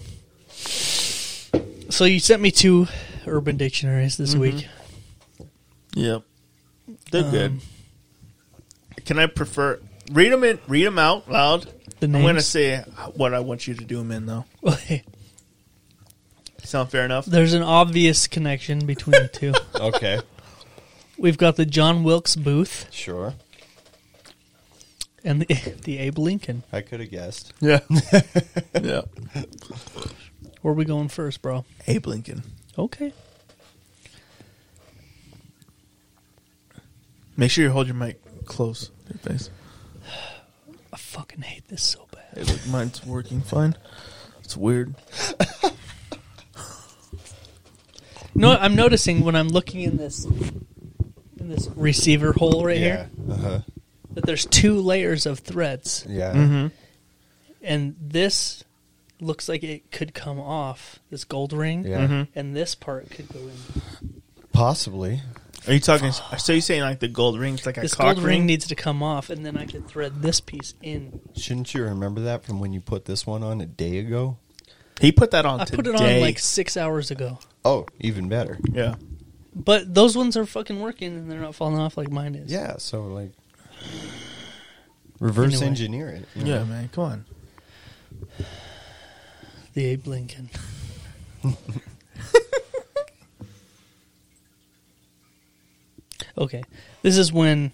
B: So you sent me two Urban Dictionaries
C: Mm-hmm.
B: this week.
C: Yep. They're good.
B: Um,
C: Can I prefer read them in, read them out loud?
B: The
C: I'm gonna
B: names?
C: say what I want you to do them in though.
B: <laughs> Okay,
C: Sound fair
B: <laughs>
C: enough?
B: There's an obvious connection between the
C: <laughs>
B: two.
D: <laughs> Okay.
B: We've got the John Wilkes Booth
D: sure.
B: and the, <laughs> the Abe Lincoln.
D: I could have guessed.
C: Yeah. <laughs> yeah.
B: Where are we going first, bro?
C: Abe Lincoln.
B: Okay.
C: Make sure you hold your mic close. to your face.
B: I fucking hate this so bad.
C: Hey, look, mine's working fine. It's weird.
B: No, I'm noticing when I'm looking in this in this receiver hole right here
D: Uh huh.
B: that there's two layers of threads,
D: Yeah.
B: and this looks like it could come off this gold ring,
D: Yeah.
B: and this part could go in.
D: Possibly.
C: Are you talking? So you saying like the gold ring? It's like a
B: This
C: cock
B: gold ring. needs to come off, and then I could thread this piece in.
D: Shouldn't you remember that from when you put this one on a day ago?
C: he put that on
B: I
C: today.
B: put it on like six hours ago.
D: Oh, even better.
C: yeah.
B: But those ones are fucking working and they're not falling off like mine is.
D: Yeah. So like, reverse
B: Anyway.
D: engineer it. you
C: Yeah,
D: know?
C: man. Come on.
B: The Abe Lincoln. okay. This is when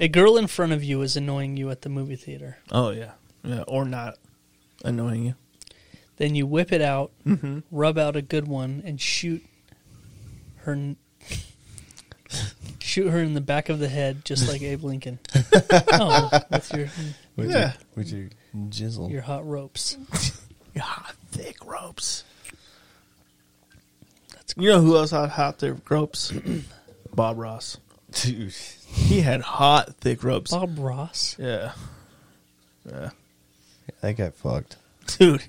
B: a girl in front of you is annoying you at the movie theater.
C: Oh yeah. Yeah. Or not annoying you.
B: Then you whip it out,
C: Mm-hmm.
B: rub out a good one, and shoot her. n- shoot her in the back of the head, just like
C: <laughs>
B: Abe Lincoln. oh, with your
D: Would
C: Yeah.
D: You, would you jizzle?
B: your hot ropes.
C: Yeah. Thick ropes. You know who else had hot thick ropes? <clears throat> Bob Ross.
D: Dude.
C: He had hot thick ropes.
B: Bob Ross.
C: Yeah,
D: That guy fucked.
C: dude.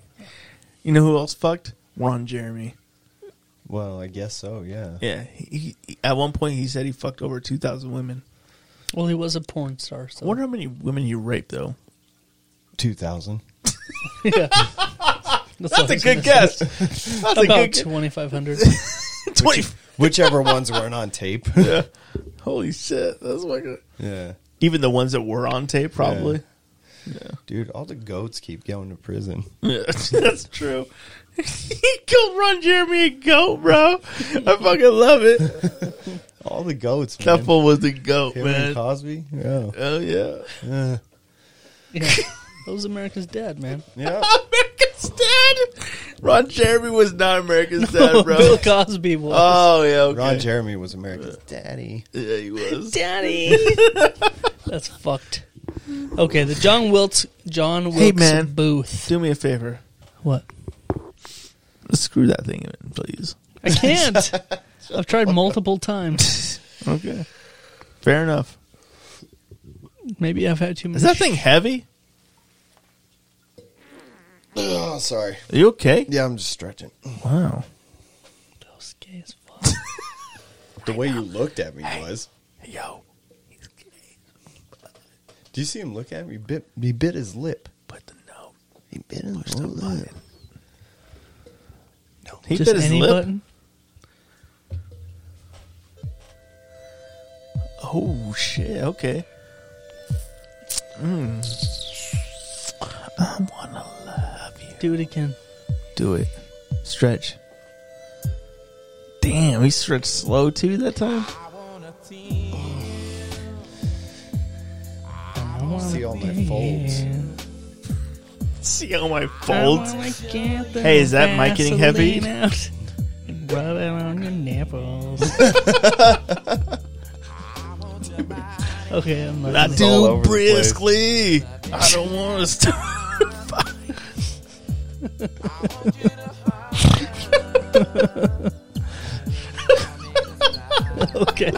C: You know who else fucked? Ron Jeremy.
D: Well, I guess so, yeah.
C: Yeah. He, he- at one point, he said he fucked over two thousand women.
B: Well, he was a porn star.
C: I
B: So.
C: wonder how many women he raped though.
D: 2000.
B: <laughs>
C: <laughs>
B: yeah.
C: That's a good guess. <laughs> That's a
B: About
C: good guess.
B: twenty
C: <laughs>
B: five hundred.
C: Twenty.
D: Whichever ones weren't on <laughs> tape.
C: Holy shit! That's fucking.
D: yeah.
C: Even the ones that were on tape, probably.
D: Dude, all the goats keep going to prison. <laughs>
C: Yeah, <laughs> that's true. he killed Ron Jeremy a goat, bro. I fucking love it. <laughs>
D: All the goats, man.
C: That fool was the goat,
D: Him and
C: man.
D: Cosby? Yeah.
C: Oh yeah, <laughs>
D: Yeah.
B: Yeah. That was America's Dad, man.
D: yeah.
C: America's Dad. Ron Jeremy was not America's Dad,
B: <laughs> Bill
C: bro.
B: Cosby was.
C: Oh yeah, okay.
D: Ron Jeremy was America's <laughs> daddy.
C: yeah, he was.
B: Daddy. That's fucked. Okay, the John Wilkes John Wilkes
C: Hey, man. <laughs>
B: Booth.
C: Do me a favor.
B: What?
C: Screw that thing in, please. <laughs>
B: I can't. I've tried multiple times.
C: Okay. Fair enough.
B: Maybe I've had too much.
C: Is that thing heavy?
D: Oh, sorry.
C: Are you okay?
D: Yeah, I'm just stretching.
C: Wow.
B: That was gay as fuck.
D: The way you looked at me was.
C: Yo,
D: Do you see him look at me? He bit, he bit his lip.
C: put the note.
D: He bit his lip.
C: He
B: Just
C: bit his
B: any
C: lip.
B: button.
C: Oh shit! Okay. Hmm. Mm. I wanna love you.
B: Do it again.
C: Do it. Stretch. Damn, he stretched slow too that time.
D: See all my folds.
C: See how my
B: Hey,
C: is that mic getting heavy?
B: Out. Rub it on
C: <laughs>
B: your nipples. okay, I'm not.
C: I
B: gonna-
D: all
C: do
D: over the place.
C: briskly. I don't want to start.
B: okay.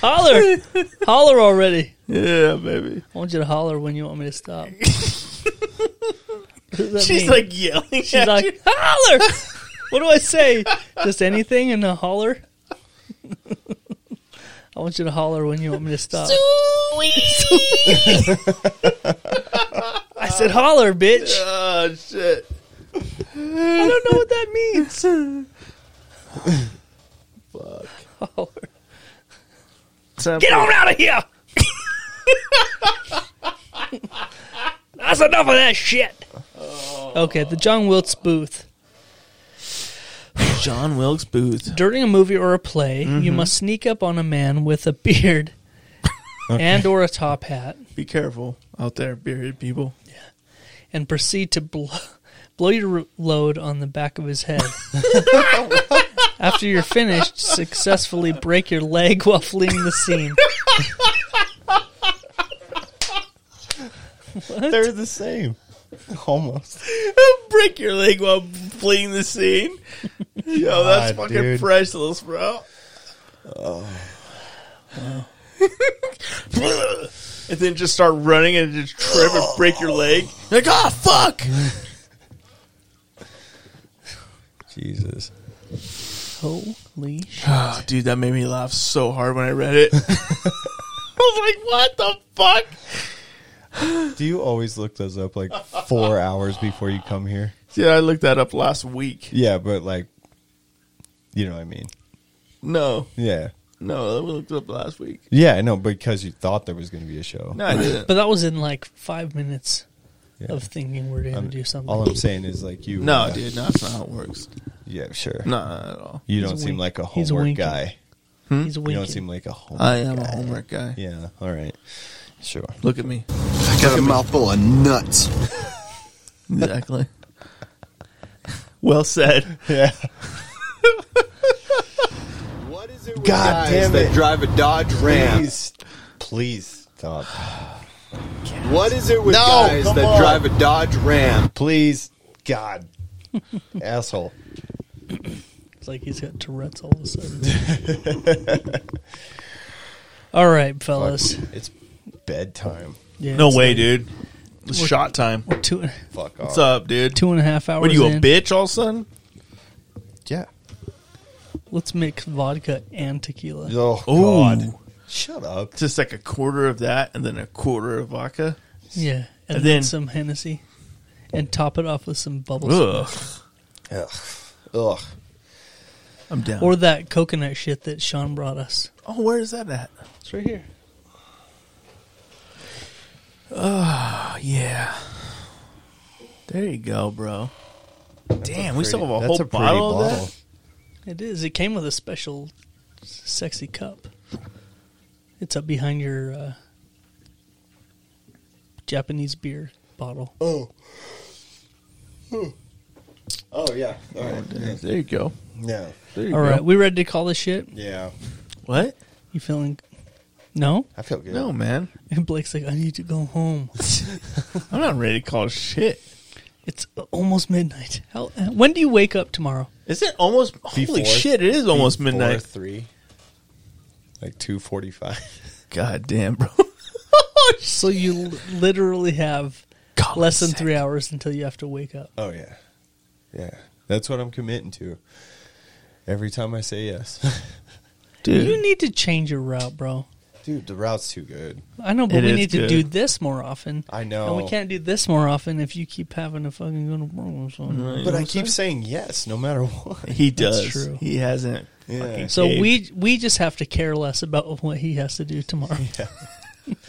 B: holler, holler already.
C: yeah, baby.
B: I want you to holler when you want me to stop. What does that
C: She's
B: mean?
C: like yelling.
B: she's like, holler. what do I say? Just anything and a holler. I want you to holler when you want me to stop. <laughs> I said holler, bitch.
C: oh shit.
B: I don't know what that means. Fuck. Holler. Get on out of here. That's enough of that shit. Okay, the John Wilkes Booth.
C: John Wilkes Booth.
B: During a movie or a play,
D: Mm-hmm.
B: you must sneak up on a man with a beard and or a top hat
C: Be careful out there, bearded people.
B: and proceed to blow, blow your r- load on the back of his
D: <laughs>
B: head. After you're finished, successfully break your leg while fleeing the
D: <laughs>
B: scene.
D: <laughs> They're the same. Almost.
C: Break your leg while fleeing the scene. Yo, that's
D: God,
C: fucking
D: dude. Oh.
C: priceless, bro. <laughs> and then just start running and just trip and break your leg. Like, ah, fuck!
D: Jesus.
B: Holy shit.
C: Oh, dude, that made me laugh so hard when I read
D: <laughs>
C: it. <laughs> I was like, what the fuck?
D: Do you always look those up like <laughs> four hours before you come here?
C: Yeah, I looked that up last week.
D: Yeah, but like, you know what I mean?
C: No,
D: Yeah.
C: no, I looked it up last week.
D: Yeah, I know, because you thought there was going to be a show.
C: No, I didn't.
B: But that was in like five minutes
D: Yeah.
B: of thinking we're going to
D: I'm-
B: do something.
D: All I'm saying is like you.
C: No,
D: uh,
C: dude, no, that's not how it works.
D: Yeah, sure.
C: No, not at all.
D: You
B: He's
D: don't seem
B: wink-
D: like a
B: he's
D: homework
B: winking.
D: guy.
B: He's
D: You
B: winking.
D: don't seem like a homework
C: I am
D: guy.
C: a homework guy.
D: Yeah, all right. Sure.
C: Look at me.
E: I got a mouthful of nuts.
C: Exactly. well said.
D: Yeah.
E: What is it with
D: God
E: guys
D: damn
E: that
D: it.
E: drive a Dodge Ram?
D: Please, please stop.
E: What is it with
D: No,
E: guys
D: come
E: that
D: on.
E: drive a Dodge Ram?
D: <laughs> Please, God. Asshole.
B: It's like he's got Tourette's all of a sudden. all right, fellas.
D: It's bedtime.
B: Yeah,
C: No
B: it's
C: way,
B: like
C: dude. It's shot time.
B: Two,
D: Fuck off.
C: What's up, dude?
B: two and a half hours.
C: What are you, a
B: in.
C: bitch all of a sudden?
D: Yeah.
B: Let's mix vodka and tequila.
D: Oh
C: Ooh.
D: God. Shut up.
C: Just like a quarter of that and then a quarter of vodka.
B: Yeah, and,
C: And
B: then,
C: then-
B: some Hennessy, and top it off with some bubbles,
C: Ugh.
D: Ugh. Ugh.
C: I'm down.
B: or that coconut shit that Sean brought us.
C: oh, where is that at?
B: It's right here.
C: Oh, yeah. There you go, bro. Damn, we still have a
D: That's
C: whole
D: a pretty
C: bottle, of
D: bottle.
C: that.
B: It is. It came with a special, s- sexy cup. It's up behind your uh, Japanese beer bottle.
D: Oh yeah. All right.
C: There you go.
D: Yeah.
C: There you
B: All
C: go.
B: right, we ready to call this shit?
D: Yeah.
C: What?
B: You feeling? No,
D: I feel good.
C: No, man.
B: and Blake's like, I need to go <laughs> home.
C: I'm not ready to call shit.
B: It's almost midnight. How, when do you wake up tomorrow?
C: Is it almost? holy
D: Before-
C: shit! It is almost
D: Four,
C: midnight.
D: three. Like two forty-five. <laughs>
C: God damn, bro. <laughs>
B: So you l- literally have
C: God,
B: less than
C: sick.
B: three hours until you have to wake up.
D: Oh yeah. Yeah. That's what I'm committing to. Every time I say yes. <laughs>
B: You
C: dude.
B: need to change your route, bro.
D: Dude, the route's too good.
B: I know, but
C: It
B: we
C: is
B: need to
C: good. Oh.
B: do this more often.
D: I know.
B: And we can't do this more often if you keep having to fucking go to Brooklyn. So,
D: But I keep saying yes no matter <laughs> what.
C: He
B: That's
C: does.
B: true.
C: He hasn't.
D: Yeah.
C: fucking
B: so
C: caved.
B: we we just have to care less about what he has to do tomorrow.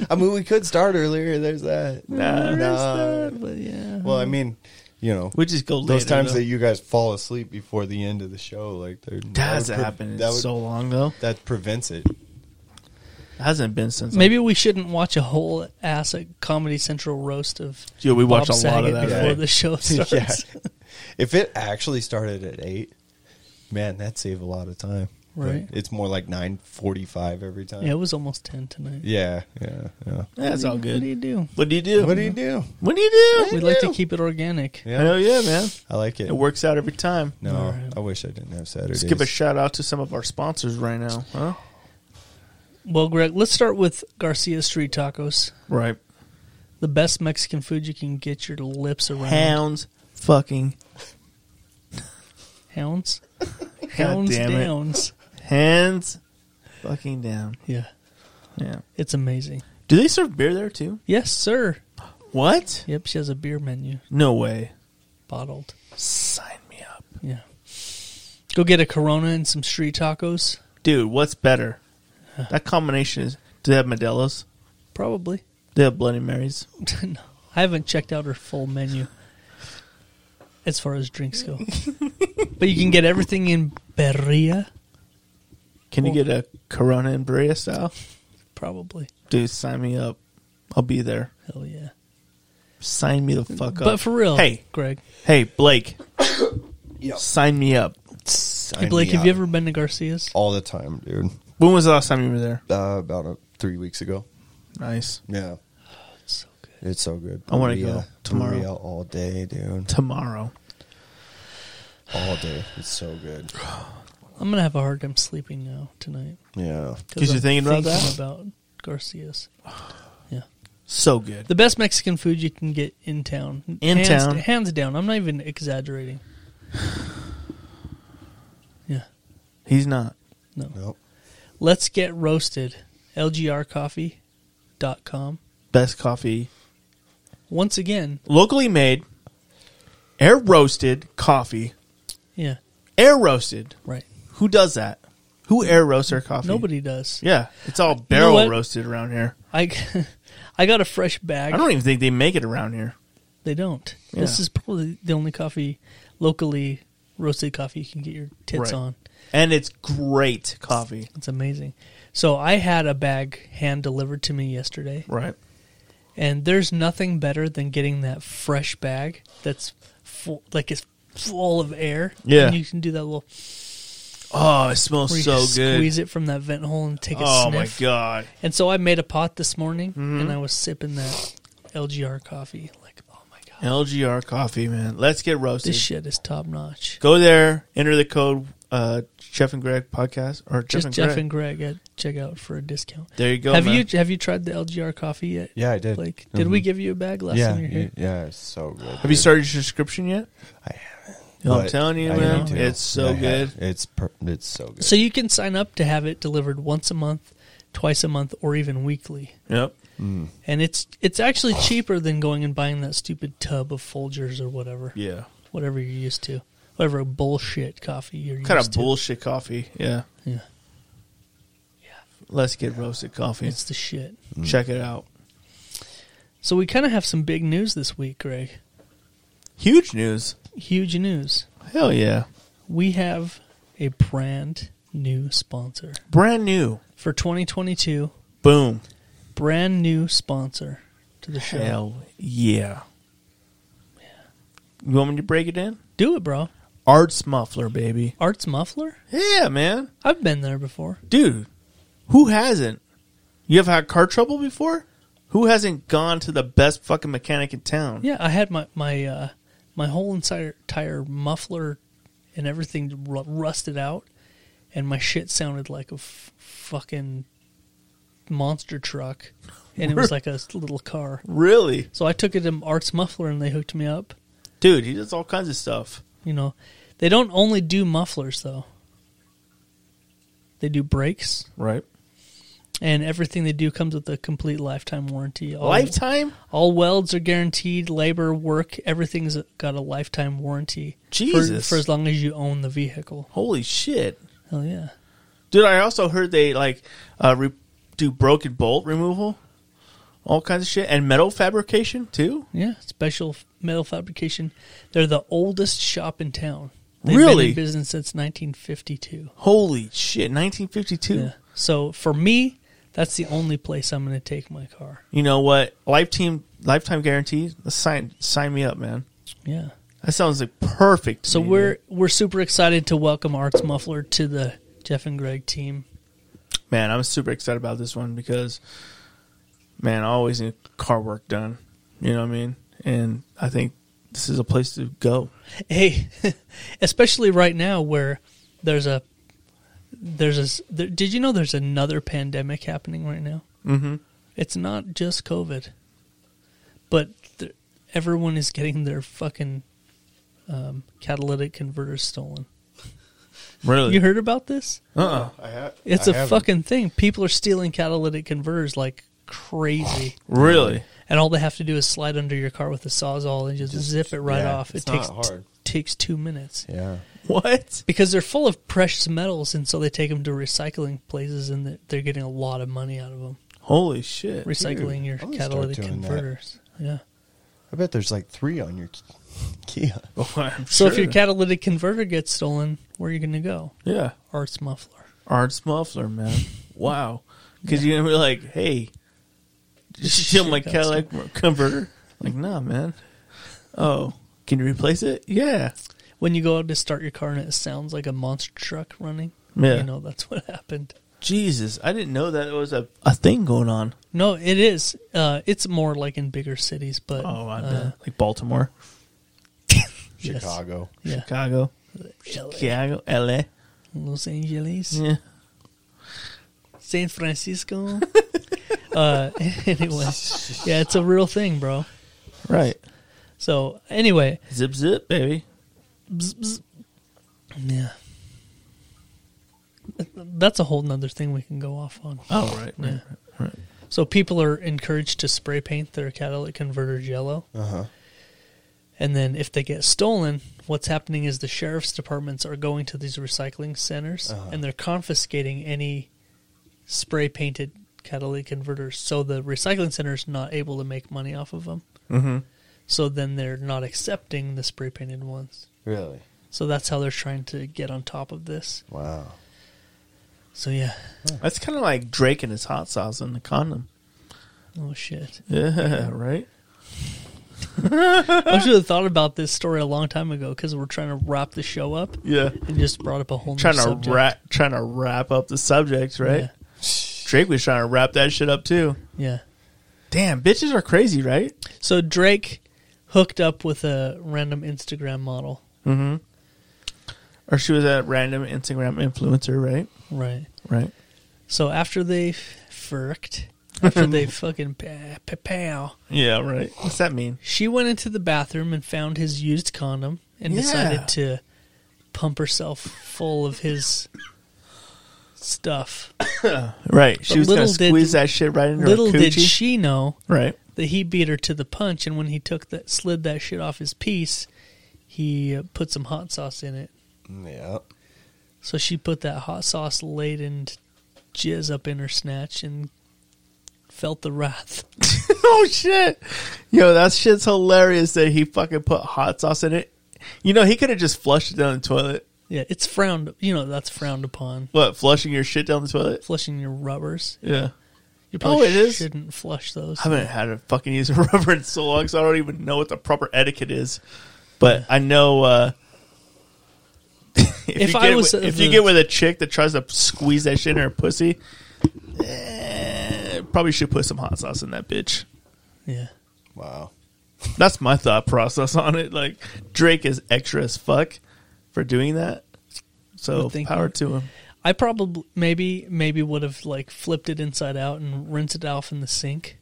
D: I mean, we could start earlier. There's that. Nah, nah.
B: But yeah.
D: Well, I mean, you know,
C: we just go later.
D: those times
C: though.
D: that you guys fall asleep before the end of the show, like they're-
C: That hasn't
D: pre-
C: happened in
D: That would-
C: so long though.
D: that prevents it.
C: It hasn't been since.
B: Maybe we shouldn't watch a whole ass at Comedy Central roast of
C: Yeah, we watch
B: Bob
C: a lot of
B: Saget
C: that,
B: before
C: right? <laughs>
B: the show starts.
D: yeah. If it actually started at eight, man, that saved a lot of time. But
B: Right.
D: It's more like nine forty-five every time.
B: Yeah, it was almost ten tonight.
D: Yeah. Yeah. Yeah.
C: that's all
B: What do you
C: good.
B: do?
C: What do you do?
D: What do you do?
C: What do you do?
B: We like to keep it organic.
D: Yeah.
C: Hell yeah, man!
D: I like it.
C: It works out every time.
D: No,
B: All right.
D: I wish I didn't have Saturdays.
C: Let's give a shout out to some of our sponsors right now, huh?
B: Well, Greg, let's start with Garcia Street Tacos.
C: Right.
B: The best Mexican food you can get your lips around.
C: Hounds, fucking <laughs>
B: Hounds? Hounds
C: damn it.
B: downs.
C: hands, fucking down.
B: Yeah.
C: Yeah.
B: It's amazing.
C: Do they serve beer there too?
B: Yes, sir.
C: What?
B: Yep, she has a beer menu
C: No way.
B: bottled.
C: Sign me up,
B: Yeah. Go get a Corona and some street tacos.
C: dude. What's better? That combination is. Do they have Modelo's?
B: Probably.
C: Do they have Bloody Marys?
B: <laughs> no, I haven't checked out her full menu as far as
C: <laughs>
B: drinks go. but you can get everything in Berria,
C: Can you get a Corona and Brea style?
B: probably.
C: Dude, sign me up. I'll be there.
B: Hell yeah.
C: Sign me the fuck up.
B: But for real,
C: Hey,
B: Greg.
C: hey, Blake. Sign me up.
B: Hey, Blake, have you ever been to Garcia's?
D: all the time, dude?
C: When was the last time you were there?
D: Uh, about uh, three weeks ago.
C: Nice.
D: Yeah,
B: It's so good.
D: it's so good.
C: I wanna
D: Burrito-
C: go tomorrow.
D: burrito all day, dude.
C: Tomorrow.
D: All day. It's so good.
B: I'm gonna have a hard time sleeping now tonight
D: Yeah.
C: 'Cause you're
B: I'm
C: thinking about that?
B: about Garcia's.
C: So good.
B: The best Mexican food you can get in town.
C: In
B: hands,
C: town.
B: hands down. I'm not even exaggerating. Yeah,
C: He's not.
B: no.
D: Nope.
B: Let's get roasted. LGRcoffee.com.
C: Best coffee.
B: Once again,
C: Locally made, air roasted coffee.
B: yeah,
C: Air roasted.
B: right.
C: Who does that? Who air roasts their coffee?
B: Nobody does.
C: Yeah. It's all barrel
B: what?
C: roasted around here.
B: I, <laughs> I got a fresh bag.
C: I don't even think they make it around here.
B: They don't. This
C: Yeah.
B: is probably the only coffee, locally roasted coffee you can get your tits
C: Right.
B: on.
C: And it's great coffee.
B: It's amazing. So I had a bag hand delivered to me yesterday,
C: Right.
B: and there's nothing better than getting that fresh bag that's full, like it's full of air.
C: Yeah.
B: and you can do that little
C: Oh, it smells
B: where you
C: so good.
B: squeeze it from that vent hole and take a
C: Oh my
B: sniff.
C: god.
B: And so I made a pot this morning,
C: Mm-hmm.
B: and I was sipping that LGR coffee. Like, oh my god,
C: LGR coffee, man. Let's get roasted.
B: this shit is top notch.
C: Go there, enter the code uh, Jeff and Greg podcast or Jeff
B: Just
C: and
B: Jeff
C: Greg.
B: and Greg at checkout for a discount.
C: there you go.
B: have
C: man.
B: you have you tried the LGR coffee yet?
D: Yeah, I did. Mm-hmm.
B: Like, did we give you a bag last
D: yeah,
B: time you were here?
D: y- yeah, it's so good.
C: have you started your subscription yet?
D: I
C: haven't. I'm telling you, man, it's so good.
D: It's per- it's so good.
B: So you can sign up to have it delivered once a month, twice a month, or even weekly.
C: Yep.
B: And it's it's actually cheaper than going and buying that stupid tub of Folgers or whatever.
C: Yeah.
B: Whatever you're used to. Whatever bullshit coffee you're
C: Kind
B: used
C: of
B: to.
C: bullshit coffee. Yeah.
B: Yeah.
C: Let's get roasted coffee.
B: It's the shit.
C: Check it out.
B: So we kind of have some big news this week, Greg.
C: Huge news.
B: Huge news.
C: Hell yeah.
B: We have a brand new sponsor
C: Brand new.
B: for 2022.
C: Boom.
B: Brand new sponsor to the show.
C: Hell yeah. You want me to break it in?
B: Do it, bro.
C: Arts Muffler, baby.
B: Arts Muffler?
C: Yeah, man.
B: I've been there before.
C: Dude, who hasn't? You have had car trouble before? Who hasn't gone to the best fucking mechanic in town?
B: Yeah, I had my my uh, my whole entire entire muffler and everything ru- rusted out, and my shit sounded like a f- fucking monster truck, and it was like a little car.
C: Really?
B: So I took it to Arts Muffler, and they hooked me up.
C: Dude, he does all kinds of stuff.
B: You know, they don't only do mufflers though; they do brakes,
C: Right.
B: and everything they do comes with a complete lifetime warranty. All-
C: Oh. Lifetime?
B: All welds are guaranteed. Labor, work, everything's got a lifetime warranty. for-
C: Jesus.
B: For, as long as you own the vehicle.
C: Holy shit.
B: Hell yeah.
C: Dude, I also heard they like uh, re- do broken bolt removal, all kinds of shit, and metal fabrication too.
B: Yeah. Special f- metal fabrication. They're the oldest shop in town. They've Been
C: Really?
B: in business since 1952.
C: Holy shit, 1952.
B: Yeah. So for me, that's the only place I'm going to take my car.
C: You know what? Lifetime lifetime guarantee. Sign sign me up, man.
B: Yeah.
C: That sounds like perfect. to
B: So
C: me,
B: we're we're super excited to welcome Arts Muffler to the Jeff and Greg team.
C: man. I'm super excited about this one because man, I always need car work done. You know what I mean? And I think this is a place to go.
B: hey <laughs> especially right now where there's a there's a s- there, did you know there's another pandemic happening right now mm-hmm. it's not just covid but th- everyone is getting their fucking um, catalytic converters stolen
C: Really?
B: you heard about this
D: I have,
B: it's
D: a
B: a fucking thing people are stealing catalytic converters like crazy
C: really?
B: and all they have to do is slide under your car with a sawzall and just, zip it right
D: yeah,
B: off
D: it's
B: it takes
D: not hard.
B: takes two minutes
D: yeah.
C: What?
B: because they're full of precious metals, and so they take them to recycling places, and they're- they're getting a lot of money out of them
C: Holy shit! <laughs>
B: recycling your
D: I'm gonna start
B: catalytic
D: doing that.
B: converters. Yeah.
D: I bet there's like three on your Kia.
C: I'm
B: So if
C: sure.
B: your catalytic converter gets stolen, where are you going to go?
C: yeah,
B: Arts muffler.
C: Arts Muffler, man. <laughs> Wow. Because you're going to be like, hey, did you steal my
B: that's
C: Cadillac converter? Like, nah, man. Oh, can you replace it? Yeah.
B: When you go out to start your car and it sounds like a monster truck running,
C: Yeah.
B: you know that's what happened.
C: Jesus, I didn't know that it was a, a thing going on.
B: No, it is. Uh, it's more like in bigger cities, but
C: Oh, I
B: uh,
C: bet. Like Baltimore,
B: yes.
D: Chicago.
B: yeah,
C: Chicago, Chicago, LA.
B: Los Angeles.
C: Yeah.
B: San Francisco. <laughs> uh, <laughs> anyway, yeah, it's a real thing, bro.
C: Right.
B: So anyway,
C: Zip, zip, baby.
B: bzz, bzz. yeah, that's a whole nother thing we can go off on.
C: Oh, right. right.
B: So people are encouraged to spray paint their catalytic converter yellow,
C: Uh-huh.
B: and then if they get stolen, what's happening is the sheriff's departments are going to these recycling centers
C: Uh-huh.
B: and they're confiscating any spray painted catalytic converters. So the recycling center's not able to make money off of them. Mm-hmm. So then they're not accepting the spray painted ones.
D: Really?
B: So that's how they're trying to get on top of this.
D: Wow.
B: So yeah,
C: That's kind of like Drake and his hot sauce in the condom.
B: oh shit.
C: <laughs> Yeah, right?
B: I should have thought about this story a long time ago because we're trying to wrap the show up.
C: Yeah.
B: and just brought up a whole
C: Trying
B: new
C: to,
B: subject.
C: wrap, trying to wrap up the subject, right?
B: Yeah.
C: Drake was trying to wrap that shit up too.
B: Yeah.
C: Damn, bitches are crazy, right?
B: So Drake hooked up with a random Instagram model.
C: Or she was a random Instagram influencer, right?
B: Right.
C: Right.
B: So after they f- furked,
C: <laughs>
B: after they fucking pa- pa- pow,
C: Yeah, right. What's that mean?
B: she went into the bathroom and found his used condom and
C: Yeah.
B: decided to pump herself full of his stuff.
C: Right. She was going to
B: little did-
C: squeeze that shit right into
B: Little
C: her coochie.
B: did she know
C: Right. <laughs>
B: that he beat her to the punch, and when he took that slid that shit off his piece, he uh, put some hot sauce in it.
E: Yeah.
B: So she put that hot sauce laden jizz up in her snatch and felt the wrath.
C: oh shit. Yo, that shit's hilarious that he fucking put hot sauce in it. You know, he could have just flushed it down the toilet.
B: Yeah, it's frowned. You know that's frowned upon.
C: What, flushing your shit down the toilet?
B: Flushing your rubbers.
C: Yeah.
B: You
C: Oh, it is?
B: shouldn't flush those.
C: I haven't had a fucking use of <laughs> rubber in so long, so I don't even know what the proper etiquette is. But I know uh, <laughs> if,
B: If
C: you
B: I
C: get
B: was
C: with, if
B: the-
C: you get with a chick that tries to squeeze that shit in her pussy, eh, probably should put some hot sauce in that bitch.
B: Yeah.
E: Wow.
C: That's my thought process on it. Like Drake is extra as fuck for doing that. So
B: Would think-
C: power to him.
B: I probably maybe maybe would have like flipped it inside out and rinsed it off in the sink.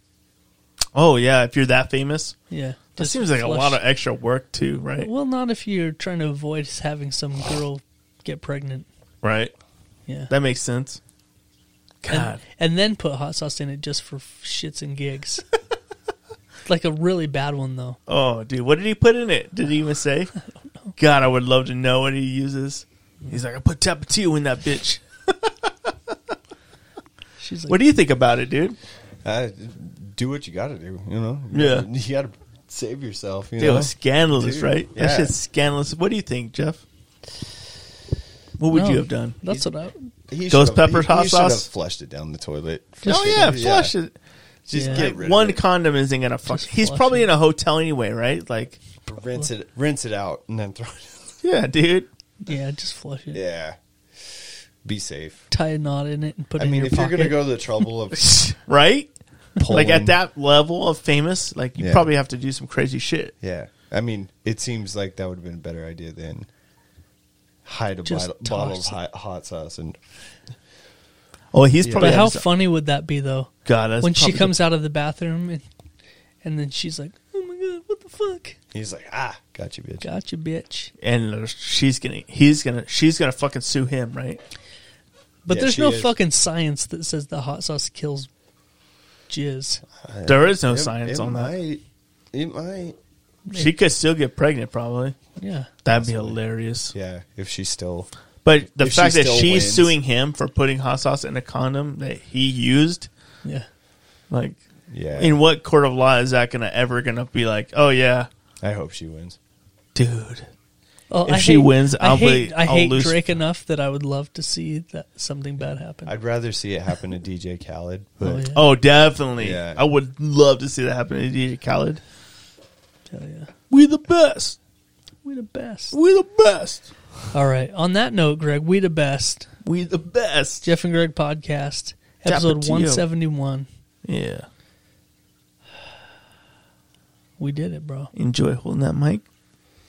C: Oh yeah, if you're that famous,
B: Yeah.
C: that
B: just
C: seems like a lot
B: flush-
C: of extra work too, right?
B: Well, not if you're trying to avoid having some girl get pregnant.
C: Right.
B: Yeah.
C: That makes sense. God.
B: and, and then put hot sauce in it just for shits and gigs.
C: <laughs>
B: like a really bad one though.
C: Oh, dude, what did he put in it? Did he even say? God, <laughs> I would love to know what he uses. He's like, I put Tapatio in that bitch.
B: She's like,
C: What do you think about it, dude?
E: Uh, do what you got to do. You know.
C: Yeah.
E: You got to save yourself. You
C: Dude, it
E: know.
C: was scandalous,
E: Dude,
C: right?
E: yeah.
C: That shit's scandalous. What do you think, Jeff? What would
B: No,
C: you have done?
B: That's what I.
E: He
C: Ghost
E: should've-
C: peppers,
E: he-
C: hot
E: he should've
C: sauce?
E: flushed it down the toilet.
C: oh yeah, flush it.
E: Just
B: Yeah.
E: get rid
C: One
E: of
C: condom isn't gonna fuck.
B: Just
C: He's
B: flush
C: probably
B: it.
C: in a hotel anyway, right? Like,
E: it. Rinse it. Rinse it out and then throw it.
C: yeah, dude.
B: Yeah, just flush it.
E: Yeah. Be safe.
B: Tie a knot in it and put it
E: I
B: in
E: mean,
B: your
E: if you're
B: pocket.
E: gonna go to the trouble of
C: Right? <laughs>
E: pulling,
C: Like at that level of famous, like you
E: Yeah.
C: probably have to do some crazy shit.
E: Yeah, I mean, it seems like that would have been a better idea than hide a
B: Just
E: bottle, bottle of
B: toss it.
E: hot, hot sauce and
C: Oh, he's probably.
B: but how
C: having some-
B: funny would that be though?
C: God, that's
B: when she
C: probably the-
B: comes out of the bathroom and, and then she's like, "Oh my god, what the fuck?
E: he's like, ah, got you, bitch.
B: Gotcha, bitch."
C: and she's gonna he's gonna she's gonna fucking sue him right
B: But
E: Yeah,
B: there's
E: she
B: no
E: is.
B: fucking science that says the hot sauce kills jizz.
C: there is no
E: It-
C: science
E: it
C: on that
E: might, It might.
C: she could still get pregnant probably
B: Yeah,
C: that'd be hilarious
E: Yeah, if she's still
C: but the
E: If she
C: fact that
E: still
C: she's
E: wins.
C: suing him for putting hot sauce in a condom that he used
B: yeah.
C: like
E: Yeah.
C: in what court of law is that gonna ever gonna be like oh yeah
E: I hope she wins.
C: dude
B: Oh,
C: If she wins,
B: I
C: I'll
B: hate,
C: be-
B: I
C: I'll
B: hate
C: lose.
B: Drake enough that I would love to see that something bad happen.
E: I'd rather see it happen to DJ Khaled, but
B: oh, yeah.
C: oh definitely
E: Yeah.
C: i would love to see that happen to dj khaled
B: Hell yeah.
C: we the best
B: We the best.
C: we the best
B: All right. On that note, Greg, we the best.
C: we the best
B: Jeff and Greg podcast,
C: Tap it
B: episode
C: to you.
B: 171.
C: yeah
B: We did it, bro.
C: enjoy holding that mic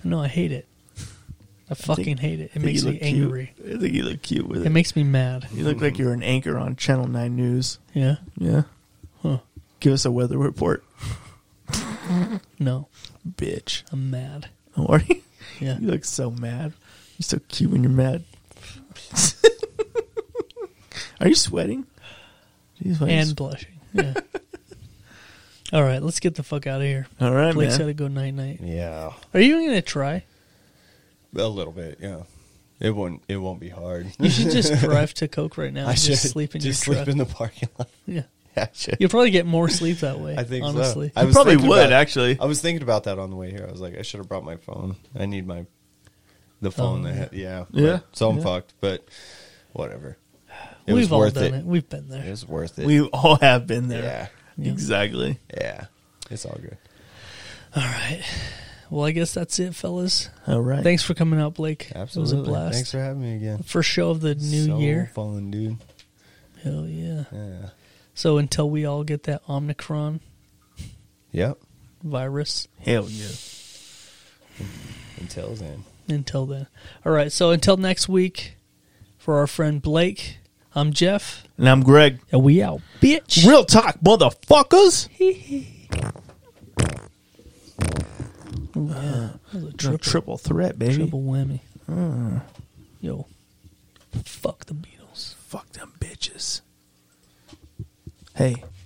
B: No, I hate it. I fucking hate it. It
C: think
B: makes
C: you
B: me
C: look cute.
B: angry.
C: I think you look cute with it.
B: It makes me mad.
C: you look like you're an anchor on Channel Nine News.
B: Yeah.
C: Yeah.
B: Huh.
C: Give us a weather report,
B: No,
C: bitch. <laughs>
B: I'm mad.
C: Don't worry.
B: Yeah.
C: You look so mad. You're so cute when you're mad. <laughs> Are you sweating? Jeez, why are you
B: And
C: swe-
B: blushing.
C: <laughs>
B: Yeah. All right, let's get the fuck out of here.
C: all right,
B: Blake's got
C: man.
B: to go night night.
E: yeah,
B: Are you even going to try?
E: a little bit. Yeah, it won't. It won't be hard.
B: <laughs> You should just drive to Coke right now.
E: <laughs> I
B: and
E: should
B: just sleep in
E: just
B: your
E: sleep
B: truck.
E: in the parking lot. <laughs>
B: yeah.
E: I should.
B: You'll probably get more sleep
E: <laughs>
B: that way.
E: I think so.
B: honestly.
E: I was
C: probably
E: thinking
C: would,
E: about-
C: actually.
E: I was thinking about that on the way here. I was like, I should have brought my phone. I need my
B: Oh,
E: the phone. that had, yeah,
C: Yeah.
E: But- so I'm
C: Yeah.
E: fucked, but whatever. It was
B: We've all
E: worth
B: done it.
E: it.
B: We've been there.
E: It was worth it.
C: We all have been
E: yeah,
C: there. Exactly.
E: yeah. It's all good.
B: All right. Well, I guess that's it, fellas.
C: All right.
B: Thanks for coming out, Blake.
E: Absolutely.
B: It was a blast.
E: Thanks for having me again.
B: First show of the new
E: So
B: year.
E: fun, dude.
B: Hell yeah.
E: Yeah.
B: So until we all get that Omicron
E: Yep.
B: virus.
C: Hell yeah.
E: Until then.
B: Until then. All right. So until next week, for our friend Blake, I'm Jeff,
C: And I'm Greg.
B: and we out, bitch.
C: Real talk, motherfuckers.
B: That was a
C: Triple,
B: triple,
C: threat, baby.
B: triple whammy. Yo, fuck the Beatles.
C: Fuck them bitches. Hey,